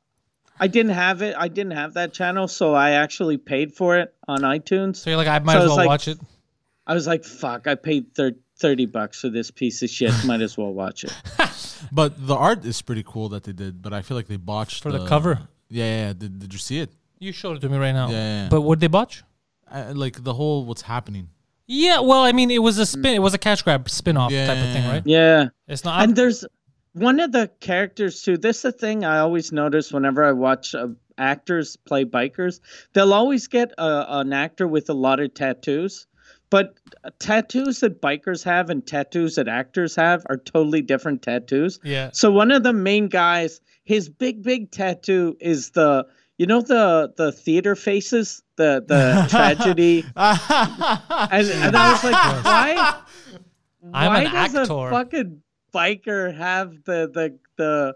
Speaker 2: I didn't have it. I didn't have that channel, so I actually paid for it on iTunes.
Speaker 1: So you're like, I might
Speaker 2: So
Speaker 1: as
Speaker 2: it's
Speaker 1: well
Speaker 2: like-
Speaker 1: watch it.
Speaker 2: I was like, fuck! I paid thir- thirty bucks for this piece of shit. Might as well watch it. [LAUGHS]
Speaker 3: But the art is pretty cool that they did, but I feel like they botched
Speaker 1: For the cover.
Speaker 3: Yeah, yeah, yeah. Did, did you see it?
Speaker 1: You showed it to me right now.
Speaker 3: Yeah, yeah, yeah.
Speaker 1: But would they botch?
Speaker 3: I, like the whole what's happening.
Speaker 1: Yeah, well, I mean, it was a spin. It was a cash grab spin-off
Speaker 3: Yeah,
Speaker 1: type of
Speaker 3: yeah,
Speaker 1: thing,
Speaker 3: yeah.
Speaker 1: right?
Speaker 2: Yeah.
Speaker 1: It's not.
Speaker 2: and there's one of the characters too. This is the thing I always notice whenever I watch uh, actors play bikers. They'll always get a, an actor with a lot of tattoos, but tattoos that bikers have and tattoos that actors have are totally different tattoos.
Speaker 1: yeah.
Speaker 2: So one of the main guys, his big big tattoo is the you know the the theater faces, the the tragedy, and, and I was like, why?
Speaker 1: I'm
Speaker 2: Why
Speaker 1: an
Speaker 2: does
Speaker 1: actor.
Speaker 2: a fucking biker have the the the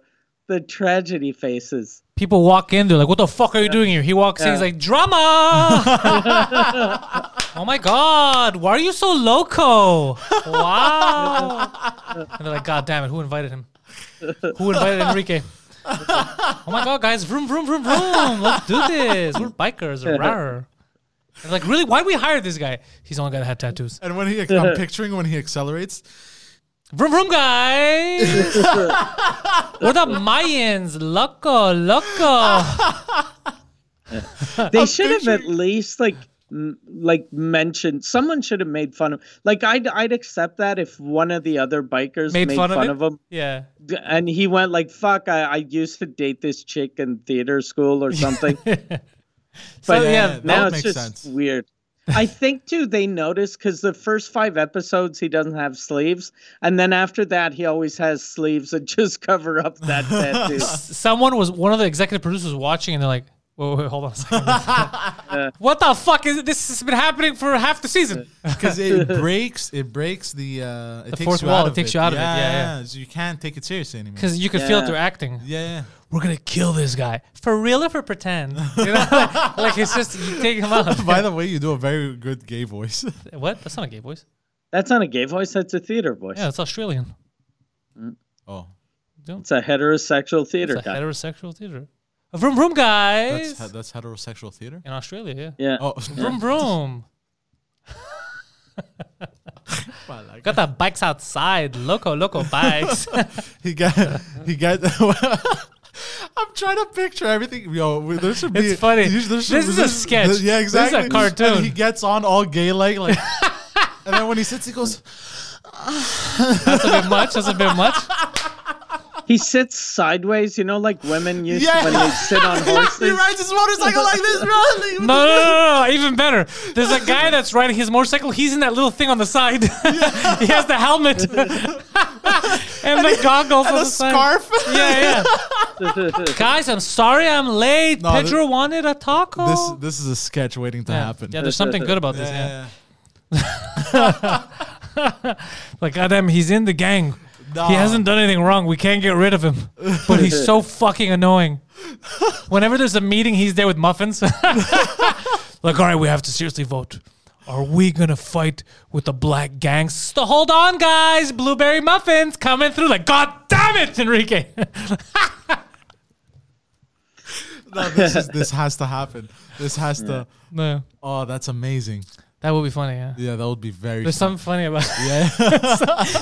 Speaker 2: the tragedy faces?
Speaker 1: People walk in, they're like, "What the fuck are you doing here?" He walks in, he's
Speaker 2: Yeah.
Speaker 1: like,
Speaker 2: [LAUGHS]
Speaker 1: "Drama!" oh my god, why are you so loco? Wow! and they're like, "God damn it, who invited him? Who invited Enrique?" oh my god, guys, vroom vroom vroom vroom, let's do this. We're bikers, rar. They're like, really? Why did we hire this guy? He's the only guy that had tattoos.
Speaker 3: And when he,
Speaker 2: [LAUGHS]
Speaker 3: I'm picturing when he accelerates.
Speaker 1: Vroom vroom,
Speaker 2: [LAUGHS]
Speaker 1: guys. what up, Mayans? Loco,
Speaker 2: [LAUGHS]
Speaker 1: loco.
Speaker 2: They should have at least like m- like mentioned. Someone should have made fun of. Like I'd I'd accept that if one of the other bikers made, fun,
Speaker 1: it?
Speaker 2: of, him,
Speaker 1: Yeah.
Speaker 2: and he went like, "Fuck, I, I used to date this chick in theater school
Speaker 1: [LAUGHS]
Speaker 2: or something."
Speaker 1: So
Speaker 2: But
Speaker 1: yeah,
Speaker 3: yeah, that
Speaker 2: now
Speaker 3: would
Speaker 2: it's
Speaker 3: make
Speaker 2: just
Speaker 3: sense.
Speaker 2: weird. I think too they noticed because the first five episodes he doesn't have sleeves, and then after that he always has sleeves that [LAUGHS] just cover up that tattoo.
Speaker 3: [LAUGHS]
Speaker 1: someone was one of the executive producers watching and they're like, wait, wait, hold on a second.
Speaker 2: [LAUGHS]
Speaker 1: what the fuck is [LAUGHS] this has been happening for half the season? [LAUGHS]
Speaker 3: because it breaks it breaks the uh it takes
Speaker 1: fourth
Speaker 3: you
Speaker 1: wall,
Speaker 3: out
Speaker 1: it
Speaker 3: of
Speaker 1: takes you out of it, yeah,
Speaker 3: So you can't take it seriously anymore
Speaker 1: Because you could feel it
Speaker 2: Yeah.
Speaker 1: through acting.
Speaker 3: yeah
Speaker 1: [LAUGHS] We're gonna kill this guy for real or for pretend. You know? [LAUGHS] like, it's just you take him
Speaker 2: [LAUGHS]
Speaker 1: out.
Speaker 3: yeah by the way you do a very good gay voice [LAUGHS]
Speaker 1: what? That's not a gay voice.
Speaker 2: That's not a gay voice. That's a theater voice.
Speaker 1: Yeah, it's Australian.
Speaker 3: oh
Speaker 2: It's a heterosexual theater
Speaker 1: It's a
Speaker 2: guy.
Speaker 1: heterosexual theater. Vroom vroom, guys.
Speaker 3: that's he- that's heterosexual theater
Speaker 1: In Australia, yeah.
Speaker 2: yeah.
Speaker 3: oh
Speaker 1: Vroom
Speaker 2: [LAUGHS]
Speaker 1: vroom. Got the bikes outside, loco loco bikes.
Speaker 3: [LAUGHS]
Speaker 1: [LAUGHS]
Speaker 3: he got he got [LAUGHS] I'm trying to picture everything. Yo, we- there should be.
Speaker 1: It's funny.
Speaker 3: you- there
Speaker 1: This is a sketch.
Speaker 3: yeah,
Speaker 1: This is a
Speaker 3: exactly.
Speaker 1: cartoon.
Speaker 3: And he gets on all gay
Speaker 1: [LAUGHS]
Speaker 3: like, like and then when he sits, he goes,
Speaker 1: That's a bit much. That's a bit much.
Speaker 2: He sits sideways. You know, like
Speaker 3: [LAUGHS]
Speaker 2: women used
Speaker 3: Yeah.
Speaker 2: to when they sit
Speaker 3: [LAUGHS]
Speaker 2: on
Speaker 3: he
Speaker 2: horses.
Speaker 3: rides his motorcycle like this,
Speaker 1: [LAUGHS] No,
Speaker 3: running.
Speaker 1: no, no, no, no, even better. There's a guy that's riding his motorcycle. He's in that little thing on the side. [LAUGHS] he has the helmet [LAUGHS] and, the goggles
Speaker 3: and
Speaker 1: on the
Speaker 3: a
Speaker 1: side.
Speaker 3: scarf.
Speaker 1: [LAUGHS] Yeah, yeah. Guys, I'm sorry I'm late.
Speaker 3: No,
Speaker 1: Pedro wanted a taco.
Speaker 3: This this is a sketch waiting to
Speaker 1: yeah.
Speaker 3: happen.
Speaker 1: yeah, there's something good about this. Yeah,
Speaker 3: yeah.
Speaker 1: like goddamn, he's in the gang. He hasn't done anything wrong. We can't get rid of him. But he's so fucking annoying. Whenever there's a meeting, he's there with muffins. [LAUGHS] like, all right, we have to seriously vote. Are we gonna fight with the black gangs? Hold on, guys. Blueberry muffins coming through. Like, god damn it, Enrique. [LAUGHS]
Speaker 3: No, this, is, [LAUGHS] this has to happen. This has to.
Speaker 1: no,
Speaker 3: Oh, that's amazing.
Speaker 1: that would be funny. Yeah.
Speaker 3: Yeah, that would be very.
Speaker 1: There's
Speaker 3: fun.
Speaker 1: something funny about.
Speaker 3: [LAUGHS] Yeah.
Speaker 1: [LAUGHS]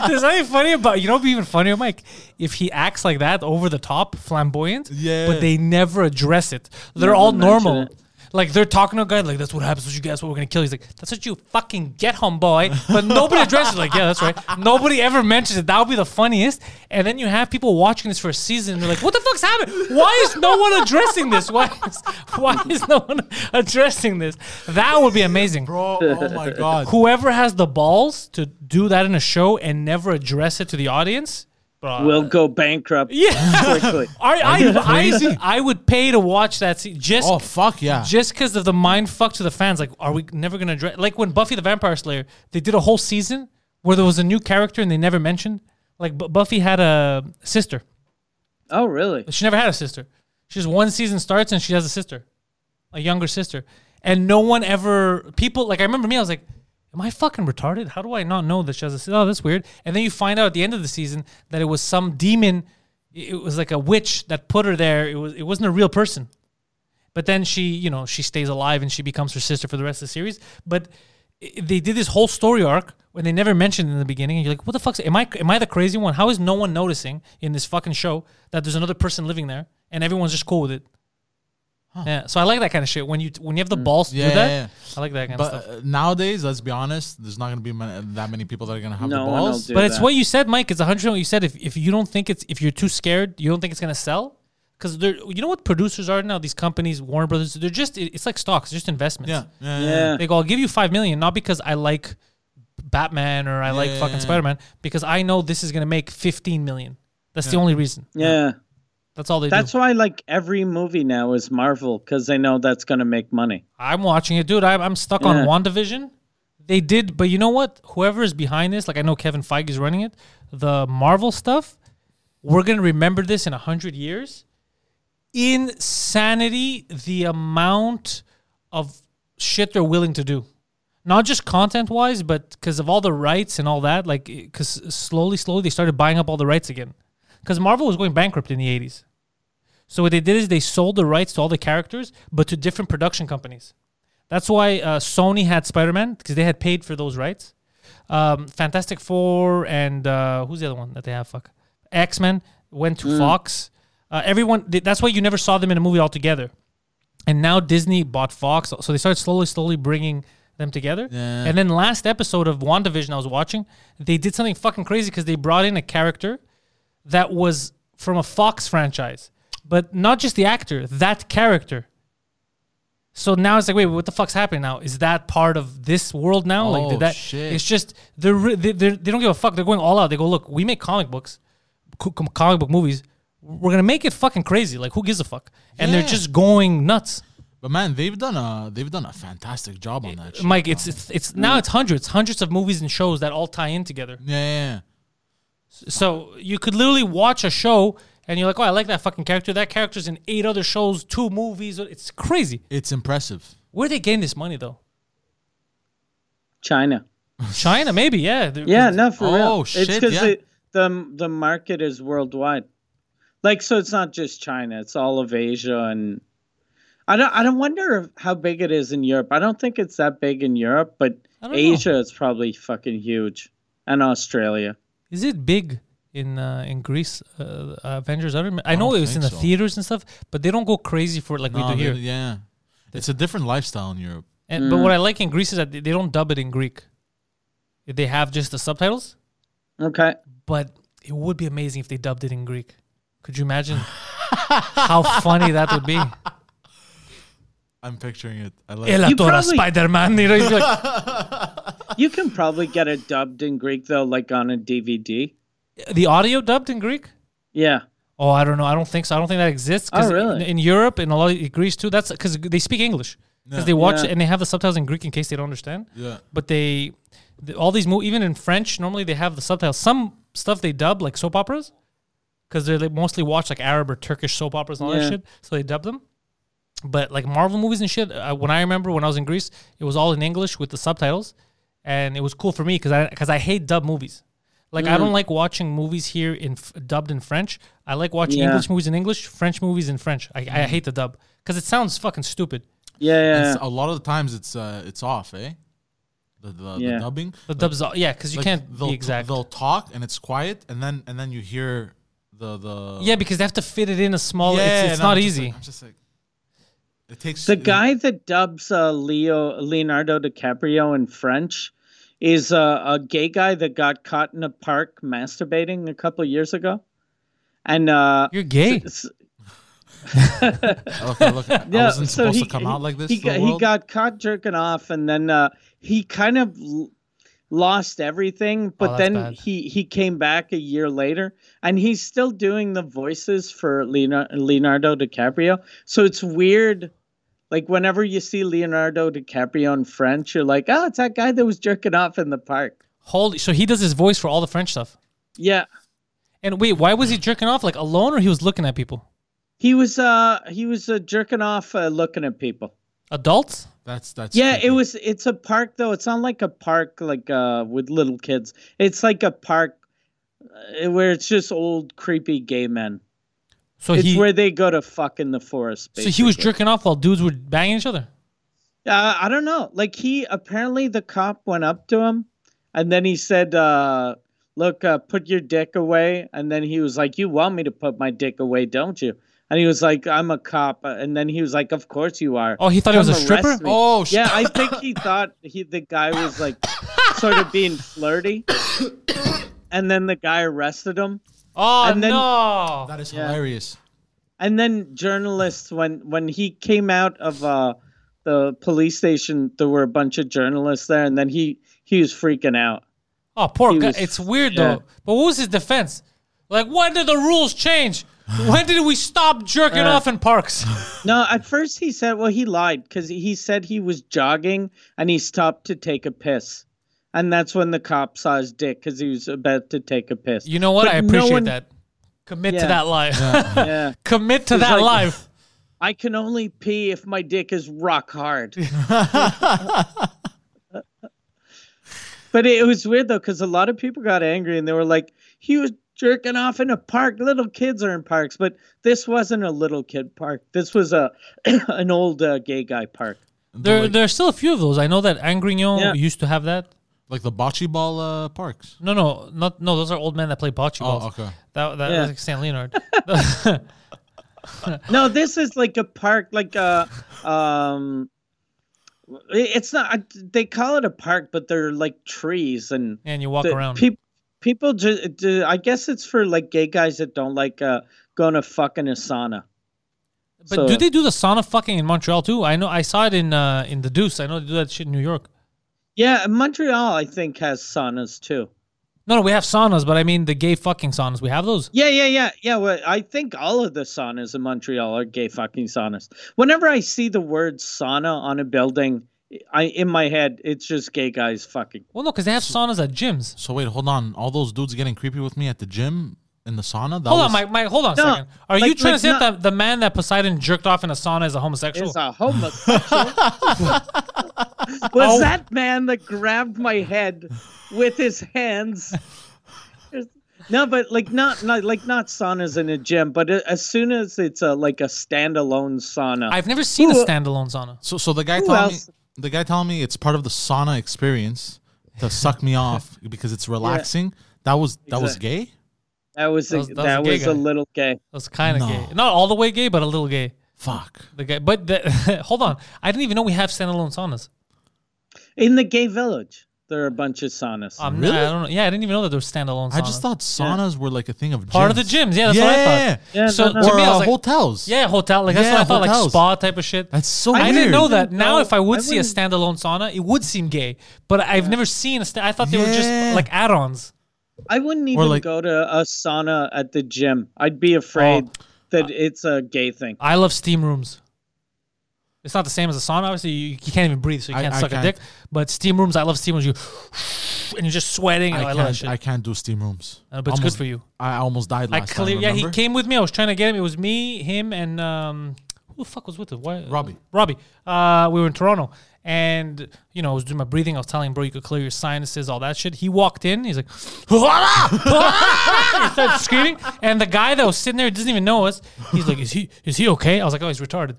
Speaker 1: There's nothing funny about. You know, what'd be even funnier, Mike, if he acts like that, over the top, flamboyant.
Speaker 3: Yeah.
Speaker 1: But they never address it. They're
Speaker 2: Never
Speaker 1: all
Speaker 2: mention
Speaker 1: normal.
Speaker 2: it.
Speaker 1: Like they're talking to a guy, like that's what happens. What you guess? What we're gonna kill? He's like, that's what you fucking get, homeboy. But nobody addresses. it. Like, yeah, that's right. Nobody ever mentions it. That would be the funniest. And then you have people watching this for a season. And they're like, what the fuck's happening? Why is no one addressing this? Why is why is no one addressing this? That would be amazing
Speaker 3: Bro,
Speaker 2: [LAUGHS]
Speaker 3: oh my god.
Speaker 1: whoever has the balls to do that in a show and never address it to the audience, bro.
Speaker 2: [LAUGHS] We'll go bankrupt
Speaker 1: yeah.
Speaker 2: [LAUGHS] quickly.
Speaker 1: I, I, I, I would pay to watch that scene just
Speaker 3: Oh fuck yeah.
Speaker 1: just because of the mind fuck to the fans. Like, are we never gonna address? Like when Buffy the Vampire Slayer, they did a whole season where there was a new character and they never mentioned. Like Bu- Buffy had a sister.
Speaker 2: Oh, really?
Speaker 1: She never had a sister. She just one season starts and she has a sister, a younger sister, and no one ever people like. I remember me. I was like, "Am I fucking retarded? How do I not know that she has a sister? Oh, that's weird." And then you find out at the end of the season that it was some demon. It it was like a witch that put her there. It was. It wasn't a real person. But then she, you know, she stays alive and she becomes her sister for the rest of the series. But i- they did this whole story arc when they never mentioned it in the beginning. And you're like, what the fuck's am I? Am I the crazy one? How is no one noticing in this fucking show that there's another person living there and everyone's just cool with it? Yeah, so I like that kind of shit. When you when you have the balls to
Speaker 3: Mm. Yeah,
Speaker 1: do that,
Speaker 3: yeah, yeah.
Speaker 1: I like that kind
Speaker 3: But
Speaker 1: of stuff.
Speaker 3: uh, nowadays, let's be honest, there's not gonna be man- that many people that are gonna have the
Speaker 2: No one will
Speaker 3: balls.
Speaker 2: do
Speaker 1: But it's
Speaker 2: that.
Speaker 1: what you said, Mike. It's 100 what you said. If if you don't think it's if you're too scared, you don't think it's gonna sell. Because they're you know what producers are now. These companies, Warner Brothers, they're just it- it's like stocks, just investments.
Speaker 3: yeah, yeah, yeah.
Speaker 2: Yeah.
Speaker 1: They go, I'll give you five million, not because I like Batman or I like
Speaker 3: Yeah.
Speaker 1: fucking Spider Man, because I know this is gonna make fifteen million. That's the only reason.
Speaker 2: Yeah.
Speaker 1: That's all they
Speaker 2: That's
Speaker 1: do.
Speaker 2: why like every movie now is Marvel because they know that's going to make money.
Speaker 1: I'm watching it, dude. I'm, I'm stuck on
Speaker 2: Yeah.
Speaker 1: WandaVision. They did, but you know what? Whoever is behind this, like I know Kevin Feige is running it, the Marvel stuff, we're gonna remember this in a hundred years. Insanity, the amount of shit they're willing to do. not just content wise, but because of all the rights and all that. Like, because slowly, slowly they started buying up all the rights again. Because Marvel was going bankrupt in the 80s. So what they did is they sold the rights to all the characters, but to different production companies. That's why uh, Sony had Spider Man, because they had paid for those rights. Um, Fantastic Four and uh, who's the other one that they have? Fuck. X Men went to Fox. Uh, everyone, th- that's why you never saw them in a movie altogether and now Disney bought Fox, so they started slowly, slowly bringing them together. And then last episode of WandaVision, I was watching, they did something fucking crazy because they brought in a character that was from a Fox franchise, but not just the actor, that character. So now it's like, wait, what the fuck's happening now? Is that part of this world now? like,
Speaker 3: Oh,
Speaker 1: did that?
Speaker 3: shit.
Speaker 1: It's just they're, re- they they're they don't give a fuck. They're going all out. They go, look, we make comic books, co- com- comic book movies. We're gonna make it fucking crazy. Like, who gives a fuck? And
Speaker 3: Yeah.
Speaker 1: they're just going nuts.
Speaker 3: But man, they've done a they've done a fantastic job on that. Shit.
Speaker 1: Mike, it's it's, it's now it's hundreds, hundreds of movies and shows that all tie in together.
Speaker 3: yeah, yeah, yeah.
Speaker 1: So you could literally watch a show and you're like, oh, I like that fucking character. That character's in eight other shows, two movies. It's crazy.
Speaker 3: it's impressive.
Speaker 1: Where they gain this money
Speaker 3: [LAUGHS]
Speaker 1: though?
Speaker 2: China.
Speaker 1: China, maybe, yeah. They're-
Speaker 2: Yeah, no, for
Speaker 3: Oh,
Speaker 2: real. it's
Speaker 3: shit, yeah.
Speaker 2: it- the the market is worldwide. Like, so it's not just China; it's all of Asia, and I don't. I don't wonder if- how big it is in Europe. I don't think it's that big in Europe, but
Speaker 1: don't know.
Speaker 2: Asia is probably fucking huge, and Australia.
Speaker 1: Is it big in uh, in Greece? Uh, Avengers. I, don't, I know
Speaker 3: don't
Speaker 1: it was in the
Speaker 3: think so.
Speaker 1: theaters and stuff, but they don't go crazy for it like
Speaker 3: No,
Speaker 1: we do
Speaker 3: they-
Speaker 1: here.
Speaker 3: yeah, it's a different lifestyle in Europe.
Speaker 1: And,
Speaker 2: Mm.
Speaker 1: But what I like in Greece is that they they don't dub it in Greek. They have just the subtitles.
Speaker 2: Okay,
Speaker 1: but it would be amazing if they dubbed it in Greek. Could you imagine [LAUGHS] how funny that would be?
Speaker 3: I'm picturing it. I like.
Speaker 1: Elatora
Speaker 2: You probably-
Speaker 1: Spider-Man. You know, you're like,
Speaker 2: you can probably get it dubbed in Greek though, like on a DVD.
Speaker 1: the audio dubbed in Greek?
Speaker 2: Yeah,
Speaker 1: Oh, I don't know. I don't think so. I don't think that exists. 'cause
Speaker 2: Oh, really?
Speaker 1: In, in Europe and a lot of Greece too, that's because they speak English. Because they watch
Speaker 2: Yeah.
Speaker 1: it and they have the subtitles in Greek in case they don't understand.
Speaker 3: Yeah.
Speaker 1: But they, the- all these movies, even in French, normally they have the subtitles. Some stuff they dub like soap operas because they mostly watch like Arab or Turkish soap operas and all
Speaker 2: Yeah.
Speaker 1: that shit. So they dub them. But like Marvel movies and shit, uh, when I remember when I was in Greece, it was all in English with the subtitles, and it was cool for me because I because I hate dub movies. Like I don't like watching movies here in f- dubbed in French. I like watching
Speaker 2: Yeah.
Speaker 1: English movies in English, French movies in French. I, I hate the dub because it sounds fucking stupid.
Speaker 2: Yeah, yeah.
Speaker 3: It's- a lot of the times it's uh, it's off, eh? The the, the
Speaker 2: Yeah.
Speaker 3: dubbing.
Speaker 1: The dubs, are, yeah, because you
Speaker 3: Like,
Speaker 1: can't
Speaker 3: they'll
Speaker 1: be exact.
Speaker 3: They'll talk and it's quiet, and then and then you hear the the
Speaker 1: yeah, because they have to fit it in a small.
Speaker 3: Oh. Yeah,
Speaker 1: it's it's
Speaker 3: and
Speaker 1: not
Speaker 3: I'm just
Speaker 1: easy.
Speaker 3: like- I'm just like, it takes
Speaker 1: Mm.
Speaker 2: The guy that dubs uh, Leo Leonardo DiCaprio in French is uh, a gay guy that got caught in a park masturbating a couple years ago, and uh,
Speaker 1: You're gay.
Speaker 2: s-
Speaker 3: Look,
Speaker 2: [LAUGHS]
Speaker 3: look, I wasn't
Speaker 2: so
Speaker 3: supposed
Speaker 2: he-
Speaker 3: to come out like this.
Speaker 2: He,
Speaker 3: to the
Speaker 2: got, he
Speaker 3: world.
Speaker 2: got caught jerking off, and then uh, he kind of l- lost
Speaker 3: Oh,
Speaker 2: everything. But
Speaker 1: that's
Speaker 2: then
Speaker 1: bad.
Speaker 2: he he came back a year later, and he's still doing the voices for Leonardo, Leonardo DiCaprio. So it's weird. Like whenever you see Leonardo DiCaprio in French, you're like, oh, it's that guy that was jerking off in the park.
Speaker 1: Holy, so he does his voice for all the French stuff.
Speaker 2: Yeah,
Speaker 1: And wait, why was he jerking off like alone, or he was looking at people?
Speaker 2: he was uh he was uh, jerking off, uh, looking at people.
Speaker 1: Adults?
Speaker 3: That's that's
Speaker 2: Yeah,
Speaker 3: creepy.
Speaker 2: it was. It's a park though. It's not like a park like uh with little kids. It's like a park uh, where it's just old creepy gay men.
Speaker 1: So
Speaker 2: it's
Speaker 1: he,
Speaker 2: where they go to fuck in the forest.
Speaker 1: so he was
Speaker 2: basically.
Speaker 1: jerking off while dudes were banging each other.
Speaker 2: Uh, I don't know. Like he apparently the cop went up to him, and then he said, uh, "Look, uh, put your dick away." And then he was like, "You want me to put my dick away, don't you?" And he was like, "I'm a cop." Uh, And then he was like, "Of course you are."
Speaker 1: Oh, he thought he was a
Speaker 2: Come
Speaker 1: stripper?
Speaker 2: arrest me.
Speaker 3: Oh, sh-
Speaker 2: yeah. I think he thought he the guy was like sort of being
Speaker 1: [COUGHS]
Speaker 2: flirty, and then the guy arrested him.
Speaker 1: Oh
Speaker 2: And then-
Speaker 1: no!
Speaker 3: that is hilarious.
Speaker 2: And then journalists, when when he came out of uh, the police station, there were a bunch of journalists there, and then he he was freaking out.
Speaker 1: oh poor
Speaker 2: he
Speaker 1: guy.
Speaker 2: was-
Speaker 1: It's weird
Speaker 2: yeah.
Speaker 1: though. But what was his defense? Like, when did the rules change? When did we stop jerking off in parks?
Speaker 2: No, at first he said, well, he lied because he said he was jogging and he stopped to take a piss. And that's when the cop saw his dick because he was about to take a piss.
Speaker 1: You know what?
Speaker 2: But
Speaker 1: I
Speaker 2: no
Speaker 1: appreciate
Speaker 2: one-
Speaker 1: that. Commit to
Speaker 2: Yeah.
Speaker 1: that lie. [LAUGHS]
Speaker 2: Yeah.
Speaker 1: Commit to
Speaker 2: He's
Speaker 1: that
Speaker 2: like-
Speaker 1: lie.
Speaker 2: [LAUGHS] I can only pee if my dick is rock hard. but it was weird though, because a lot of people got angry and they were like, he was jerking off in a park. Little kids are in parks, but this wasn't a little kid park. This was a [CLEARS THROAT] an old uh, gay guy park.
Speaker 1: There, there are still a few of those. I know that Angrignon
Speaker 2: Yeah.
Speaker 1: used to have that.
Speaker 3: Like the bocce ball uh, parks.
Speaker 1: No, no, not no. Those are old men that play bocce balls.
Speaker 3: Oh, okay.
Speaker 1: That that
Speaker 2: Yeah.
Speaker 1: was like Saint Leonard.
Speaker 2: [LAUGHS] No, this is like a park, like a um. it- It's not. I- They call it a park, but they're like trees and
Speaker 1: and you walk
Speaker 2: the
Speaker 1: around.
Speaker 2: peop- people just, I guess it's for like gay guys that don't like uh, going to fucking a sauna.
Speaker 1: But
Speaker 2: So-
Speaker 1: do they do the sauna fucking in Montreal too? I know I saw it in uh, in the Deuce. I know they do that shit in New York.
Speaker 2: Yeah, Montreal, I think, has saunas too.
Speaker 1: No, no, we have saunas, but I mean the gay fucking saunas. We have those.
Speaker 2: Yeah, yeah, yeah, yeah. Well, I think all of the saunas in Montreal are gay fucking saunas. Whenever I see the word sauna on a building, I in my head it's just gay guys fucking.
Speaker 1: Well, no, because they have saunas at gyms.
Speaker 3: So wait, hold on. All those dudes getting creepy with me at the gym in the sauna. That
Speaker 1: Hold
Speaker 3: was,
Speaker 1: on, Mike. Mike, hold on a
Speaker 2: No,
Speaker 1: second. Are you
Speaker 2: like-
Speaker 1: trying to
Speaker 2: like
Speaker 1: say
Speaker 2: not-
Speaker 1: that the man that Poseidon jerked off in a sauna is a homosexual?
Speaker 2: Is
Speaker 1: [LAUGHS]
Speaker 2: a homosexual.
Speaker 1: Oh.
Speaker 2: Was that man that grabbed my head with his hands? No, but like not, not like not saunas in a gym, but a- as soon as it's a like a standalone sauna.
Speaker 1: I've never seen a
Speaker 2: Who-
Speaker 1: standalone sauna.
Speaker 3: So so the guy telling me
Speaker 2: else?
Speaker 3: the guy telling me it's part of the sauna experience to
Speaker 1: [LAUGHS]
Speaker 3: suck me off because it's relaxing. That was that was gay.
Speaker 2: that was a,
Speaker 1: That was- that was a
Speaker 2: that
Speaker 1: gay
Speaker 2: was
Speaker 1: guy.
Speaker 2: a little gay.
Speaker 1: That's kind of
Speaker 3: No.
Speaker 1: gay. Not all the way gay, but a little gay.
Speaker 3: Fuck.
Speaker 1: The guy, but the, [LAUGHS] hold on. I didn't even know we have standalone saunas.
Speaker 2: In the gay village, there are a bunch of saunas.
Speaker 1: Um,
Speaker 3: Really?
Speaker 1: I don't know. Yeah, I didn't even know that there was standalone. Saunas.
Speaker 3: I just thought saunas were like a thing of
Speaker 1: part of the gyms. Yeah, that's what I thought.
Speaker 2: Yeah,
Speaker 1: so
Speaker 2: no, no.
Speaker 1: to
Speaker 3: Or
Speaker 1: me, I
Speaker 3: uh,
Speaker 1: was like,
Speaker 3: hotels.
Speaker 1: Yeah, hotel. Like that's
Speaker 3: Yeah,
Speaker 1: what I thought, like
Speaker 3: hotels.
Speaker 1: spa type of shit.
Speaker 3: That's so
Speaker 1: I didn't
Speaker 3: weird.
Speaker 1: know that. Now,
Speaker 2: No,
Speaker 1: if I would
Speaker 2: I
Speaker 1: see a
Speaker 2: wouldn't-
Speaker 1: standalone sauna, it would seem gay. But I've never seen a. Sta- I thought they were
Speaker 3: Yeah.
Speaker 1: just like add-ons.
Speaker 2: I wouldn't even
Speaker 3: like-
Speaker 2: go to a sauna at the gym. I'd be afraid
Speaker 1: Oh.
Speaker 2: that
Speaker 1: Uh,
Speaker 2: it's a gay thing.
Speaker 1: I love steam rooms. It's not the same as a sauna. Obviously, you, you can't even breathe, so you
Speaker 3: I-
Speaker 1: can't
Speaker 3: I
Speaker 1: suck a
Speaker 3: can't.
Speaker 1: dick. But steam rooms, I love steam rooms. You and you're just sweating. Oh, I,
Speaker 3: I
Speaker 1: love that
Speaker 3: can't.
Speaker 1: shit.
Speaker 3: I can't do steam rooms.
Speaker 1: Uh, but it's good for you.
Speaker 3: I almost died
Speaker 1: I
Speaker 3: last
Speaker 1: clear.
Speaker 3: time.
Speaker 1: Yeah, he
Speaker 3: remember?
Speaker 1: came with me. I was trying to get him. It was me, him, and um, who the fuck was with us? Why,
Speaker 3: Robbie.
Speaker 1: Robbie. Uh, we were in Toronto, and you know, I was doing my breathing. I was telling him, bro, you could clear your sinuses, all that shit. He walked in. He's like, [LAUGHS] he started screaming, and the guy that was sitting there doesn't even know us. He's like, is he is he okay? I was like, oh, he's retarded.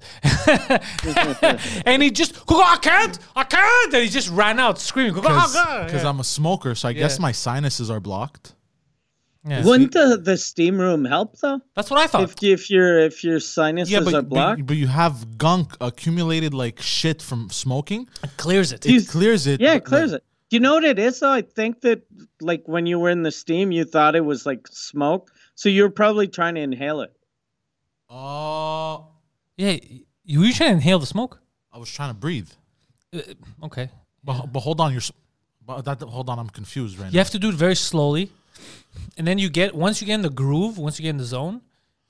Speaker 1: [LAUGHS] and he just, I can't, I can't, and he just ran out screaming.
Speaker 3: because
Speaker 1: Oh, Yeah.
Speaker 3: I'm a smoker, so I guess
Speaker 1: Yeah.
Speaker 3: my sinuses are blocked.
Speaker 1: Yeah.
Speaker 2: Wouldn't the, the steam room help though?
Speaker 1: That's what I thought.
Speaker 2: If if your if your sinuses
Speaker 3: but,
Speaker 2: are
Speaker 3: but-
Speaker 2: blocked,
Speaker 3: But, you have gunk accumulated like shit from smoking.
Speaker 1: It clears it.
Speaker 3: It clears it.
Speaker 2: yeah, it clears it. You know what it is though? I think that like when you were in the steam, you thought it was like smoke, so you're probably trying to inhale it.
Speaker 3: Oh,
Speaker 1: Yeah, you were you trying to inhale the smoke?
Speaker 3: I was trying to breathe,
Speaker 1: Uh, Okay.
Speaker 3: but, but hold on, you're. s- But that, hold on, I'm confused right
Speaker 1: You have to do it very slowly. And then you get once you get in the groove, once you get in the zone,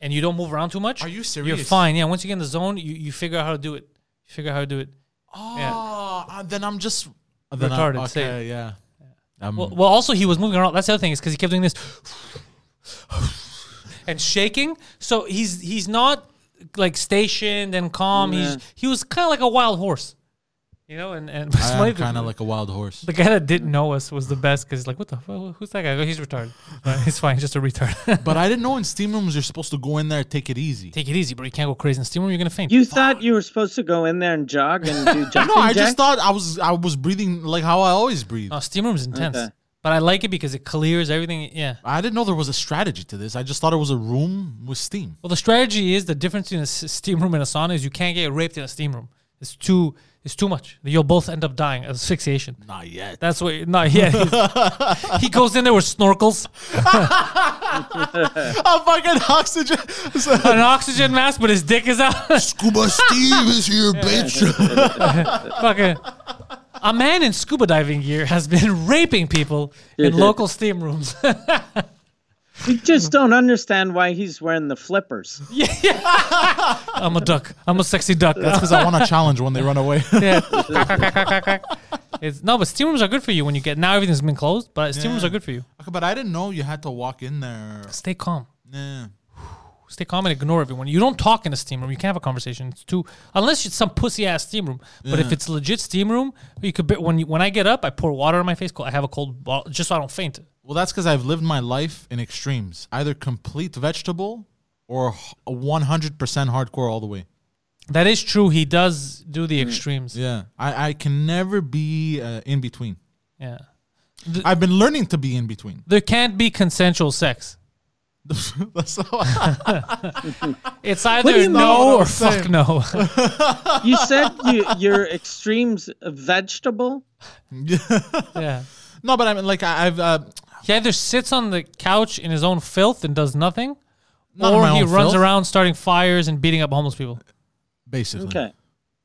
Speaker 1: and you don't move around too much.
Speaker 3: Are you
Speaker 1: You're
Speaker 3: serious?
Speaker 1: fine. Yeah. Once you get in the zone, you, you figure out how to do it. You figure out how to do it.
Speaker 3: now.
Speaker 1: yeah.
Speaker 3: Oh, uh, then I'm just then
Speaker 1: Retarded,
Speaker 3: I'm,
Speaker 1: say
Speaker 3: okay, yeah. Um,
Speaker 1: Well, well, also he was moving around. That's the other thing is because he kept doing this [SIGHS] and shaking. So he's he's not like stationed and calm. He's he was kind of like a wild horse, you know. And and [LAUGHS] it's
Speaker 3: I
Speaker 1: funny
Speaker 3: am
Speaker 1: that-
Speaker 3: kind of like a wild horse.
Speaker 1: The guy that didn't know us was the best because he's like, "What the? Fuck? Who's that guy? I go, He's retarded. Uh, he's fine. He's just a retard.
Speaker 3: But I didn't know in steam rooms you're supposed to go in there, take it easy.
Speaker 1: Take it easy, bro. You can't go crazy in the steam room. You're gonna faint.
Speaker 2: You thought you were supposed to go in there and jog and
Speaker 3: [LAUGHS]
Speaker 2: do jumping
Speaker 3: No, I just
Speaker 2: jacks?
Speaker 3: thought I was I was breathing like how I always breathe.
Speaker 1: no, steam room's intense,
Speaker 2: Okay.
Speaker 1: but I like it because it clears everything. Yeah.
Speaker 3: I didn't know there was a strategy to this. I just thought it was a room with steam.
Speaker 1: Well, the strategy is the difference between a s- steam room and a sauna is you can't get raped in a steam room. It's too. It's too much. You'll both end up dying of asphyxiation.
Speaker 3: Not yet.
Speaker 1: That's what. [LAUGHS] Not yet. he goes in there with snorkels,
Speaker 3: a fucking oxygen. [LAUGHS]
Speaker 1: an oxygen mask, but his dick is out. [LAUGHS]
Speaker 3: Scuba Steve is here, bitch.
Speaker 1: Fucking. A man in scuba diving gear has been [LAUGHS] raping people in local steam rooms. [LAUGHS]
Speaker 2: You just don't understand why he's wearing the flippers.
Speaker 1: I'm a duck. I'm a sexy duck. That's
Speaker 3: Because I want to challenge when they
Speaker 1: [LAUGHS]
Speaker 3: run away.
Speaker 1: yeah. it's, no, but steam rooms are good for you when you get. Now everything's been closed, but steam rooms
Speaker 3: Yeah.
Speaker 1: are good for you.
Speaker 3: Okay, but I didn't know you had to walk in there.
Speaker 1: Stay calm.
Speaker 3: Yeah.
Speaker 1: Stay calm and ignore everyone. You don't talk in a steam room. You can't have a conversation. It's too unless it's some pussy ass steam room. But if it's legit steam room, you could. Be, when you, when I get up, I pour water on my face. I have a cold ball just so I don't faint.
Speaker 3: Well, that's because I've lived my life in extremes either complete vegetable or h- 100% hardcore all the way.
Speaker 1: That is true. He does do the extremes. Yeah.
Speaker 3: Yeah. I, I can never be uh, in between. I've been learning to be in between. [LAUGHS]
Speaker 1: There can't be consensual sex.
Speaker 3: That's
Speaker 1: [LAUGHS]
Speaker 3: how-
Speaker 1: It's either
Speaker 3: you mean?
Speaker 1: no or
Speaker 3: That's what I'm
Speaker 1: fuck no. [LAUGHS]
Speaker 2: You said
Speaker 3: [LAUGHS]
Speaker 2: you, your extremes of vegetable.
Speaker 1: yeah.
Speaker 3: no, but I mean, like, I, I've. Uh,
Speaker 1: He either sits on the couch in his own filth and does nothing,
Speaker 3: Not in
Speaker 1: or
Speaker 3: my
Speaker 1: he
Speaker 3: own
Speaker 1: runs
Speaker 3: filth.
Speaker 1: around starting fires and beating up homeless people.
Speaker 3: basically.
Speaker 2: Okay.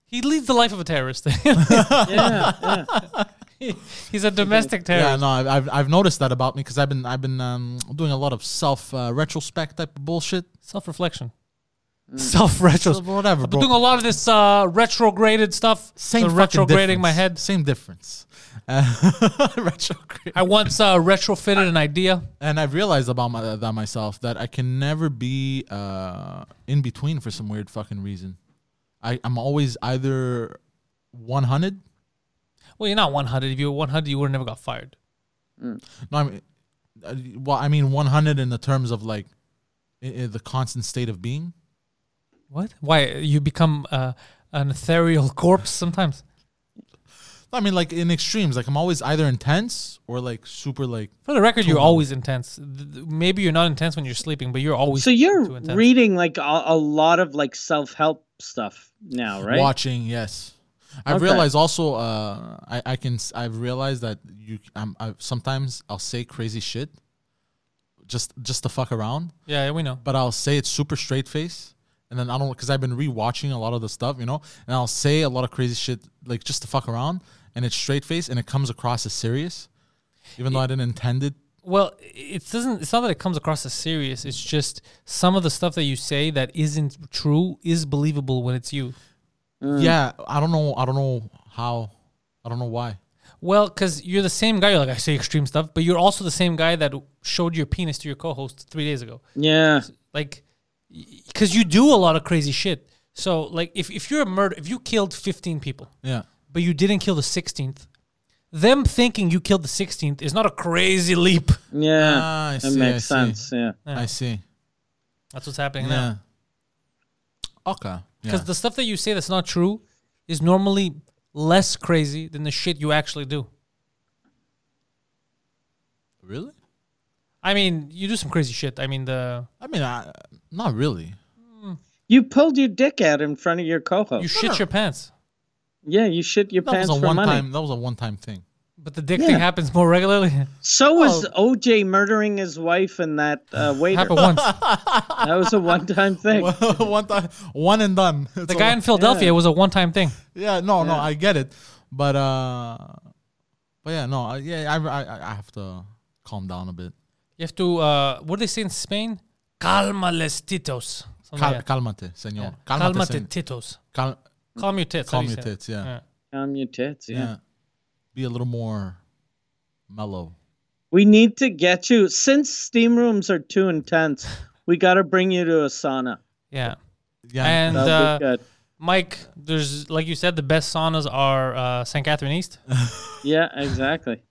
Speaker 1: He leads the life of a terrorist. [LAUGHS] He's a domestic
Speaker 3: Yeah,
Speaker 1: terrorist.
Speaker 3: no, I've, I've, I've noticed that about me because I've been I've been um, doing a lot of self uh, retrospect type of bullshit.
Speaker 1: Self reflection. Mm.
Speaker 3: [LAUGHS]
Speaker 1: Self retro.
Speaker 3: So whatever,
Speaker 1: I've
Speaker 3: bro.
Speaker 1: been doing a lot of this uh, retrograded stuff.
Speaker 3: Same
Speaker 1: the
Speaker 3: fucking
Speaker 1: retrograding my
Speaker 3: difference.
Speaker 1: head.
Speaker 3: Same difference. [LAUGHS] Uh, retrograde.
Speaker 1: I once uh, retrofitted an idea.
Speaker 3: And I've realized about my, that myself that I can never be uh, in between for some weird fucking reason. I I'm always either 100.
Speaker 1: Well, you're not 100. If you were 100, you would have never got fired.
Speaker 3: No, I mean, uh, well, I mean 100 in the terms of like i i- the constant state of being.
Speaker 1: What? Why? You become uh, an ethereal corpse sometimes.
Speaker 3: I mean, like in extremes, like I'm always either intense or like super like
Speaker 1: For the record, you're always intense. Th- th- Maybe you're not intense when you're sleeping, but you're always
Speaker 2: So you're
Speaker 1: intense.
Speaker 2: reading like a, a lot of like self help stuff now, right?
Speaker 3: watching. Yes, I've
Speaker 2: Okay.
Speaker 3: realized also. Uh, I I can s- I've realized that you um, I, sometimes I'll say crazy shit, just just to fuck around.
Speaker 1: yeah, yeah, we know.
Speaker 3: But I'll say it super straight face, and then I don't because I've been rewatching a lot of the stuff, you know. And I'll say a lot of crazy shit like just to fuck around, and it's straight face, and it comes across as serious, even though I didn't intend it.
Speaker 1: Well, it doesn't. It's not that it comes across as serious. It's just some of the stuff that you say that isn't true is believable when it's you.
Speaker 2: Mm.
Speaker 3: Yeah, I don't know. I don't know how. I don't know why.
Speaker 1: Well, because you're the same guy. You're like, I say extreme stuff, but you're also the same guy that showed your penis to your co-host three days ago.
Speaker 2: Yeah.
Speaker 1: Like, because you do a lot of crazy shit. So, like, if, if you're a murder, if you killed 15 people,
Speaker 3: Yeah.
Speaker 1: but you didn't kill the 16th, them thinking you killed the 16th is not a crazy leap.
Speaker 2: Yeah.
Speaker 3: Ah, I
Speaker 2: that
Speaker 3: see, I
Speaker 2: makes
Speaker 3: see.
Speaker 2: sense. Yeah.
Speaker 3: I see.
Speaker 1: That's what's happening now.
Speaker 3: Yeah. Okay.
Speaker 1: Because
Speaker 3: Yeah.
Speaker 1: the stuff that you say that's not true is normally less crazy than the shit you actually do.
Speaker 3: really?
Speaker 1: I mean, you do some crazy shit. I mean, the
Speaker 3: I mean, I, not really.
Speaker 2: You pulled your dick out in front of your co-host.
Speaker 1: you shit your pants,
Speaker 2: yeah, you shit your
Speaker 3: That
Speaker 2: pants
Speaker 3: was a
Speaker 2: for money.
Speaker 3: one-time. That was a one-time thing. [LAUGHS]
Speaker 1: but the dick thing happens more regularly. [LAUGHS]
Speaker 2: So was OJ murdering his wife and that
Speaker 1: [SIGHS]
Speaker 2: uh, waiter.
Speaker 1: Oh.
Speaker 3: [LAUGHS]
Speaker 1: Happened once.
Speaker 2: that was a
Speaker 1: [LAUGHS]
Speaker 2: one-time thing.
Speaker 3: one time, one and done.
Speaker 1: The guy in Philadelphia was a one-time thing.
Speaker 3: Yeah. No. No. I get it, but uh, but yeah. No. I- Yeah. I I, I- I have to calm down a bit.
Speaker 1: You have to. Uh, what do they say in Spain? Calma les titos. Something
Speaker 3: Cal-
Speaker 1: like that.
Speaker 3: Calmate, señor. Calmate,
Speaker 1: Calma te
Speaker 3: sen-
Speaker 1: titos.
Speaker 3: cal-
Speaker 1: Calm your tits. how
Speaker 3: calm
Speaker 1: do you
Speaker 3: your
Speaker 1: say it?
Speaker 3: tits. Yeah.
Speaker 1: Yeah.
Speaker 3: Yeah.
Speaker 2: Calm your tits. yeah.
Speaker 3: Be a little more mellow.
Speaker 2: We need to get you since steam rooms are too intense. We got to bring you to a sauna.
Speaker 1: Yeah.
Speaker 3: Yeah.
Speaker 1: And
Speaker 2: That'll
Speaker 1: uh,
Speaker 2: be good.
Speaker 1: Mike, there's like you said, the best saunas are uh, St. Catherine East.
Speaker 2: Yeah, exactly.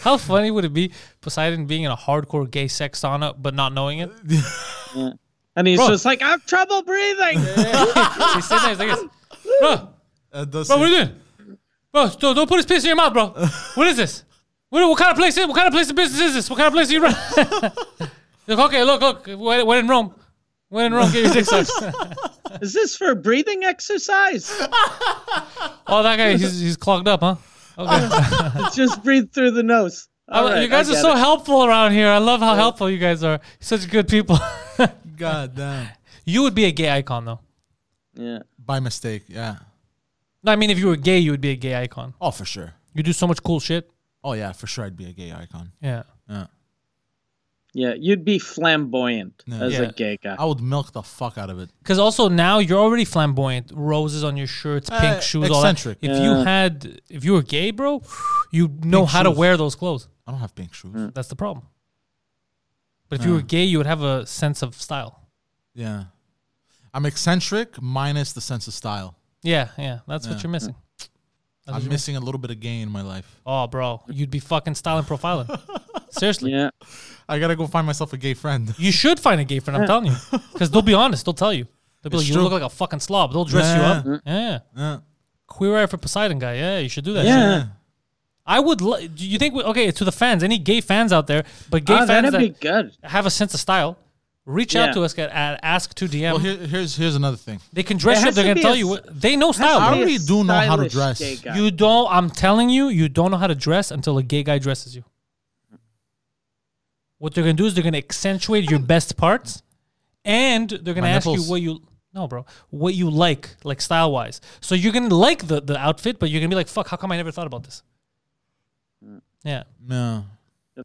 Speaker 1: How funny would it be Poseidon being in a hardcore gay sex sauna but not knowing
Speaker 2: [LAUGHS]
Speaker 1: it?
Speaker 2: And he's just like, I have
Speaker 1: [LAUGHS]
Speaker 2: trouble breathing.
Speaker 1: He's sitting there, he's like, this, bro,
Speaker 3: Uh, does
Speaker 1: bro, what are
Speaker 3: it-
Speaker 1: you doing? Bro, don't, don't put his piss in your mouth, bro. What is this? What, what kind of place is? What kind of place of business is this? What kind of place are you running? [LAUGHS] look, okay, look, look. When, when in Rome, when in Rome, get your dick
Speaker 2: [LAUGHS]
Speaker 1: sucked.
Speaker 2: Is this for breathing exercise?
Speaker 1: oh, that guy, he's, he's clogged up, huh? Okay.
Speaker 2: just breathe through the nose. All
Speaker 1: Oh,
Speaker 2: right,
Speaker 1: you guys
Speaker 2: I
Speaker 1: are
Speaker 2: get
Speaker 1: so
Speaker 2: it.
Speaker 1: helpful around here. I love how helpful you guys are. Such good people. [LAUGHS]
Speaker 3: [LAUGHS] God damn.
Speaker 1: you would be a gay icon, though.
Speaker 2: Yeah.
Speaker 3: By mistake. Yeah.
Speaker 1: No, I mean, if you were gay, you would be a gay icon.
Speaker 3: Oh, for sure.
Speaker 1: You do so much cool shit.
Speaker 3: Oh yeah, for sure. I'd be a gay icon.
Speaker 1: Yeah.
Speaker 3: Yeah.
Speaker 2: Yeah, you'd be flamboyant as
Speaker 1: Yeah.
Speaker 2: a gay guy.
Speaker 3: I would milk the fuck out of it.
Speaker 1: Because also now you're already flamboyant. Roses on your shirts, pink
Speaker 3: Uh,
Speaker 1: shoes,
Speaker 3: eccentric.
Speaker 1: all that. If you had, if you were gay, bro, you know
Speaker 3: Pink
Speaker 1: how to
Speaker 3: shoes.
Speaker 1: wear those clothes.
Speaker 3: I don't have pink shoes.
Speaker 1: That's the problem. But if you were gay, you would have a sense of style.
Speaker 3: Yeah. I'm eccentric minus the sense of style.
Speaker 1: Yeah, yeah, that's what you're missing. what
Speaker 3: I'm
Speaker 1: you
Speaker 3: missing a little bit of gay in my life.
Speaker 1: Oh, bro, you'd be fucking styling profiling.
Speaker 3: [LAUGHS]
Speaker 1: Seriously,
Speaker 2: Yeah.
Speaker 3: I gotta go find myself a gay friend. [LAUGHS]
Speaker 1: you should find a gay friend. I'm telling you, because they'll be honest. They'll tell you. They'll be
Speaker 3: It's
Speaker 1: like, you
Speaker 3: true.
Speaker 1: look like a fucking slob. They'll dress you up. Yeah.
Speaker 3: Yeah.
Speaker 1: Queer eye for Poseidon guy. Yeah, you should do that. shit.
Speaker 2: Yeah.
Speaker 1: I would. Lo- do you think? We- okay, to the fans, any gay fans out there, but gay
Speaker 2: Ah,
Speaker 1: fans
Speaker 2: that'd
Speaker 1: that
Speaker 2: be good.
Speaker 1: have a sense of style, reach out
Speaker 2: Yeah.
Speaker 1: to us at, at ask to DM.
Speaker 3: Well, here, here's here's another thing.
Speaker 1: they can dress you.
Speaker 2: It
Speaker 1: up,
Speaker 2: has
Speaker 1: They're
Speaker 2: to
Speaker 1: gonna
Speaker 2: be
Speaker 1: tell
Speaker 2: a
Speaker 1: you.
Speaker 2: s-
Speaker 1: What, they know
Speaker 2: Has
Speaker 1: style.
Speaker 2: to
Speaker 3: I
Speaker 2: be a
Speaker 3: really do know how to
Speaker 2: stylish
Speaker 3: dress.
Speaker 2: gay guy.
Speaker 1: You don't. I'm telling you, you don't know how to dress until a gay guy dresses you. What they're gonna do is they're gonna accentuate your best parts, and they're gonna
Speaker 3: My
Speaker 1: ask
Speaker 3: nipples.
Speaker 1: you what you. No, bro. What you like, like style wise. So you're gonna like the, the outfit, but you're gonna be like, "Fuck! How come I never thought about this?"
Speaker 3: Mm.
Speaker 1: Yeah.
Speaker 3: No.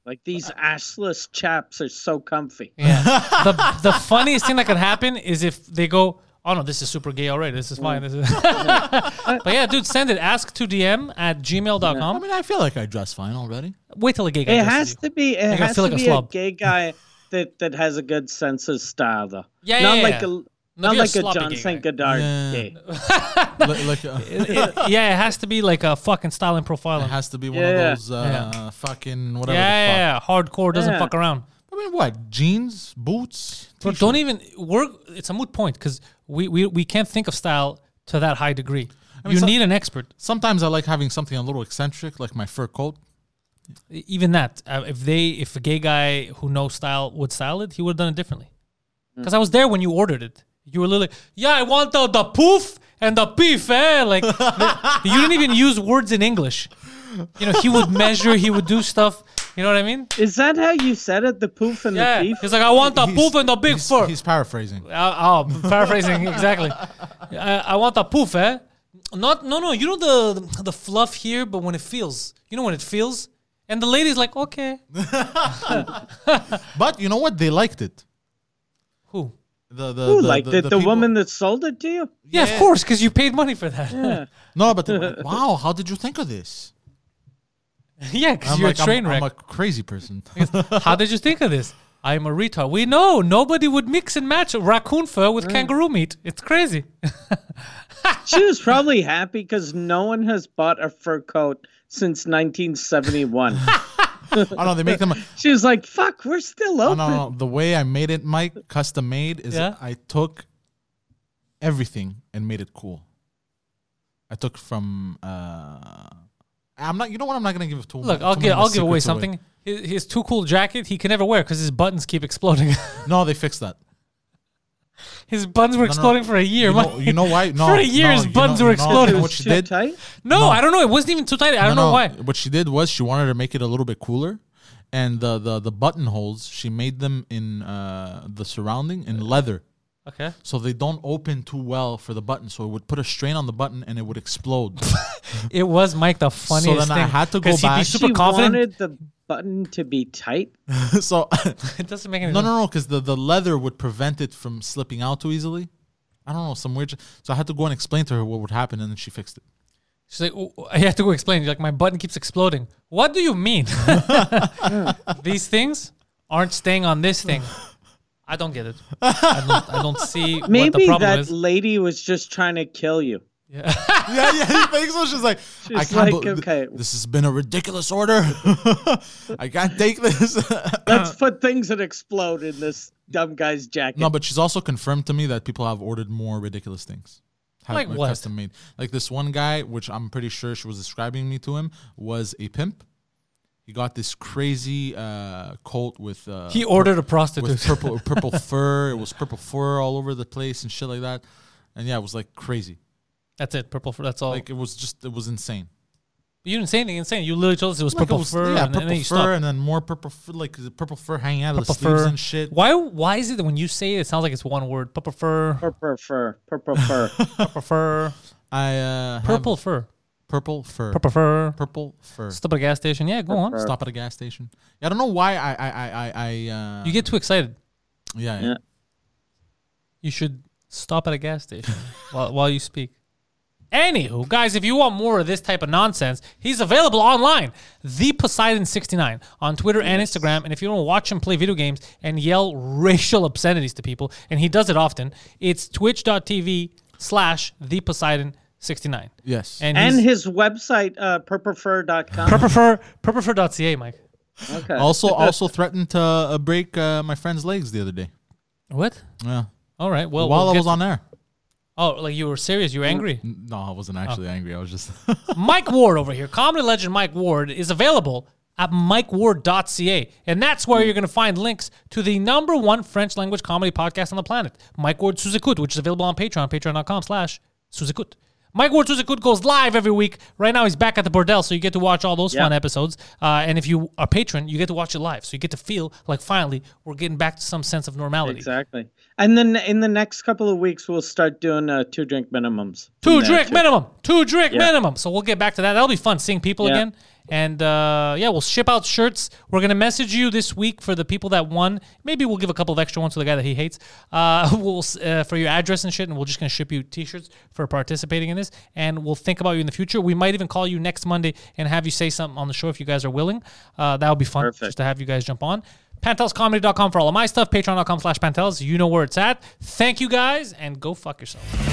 Speaker 2: Like these assless chaps are so comfy.
Speaker 1: Yeah. the the funniest thing that could happen is if they go, oh no, this is super gay already. This is fine. This is [LAUGHS] but yeah, dude, send it. Ask to DM at
Speaker 3: I
Speaker 1: gmail.com.
Speaker 3: mean, I feel like I dress
Speaker 1: [LAUGHS]
Speaker 3: fine already.
Speaker 1: Wait till a gay guy.
Speaker 2: It
Speaker 1: dresses
Speaker 2: has
Speaker 1: you.
Speaker 2: to be. It
Speaker 1: gotta
Speaker 2: has
Speaker 1: feel
Speaker 2: to
Speaker 1: like a
Speaker 2: be a,
Speaker 1: slob.
Speaker 2: gay guy that that has a good sense of style, though.
Speaker 1: Yeah,
Speaker 2: not
Speaker 1: yeah,
Speaker 2: like
Speaker 1: yeah.
Speaker 2: a
Speaker 1: No,
Speaker 2: not
Speaker 1: be a
Speaker 2: like a,
Speaker 1: sloppy
Speaker 2: John
Speaker 1: gay
Speaker 2: Saint
Speaker 1: guy.
Speaker 2: Godard
Speaker 3: Yeah.
Speaker 2: gay.
Speaker 3: Li- like uh, it
Speaker 1: It- yeah, it has to be like a fucking styling profiling.
Speaker 3: has to be one
Speaker 2: Yeah.
Speaker 3: of those uh, fucking
Speaker 1: yeah,
Speaker 3: whatever.
Speaker 1: yeah,
Speaker 3: the
Speaker 1: yeah, hardcore doesn't
Speaker 2: Yeah.
Speaker 1: fuck around.
Speaker 3: fuck. I mean, what jeans, boots?
Speaker 1: But don't even work. It's a moot point because we, we we can't think of style to that high degree.
Speaker 3: mean,
Speaker 1: you
Speaker 3: so-
Speaker 1: need an expert.
Speaker 3: Sometimes I like having something a little eccentric, like my fur coat.
Speaker 1: even that uh, if they if a gay guy who knows style would style it he would have done it differently
Speaker 3: Mm.
Speaker 1: because i was there when you ordered it you were literally yeah i want the, the poof and the beef eh
Speaker 3: [LAUGHS]
Speaker 1: like the- you didn't even use words in english you know he would measure he would do stuff you know what i mean
Speaker 2: Is that how you said it? The poof and
Speaker 1: yeah
Speaker 2: the beef.
Speaker 1: he's like i want the
Speaker 3: He's-
Speaker 1: poof and the big
Speaker 3: he's,
Speaker 1: fur
Speaker 3: He's paraphrasing.
Speaker 1: uh, oh, paraphrasing exactly.
Speaker 3: [LAUGHS]
Speaker 1: I, I want a poof, eh? Not no no. You know the the fluff here, but when it feels, you know when it feels, and the lady's like, okay,
Speaker 3: But you know what? They liked it.
Speaker 1: who?
Speaker 3: The the,
Speaker 2: Who
Speaker 3: the,
Speaker 2: liked it? The,
Speaker 3: people-
Speaker 2: woman that sold it to you?
Speaker 1: Yeah, of course, because you paid money for that.
Speaker 2: [LAUGHS]
Speaker 3: No, but they were like, wow, how did you think of this?
Speaker 1: [LAUGHS] yeah, because
Speaker 3: I'm
Speaker 1: you're
Speaker 3: like,
Speaker 1: a train
Speaker 3: I'm,
Speaker 1: wreck.
Speaker 3: I'm a
Speaker 1: [LAUGHS]
Speaker 3: crazy person. [LAUGHS]
Speaker 1: How did you think of this? I'm a retard. We know nobody would mix and match raccoon fur with kangaroo meat. It's crazy.
Speaker 2: She was probably happy because no one has bought a fur coat since
Speaker 3: [LAUGHS]
Speaker 2: 1971.
Speaker 3: oh no, they make them.
Speaker 2: she was like, "Fuck, we're still
Speaker 3: Oh
Speaker 2: open."
Speaker 3: no, no, the way I made it, Mike, custom made is
Speaker 1: Yeah?
Speaker 3: I took everything and made it cool. I took from. Uh, I'm not. You know what? I'm not gonna give it to.
Speaker 1: Look,
Speaker 3: too
Speaker 1: I'll
Speaker 3: many
Speaker 1: give
Speaker 3: of the
Speaker 1: I'll give away
Speaker 3: secrets
Speaker 1: something. His, his too cool jacket he can never wear because his buttons keep exploding. [LAUGHS]
Speaker 3: No, they fixed that.
Speaker 1: his buttons were
Speaker 3: no.
Speaker 1: exploding for a year.
Speaker 3: You know,
Speaker 1: Mike.
Speaker 3: you know
Speaker 1: [LAUGHS]
Speaker 3: why? No,
Speaker 1: for a year
Speaker 3: no,
Speaker 1: his
Speaker 3: you know-
Speaker 1: buttons
Speaker 3: you know-
Speaker 1: were
Speaker 3: you know
Speaker 1: exploding.
Speaker 3: what she
Speaker 2: Too
Speaker 3: did?
Speaker 2: tight?
Speaker 1: no, I don't know. It wasn't even too tight. I don't
Speaker 3: No,
Speaker 1: know
Speaker 3: no,
Speaker 1: why.
Speaker 3: What she did was she wanted to make it a little bit cooler, and the the the buttonholes she made them in uh, the surrounding in leather,
Speaker 1: Okay.
Speaker 3: so they don't open too well for the button. So it would put a strain on the button and it would explode. [LAUGHS]
Speaker 1: It was Mike the funniest
Speaker 3: then
Speaker 1: thing.
Speaker 3: I had to go
Speaker 1: 'cause he'd be
Speaker 3: back.
Speaker 1: super
Speaker 2: she
Speaker 1: confident.
Speaker 2: wanted the button to be tight.
Speaker 3: so
Speaker 1: [LAUGHS] it doesn't make any
Speaker 3: no no
Speaker 1: sense.
Speaker 3: no because the the leather would prevent it from slipping out too easily. I don't know some weird. j- So I had to go and explain to her what would happen, and then she
Speaker 2: [LAUGHS]
Speaker 3: fixed it.
Speaker 1: She's like, "Oh, I have to go explain. You're like, my button keeps exploding. What do you mean? [LAUGHS] These things aren't staying on this thing. I don't get it. I don't, I don't see what the
Speaker 2: Maybe
Speaker 1: problem
Speaker 2: that
Speaker 1: is.
Speaker 2: lady was just trying to
Speaker 1: [LAUGHS]
Speaker 2: kill you.
Speaker 3: yeah, yeah, you think so? She's like, I
Speaker 2: She's
Speaker 3: can't.
Speaker 2: like,
Speaker 3: bel-
Speaker 2: okay.
Speaker 3: this has been a ridiculous order. [LAUGHS] I can't take this. [LAUGHS]
Speaker 2: Let's put things that explode in this dumb guy's jacket.
Speaker 3: No, but she's also confirmed to me that people have ordered more ridiculous things. Have
Speaker 1: Like
Speaker 3: uh,
Speaker 1: what?
Speaker 3: Custom made. Like this one guy, which I'm pretty sure she was describing me to him, was a pimp. He got this crazy uh, coat with uh,
Speaker 1: He ordered a prostitute. [LAUGHS]
Speaker 3: with purple purple fur. It was purple fur all over the place and shit like that. And yeah, it was like crazy.
Speaker 1: that's it. Purple fur. That's all.
Speaker 3: Like it was just it was insane.
Speaker 1: you didn't say anything insane. You literally told us it was
Speaker 3: Like, it
Speaker 1: purple
Speaker 3: was-
Speaker 1: fur.
Speaker 3: yeah,
Speaker 1: and,
Speaker 3: purple
Speaker 1: and then you
Speaker 3: fur,
Speaker 1: stopped.
Speaker 3: and then more purple fur, like the purple fur hanging out of
Speaker 1: Purple
Speaker 3: the sleeves
Speaker 1: fur.
Speaker 3: and shit.
Speaker 1: Why? Why is it that when you say it, it sounds like it's one word? Purple fur.
Speaker 2: Purple fur,
Speaker 1: [LAUGHS]
Speaker 2: purple fur.
Speaker 1: Purple fur.
Speaker 3: I uh, have
Speaker 1: Purple fur.
Speaker 3: purple fur,
Speaker 1: Purple fur.
Speaker 3: purple fur.
Speaker 1: Stop at a gas station. Yeah, go on.
Speaker 3: Stop at a gas station. Yeah, I don't know why I I I I, I uh,
Speaker 1: You get too excited.
Speaker 3: yeah, yeah.
Speaker 2: Yeah.
Speaker 1: You should stop at a gas station [LAUGHS] while, while you speak. Anywho, guys, if you want more of this type of nonsense, he's available online. The Poseidon69 on Twitter and Instagram. And if you want to watch him play video games and yell racial obscenities to people, and he does it often, it's twitch.tv slash the Poseidon69.
Speaker 3: yes.
Speaker 1: And,
Speaker 2: and
Speaker 1: he's
Speaker 2: his website, uh, purplefur.com.
Speaker 1: purplefur, purplefur.ca, Mike.
Speaker 2: Okay. [LAUGHS]
Speaker 3: also also threatened to uh, break uh, my friend's legs the other day.
Speaker 1: What?
Speaker 3: Yeah,
Speaker 1: All right. Oh, Well,
Speaker 3: while
Speaker 1: we'll
Speaker 3: I
Speaker 1: get-
Speaker 3: was on air.
Speaker 1: Oh, like you were serious. You were angry.
Speaker 3: No, I wasn't actually
Speaker 1: Oh.
Speaker 3: angry. I was just
Speaker 1: Mike Ward over here, comedy legend Mike Ward, is available at mikeward.ca. And that's where you're going to find links to the number one French language comedy podcast on the planet, Mike Ward Suzekut, which is available on Patreon, patreon.com slash Suzekut. Mike Ward Suzekut goes live every week. Right now, he's back at the Bordel, so you get to watch all those fun episodes. Uh, and if you are a patron, you get to watch it live. So you get to feel like finally we're getting back to some sense of normality.
Speaker 2: Exactly. And then in the next couple of weeks, we'll start doing uh, two drink minimums.
Speaker 1: Two
Speaker 2: From there,
Speaker 1: drink
Speaker 2: too.
Speaker 1: minimum. Two drink minimum. So we'll get back to that. That'll be fun seeing people
Speaker 2: Yeah.
Speaker 1: again. And uh, yeah, we'll ship out shirts. We're gonna message you this week for the people that won. Maybe we'll give a couple of extra ones to the guy that he hates. Uh, [LAUGHS] we'll uh, for your address and shit, and we're just gonna ship you T-shirts for participating in this. And we'll think about you in the future. We might even call you next Monday and have you say something on the show if you guys are willing. Uh, that would be fun just to have you guys jump on. PantelsComedy.com for all of my stuff. Patreon.com/slash Pantels. You know where it's at. Thank you guys, and go fuck yourself.